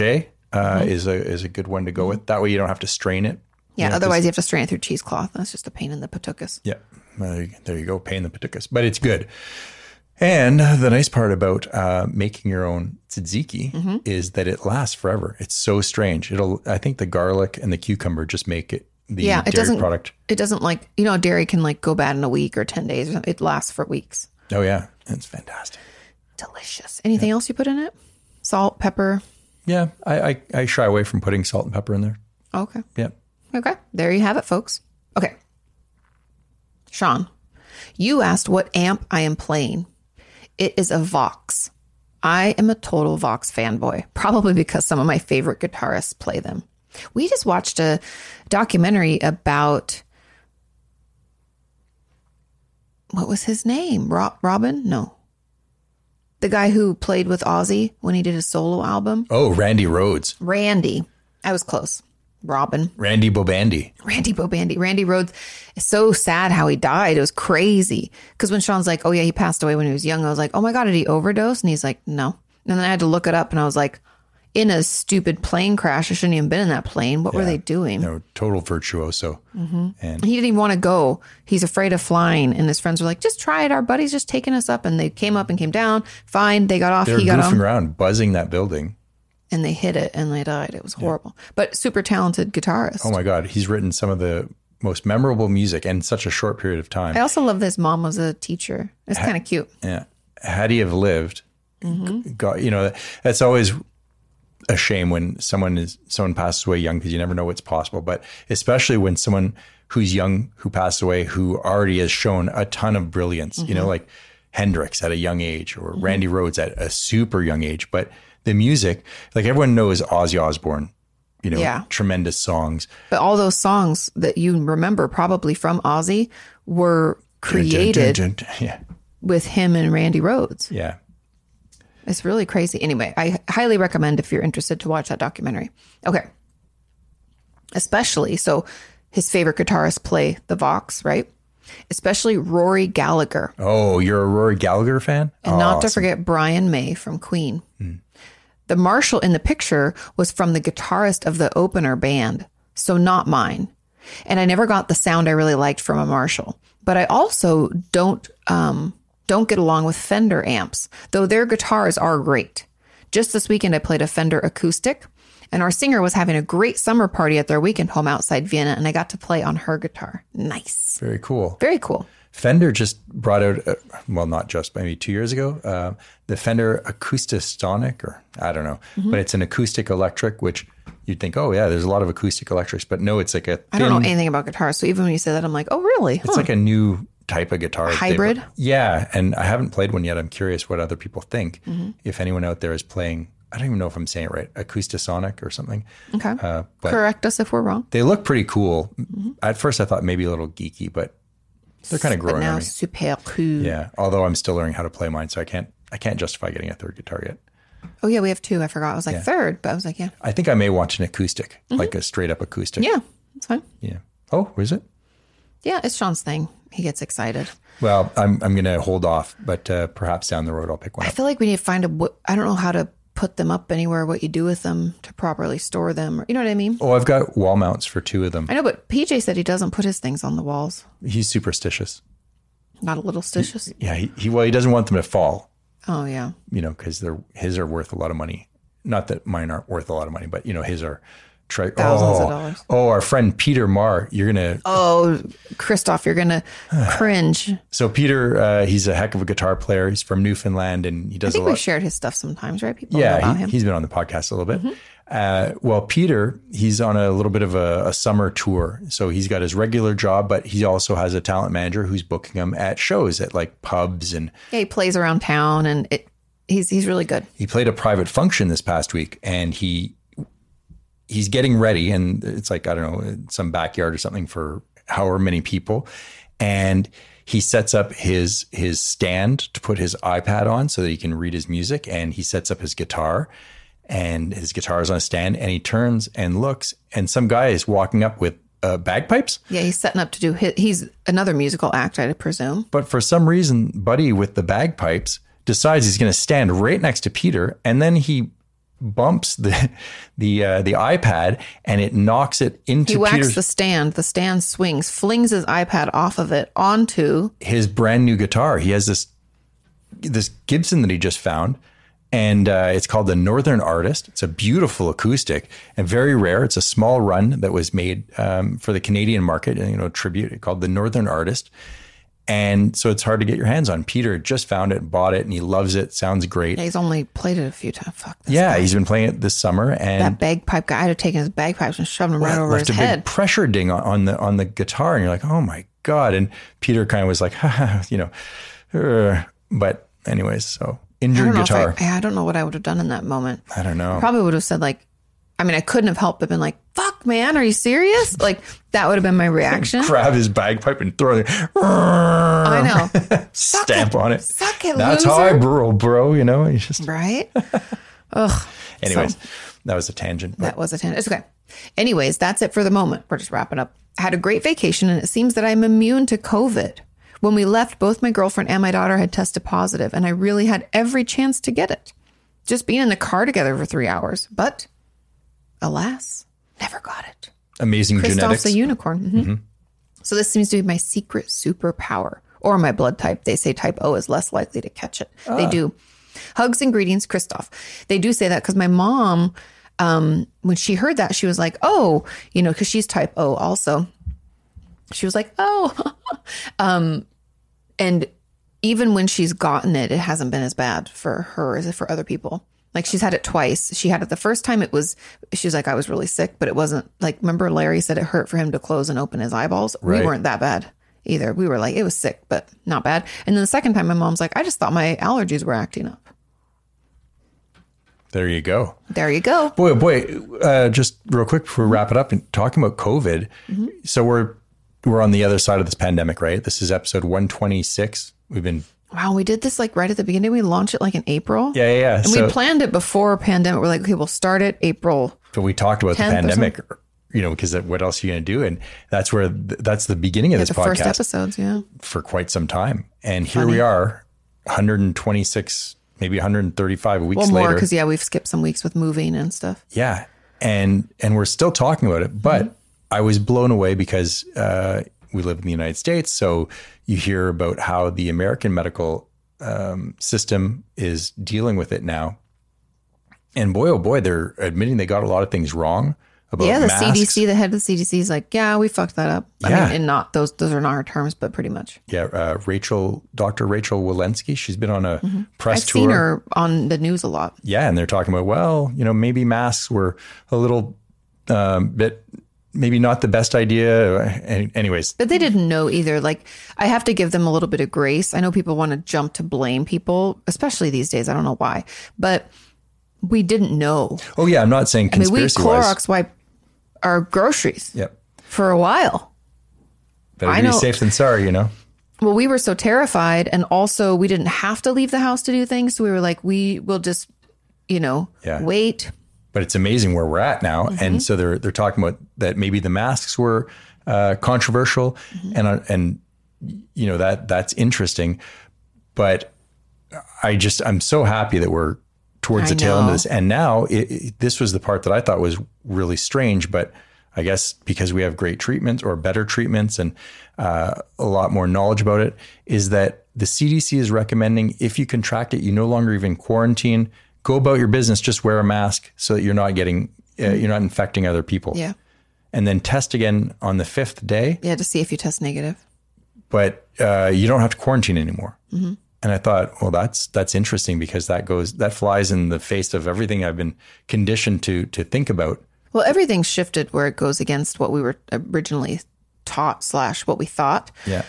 uh,
Mm-hmm.
is a is a good one to go with. That way you don't have to strain it.
Yeah,
'cause-
otherwise you have to strain it through cheesecloth. That's just a pain in the patukas.
Yeah, there you, there you go, pain in the patukas, but it's good. And the nice part about uh, making your own tzatziki
Mm-hmm.
is that it lasts forever. It's so strange. It'll, I think, the garlic and the cucumber just make it the
Yeah, it
dairy
doesn't
product.
It doesn't like you know dairy can like go bad in a week or ten days. Or something. It lasts for weeks.
Oh yeah, it's fantastic.
Delicious. Anything else you put in it? Salt, pepper.
Yeah, I, I I shy away from putting salt and pepper in there.
Okay.
Yeah,
Okay. There you have it, folks. Okay. Sean, you asked what amp I am playing. It is a Vox. I am a total Vox fanboy, probably because some of my favorite guitarists play them. We just watched a documentary about what was his name? Rob, Robin? No. The guy who played with Ozzy when he did his solo album?
Oh, Randy Rhodes,
Randy. I was close. Robin.
Randy Bobandy.
Randy Bobandy. Randy Rhodes is so sad how he died. It was crazy. Because when Sean's like, oh, yeah, he passed away when he was young, I was like, oh my God, did he overdose? And he's like, no. And then I had to look it up and I was like, in a stupid plane crash. I shouldn't even been in that plane. What were they doing? Mm-hmm.
You know, total virtuoso. And
He didn't even want to go. He's afraid of flying. And his friends were like, just try it. Our buddy's just taking us up. And they came up and came down. Fine. They got off.
they're
he got
goofing
on.
around, buzzing that building.
And they hit it and they died. It was horrible. But super talented guitarist.
Oh my God, he's written some of the most memorable music in such a short period of time.
I also love this mom was a teacher. It's kind of cute.
Yeah. Had he have lived,
Mm-hmm.
g- God, you know, that's always a shame when someone is someone passes away young because you never know what's possible. But especially when someone who's young who passed away who already has shown a ton of brilliance, you know,
Mm-hmm.
like Hendrix at a young age or Randy Rhodes at a super young age. But the music, like everyone knows Ozzy Osbourne, you know,
Yeah.
tremendous songs.
But all those songs that you remember probably from Ozzy were created
<laughs> Yeah.
with him and Randy Rhodes.
Yeah.
It's really crazy. Anyway, I highly recommend if you're interested to watch that documentary. Okay. Especially so his favorite guitarists play the Vox, right? Especially Rory Gallagher.
Oh, you're a Rory Gallagher fan? Oh,
And not to forget Brian May from Queen. The marshal in the picture was from the guitarist of the opener band, so not mine. And I never got the sound I really liked from a marshal. But I also don't um, don't get along with Fender amps, though their guitars are great. Just this weekend, I played a Fender acoustic, and our singer was having a great summer party at their weekend home outside Vienna, and I got to play on her guitar. Nice,
Very cool.
very cool.
Fender just brought out, uh, well, not just maybe two years ago, uh, the Fender Acoustistonic, or I don't know,
Mm-hmm.
but it's an acoustic electric, which you'd think, oh yeah, there's a lot of acoustic electrics, but no, it's like a thin,
I don't know anything about guitars, so even when you say that, I'm like, oh, really?
it's like a new type of guitar. that they've-
Hybrid?
Yeah, and I haven't played one yet. I'm curious what other people think.
Mm-hmm.
If anyone out there is playing, I don't even know if I'm saying it right, Acoustistonic or something.
okay.
Uh, but
Correct us if we're wrong.
they look pretty cool. At first, I thought maybe a little geeky, but they're kind of
Mm-hmm. But
growing
now,
on me.
super cool.
Yeah. Although I'm still learning how to play mine, so I can't I can't justify getting a third guitar yet.
Oh yeah, we have two. I forgot. I was like third, but I was like, yeah,
I think I may want an acoustic, like a straight up acoustic.
Mm-hmm. yeah, it's fine.
Yeah. Oh, is it?
Yeah, it's Sean's thing. He gets excited.
Well, I'm I'm gonna hold off, but uh, perhaps down the road I'll pick one
I
up.
feel like we need to find a. w- I don't know how to put them up anywhere. What you do with them to properly store them? Or, you know what I mean?
Oh, I've got wall mounts for two of them.
I know, but PJ said he doesn't put his things on the walls.
He's superstitious.
Not a little stitious.
Yeah. He, he well, he doesn't want them to fall.
Oh yeah,
You know, because they're his are worth a lot of money. Not that mine aren't worth a lot of money, but you know, his are. Tre-
Thousands
oh,
of dollars.
Oh, our friend Peter Marr, you're gonna
Oh, Christoph, you're
<sighs>
gonna cringe.
So Peter, uh, he's a heck of a guitar player. He's from Newfoundland, and he
I
does a
think
lot.
we shared his stuff sometimes, right? People know
yeah,
about
he,
him. Mm-hmm.
has been on the podcast a little bit. Uh, well, Peter, he's on a little bit of a, a summer tour, so he's got his regular job, but he also has a talent manager who's booking him at shows at like pubs, and
yeah, he plays around town, and it. He's he's really good.
he played a private function this past week, and he he's getting ready, and it's like I don't know some backyard or something for however many people, and he sets up his his stand to put his iPad on so that he can read his music, and he sets up his guitar, and his guitar is on a stand, and he turns and looks, and some guy is walking up with uh, bagpipes,
Yeah, he's setting up to do. His, he's another musical act, I presume.
but for some reason, Buddy with the bagpipes decides he's going to stand right next to Peter, and then he bumps the <laughs> the uh, the iPad and it knocks it into
He whacks
Peter's
the stand. The stand swings, flings his iPad off of it onto.
his brand new guitar. He has this this Gibson that he just found, and uh, it's called the Northern Artist. It's a beautiful acoustic and very rare. It's a small run that was made um, for the Canadian market, you know, tribute called the Northern Artist. And so it's hard to get your hands on. Peter just found it, bought it, and he loves it. Sounds great.
He's only played it a few times. Fuck this.
Yeah, he's been playing it this summer, and
That bagpipe guy had taken his bagpipes and shoved them right
that
over
left
his
a
head.
big pressure ding on, on the on the guitar, and you're like, oh my god! And Peter kind of was like, <laughs> you know, "Ugh." but anyways, so
I
injured
don't know
guitar.
If I, I don't know what I would have done in that moment.
I, don't know.
Probably would have said like, I mean, I couldn't have helped but been like, "Fuck, man, are you serious?" Like that would have been my reaction.
Grab his bagpipe and throw it.
I
I
know,
<laughs> Stamp on it.
Suck it,
That's
loser.
how I roll, bro. You know, you just.
right? Ugh.
Anyways, that was a tangent. But
That was a ten. It's okay. Anyways, that's it for the moment. We're just wrapping up. I had a great vacation and it seems that I'm immune to COVID. When we left, both my girlfriend and my daughter had tested positive and I really had every chance to get it. Just being in the car together for three hours. But alas, never got it.
amazing
Christoph's
genetics.
a unicorn. Mhm. So this seems to be my secret superpower or my blood type. They say type O is less likely to catch it. They do. Hugs and greetings, Christoph. They do say that because my mom, um, when she heard that, she was like, oh, you know, because she's type O also. She was like, oh. <laughs> um, and even when she's gotten it, it hasn't been as bad for her as for other people. Like she's had it twice. She had it the first time. It was she was like, I was really sick, but it wasn't like. Remember, Larry said it hurt for him to close and open his eyeballs.
Right.
We weren't that bad either. We were like, it was sick, but not bad. And then the second time, my mom's like, I just thought my allergies were acting up.
there you go.
There you go.
Boy, oh boy. Uh, just real quick before we wrap it up and talking about COVID.
Mm-hmm.
So we're we're on the other side of this pandemic, right? This is episode 126. We've been
Wow, we did this like right at the beginning. We launched it like in April.
yeah, yeah. yeah.
And
so,
we planned it before pandemic. We're like, okay, we'll start it April.
but we talked about the
10%.
pandemic, you know, because what else are you going to do? And that's where th- that's the beginning of
Yeah,
this
the first
podcast
episodes, yeah.
for quite some time, and here we are, 126, maybe 135 weeks
Well, more
later.
because yeah, we've skipped some weeks with moving and stuff.
Yeah, and and we're still talking about it. But
Mm-hmm.
I was blown away because uh, we live in the United States, so you hear about how the American medical um, system is dealing with it now. And boy, oh boy, they're admitting they got a lot of things wrong. about
yeah, the
masks.
CDC, the head of the CDC is like, yeah, we fucked that up. I
Yeah.
mean, and not those, those are not our terms, but pretty much.
Yeah, uh, Rachel, Dr. Rachel Walensky, she's been on a press
Mm-hmm. I've
tour.
seen her on the news a lot.
yeah, and they're talking about well, you know, maybe masks were a little um, bit, maybe not the best idea. Any- Anyways,
But they didn't know either. Like, I have to give them a little bit of grace. I know people want to jump to blame people, especially these days. I don't know why, but we didn't know.
oh yeah, I'm not saying
I mean, we
conspiracy wise.
Clorox wipe our groceries
Yeah,
for a while.
better
I
be
know-
safe than sorry, you know.
Well, we were so terrified, and also we didn't have to leave the house to do things. So we were like, we will just, you know,
Yeah.
wait.
But it's amazing where we're at now,
Mm-hmm.
and so they're they're talking about that maybe the masks were uh, controversial,
Mm-hmm.
and uh, and you know that that's interesting, but I just I'm so happy that we're towards
I
the tail end
know.
of this. And now it, it- this was the part that I thought was really strange, but I guess because we have great treatments or better treatments and uh, a lot more knowledge about it, is that the CDC is recommending if you contract it, you no longer even quarantine. Go about your business, just wear a mask so that you're not getting uh, you're not infecting other people,
Mm-hmm. Yeah.
and then test again on the fifth day
Yeah. To see if you test negative.
but uh, you don't have to quarantine anymore.
Mm-hmm.
And I thought, well, that's that's interesting because that goes that flies in the face of everything I've been conditioned to to think about.
Well, everything shifted where it goes against what we were originally taught slash what we thought.
Yeah.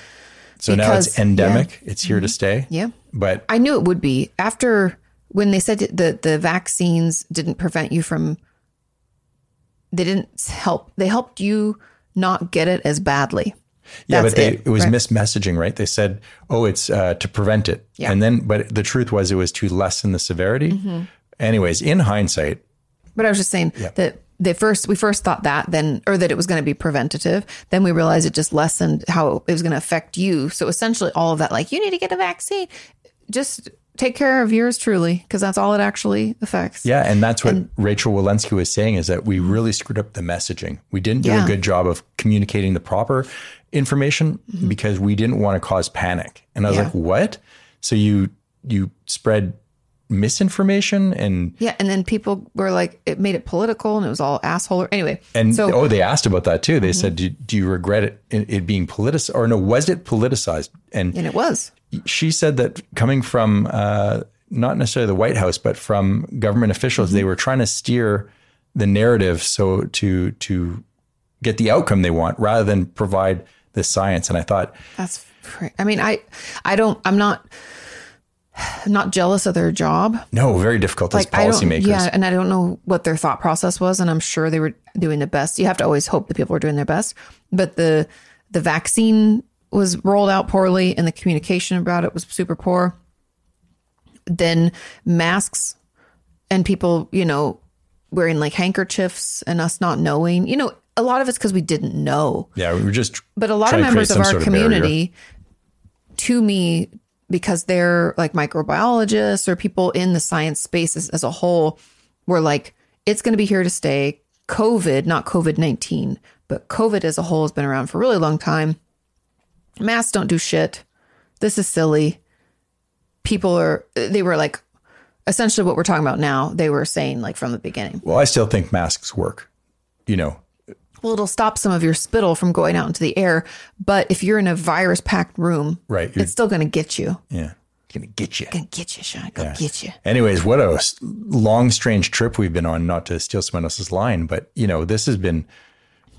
So now
Because- Mm-hmm.
it's endemic. It's here to stay.
Yeah.
But
I knew it would be after when they said that the the vaccines didn't prevent you from they didn't help they helped you not get it as badly.
yeah,
That's
but they,
it,
it, was
right?
mismessaging, right? They said, oh, it's uh, to prevent it.
Yeah. Mm-hmm.
And then, but the truth was, it was to lessen the severity. Anyways, in hindsight,
But I was just saying that they first we first thought that then or that it was going to be preventative. Then we realized it just lessened how it was going to affect you. So essentially all of that like you need to get a vaccine. Just take care of yours truly because that's all it actually affects.
Yeah, and that's what Rachel Walensky was saying is that we really screwed up the messaging. We didn't do
Yeah.
a good job of communicating the proper information because we didn't want to cause panic. And I was
Mm-hmm. Yeah.
like, "What?" So you you spread misinformation and
Yeah, and then people were like, it made it political, and it was all asshole. Anyway,
and
so Mm-hmm.
oh, they asked about that too. They said, do, "Do you regret it, it, it being politicized or no? Was it politicized?" And
and it was.
she said that coming from uh, not necessarily the White House, but from government officials,
Mm-hmm.
they were trying to steer the narrative so to to get the outcome they want rather than provide the science. And I thought,
That's. fr- I mean, I, I don't. I'm not. <sighs> I'm not jealous of their job.
no, very difficult
Like
as
I don't.
policymakers.
Yeah, and I don't know what their thought process was, and I'm sure they were doing the best. You have to always hope that people are doing their best, but the the vaccine was rolled out poorly, and the communication about it was super poor. Then masks and people, you know, wearing like handkerchiefs and us not knowing, you know, a lot of it's because we didn't know.
Yeah, we were just
But a lot
trying
of
to create
members of
some
our
sort barrier.
community, to me, because they're like microbiologists or people in the science space as, as a whole, were like, it's going to be here to stay. COVID, not COVID 19, but COVID as a whole has been around for a really long time. Masks don't do shit. This is silly. People are, they were like, essentially what we're talking about now, they were saying like from the beginning.
well, I still think masks work. You know,
Well, it'll stop some of your spittle from going out into the air, but if you're in a virus packed room,
Right, you're-
it's still going to get you.
yeah, gonna get you.
Gonna get you, Sean. Gonna get you.
Anyways, what a s- long, strange trip we've been on. Not to steal someone else's line, but you know, this has been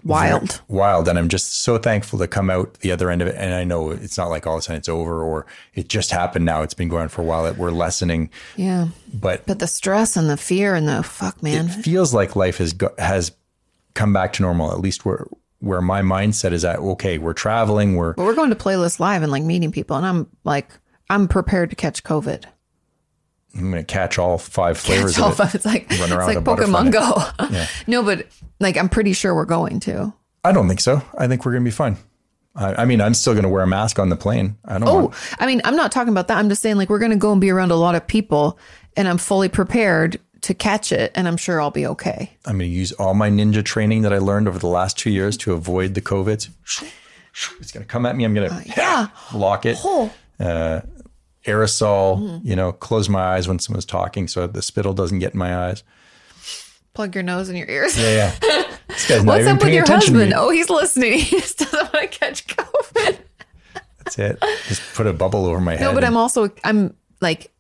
Wild.
wild and i'm just so thankful to come out the other end of it and i know it's not like all of a sudden it's over or it just happened now it's been going on for a while that we're lessening
Yeah.
but
But the stress and the fear and the fuck, man.
it feels like life has go- has come back to normal at least where where my mindset is at okay we're traveling we're
but we're going to Playlist Live and like meeting people, and I'm like, I'm prepared to catch COVID.
i'm gonna catch all five flavors
Catch all
of it.
of It's like, it's
Run around
like
with a butterfly.
Pokemon Go. <laughs> no, but like, I'm pretty sure we're going to.
i don't think so i think we're gonna be fine I, I mean i'm still gonna wear a mask on the plane i don't
Oh,
want,
I mean, I'm not talking about that. I'm just saying, like, we're going to go and be around a lot of people, and I'm fully prepared to catch it, and I'm sure I'll be okay.
i'm gonna use all my ninja training that i learned over the last two years to avoid the covid it's gonna come at me i'm gonna
Uh, Yeah.
block it Uh,
Oh,
aerosol, you know, close my eyes when someone's talking so the spittle doesn't get in my eyes.
plug your nose and your ears.
Yeah, yeah. guy's not
What's
even
up with
paying
your
attention to
husband?
me.
Oh, he's listening. <laughs> He just doesn't want to catch COVID.
That's it. Just put a bubble over my head.
No, but I'm
and-
also I'm like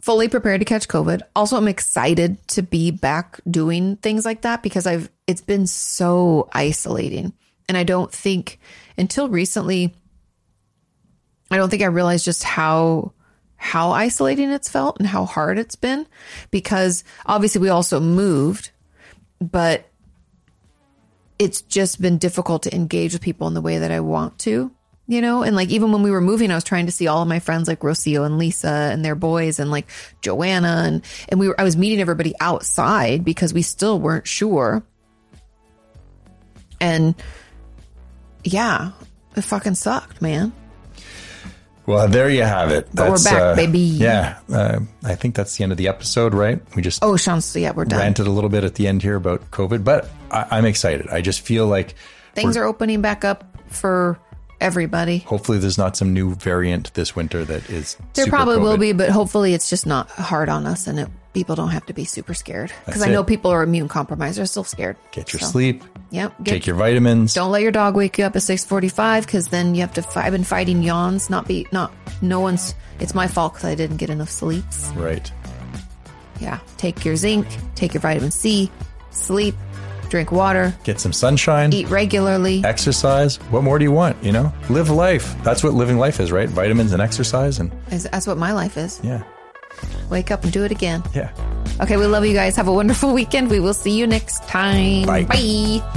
fully prepared to catch COVID. Also, I'm excited to be back doing things like that because I've it's been so isolating, and I don't think until recently, I don't think I realized just how how isolating it's felt and how hard it's been because obviously we also moved, but it's just been difficult to engage with people in the way that I want to, you know? And like, even when we were moving, I was trying to see all of my friends, like Rocio and Lisa and their boys and like Joanna. And, and we were, I was meeting everybody outside because we still weren't sure. And yeah, it fucking sucked, man.
well, there you have it.
But we're back, baby.
Yeah, uh, I think that's the end of the episode, right? We just
Oh, Sean, so yeah, we're done.
ranted a little bit at the end here about COVID, but I, I'm excited. I just feel like
Things are opening back up for everybody.
hopefully there's not some new variant this winter that is.
There
super
probably will
COVID.
be, but hopefully it's just not hard on us and it, people don't have to be super scared. Because
That's
I know
it.
people are immune compromised. They're still scared.
Get your
So,
sleep.
Yep. Get,
Take your vitamins.
don't let your dog wake you up at 645 because then you have to, fi- I've been fighting yawns, not be, not, no one's, it's my fault because I didn't get enough sleeps.
Right.
Yeah. Take your zinc, take your vitamin C, sleep, drink water,
Get some sunshine.
eat regularly.
Exercise. What more do you want? You know, live life. That's what living life is, right? Vitamins and exercise, and
That's that's what my life is.
yeah,
Wake up and do it again.
yeah.
Okay. We love you guys. Have a wonderful weekend. We will see you next time.
Bye.
Bye.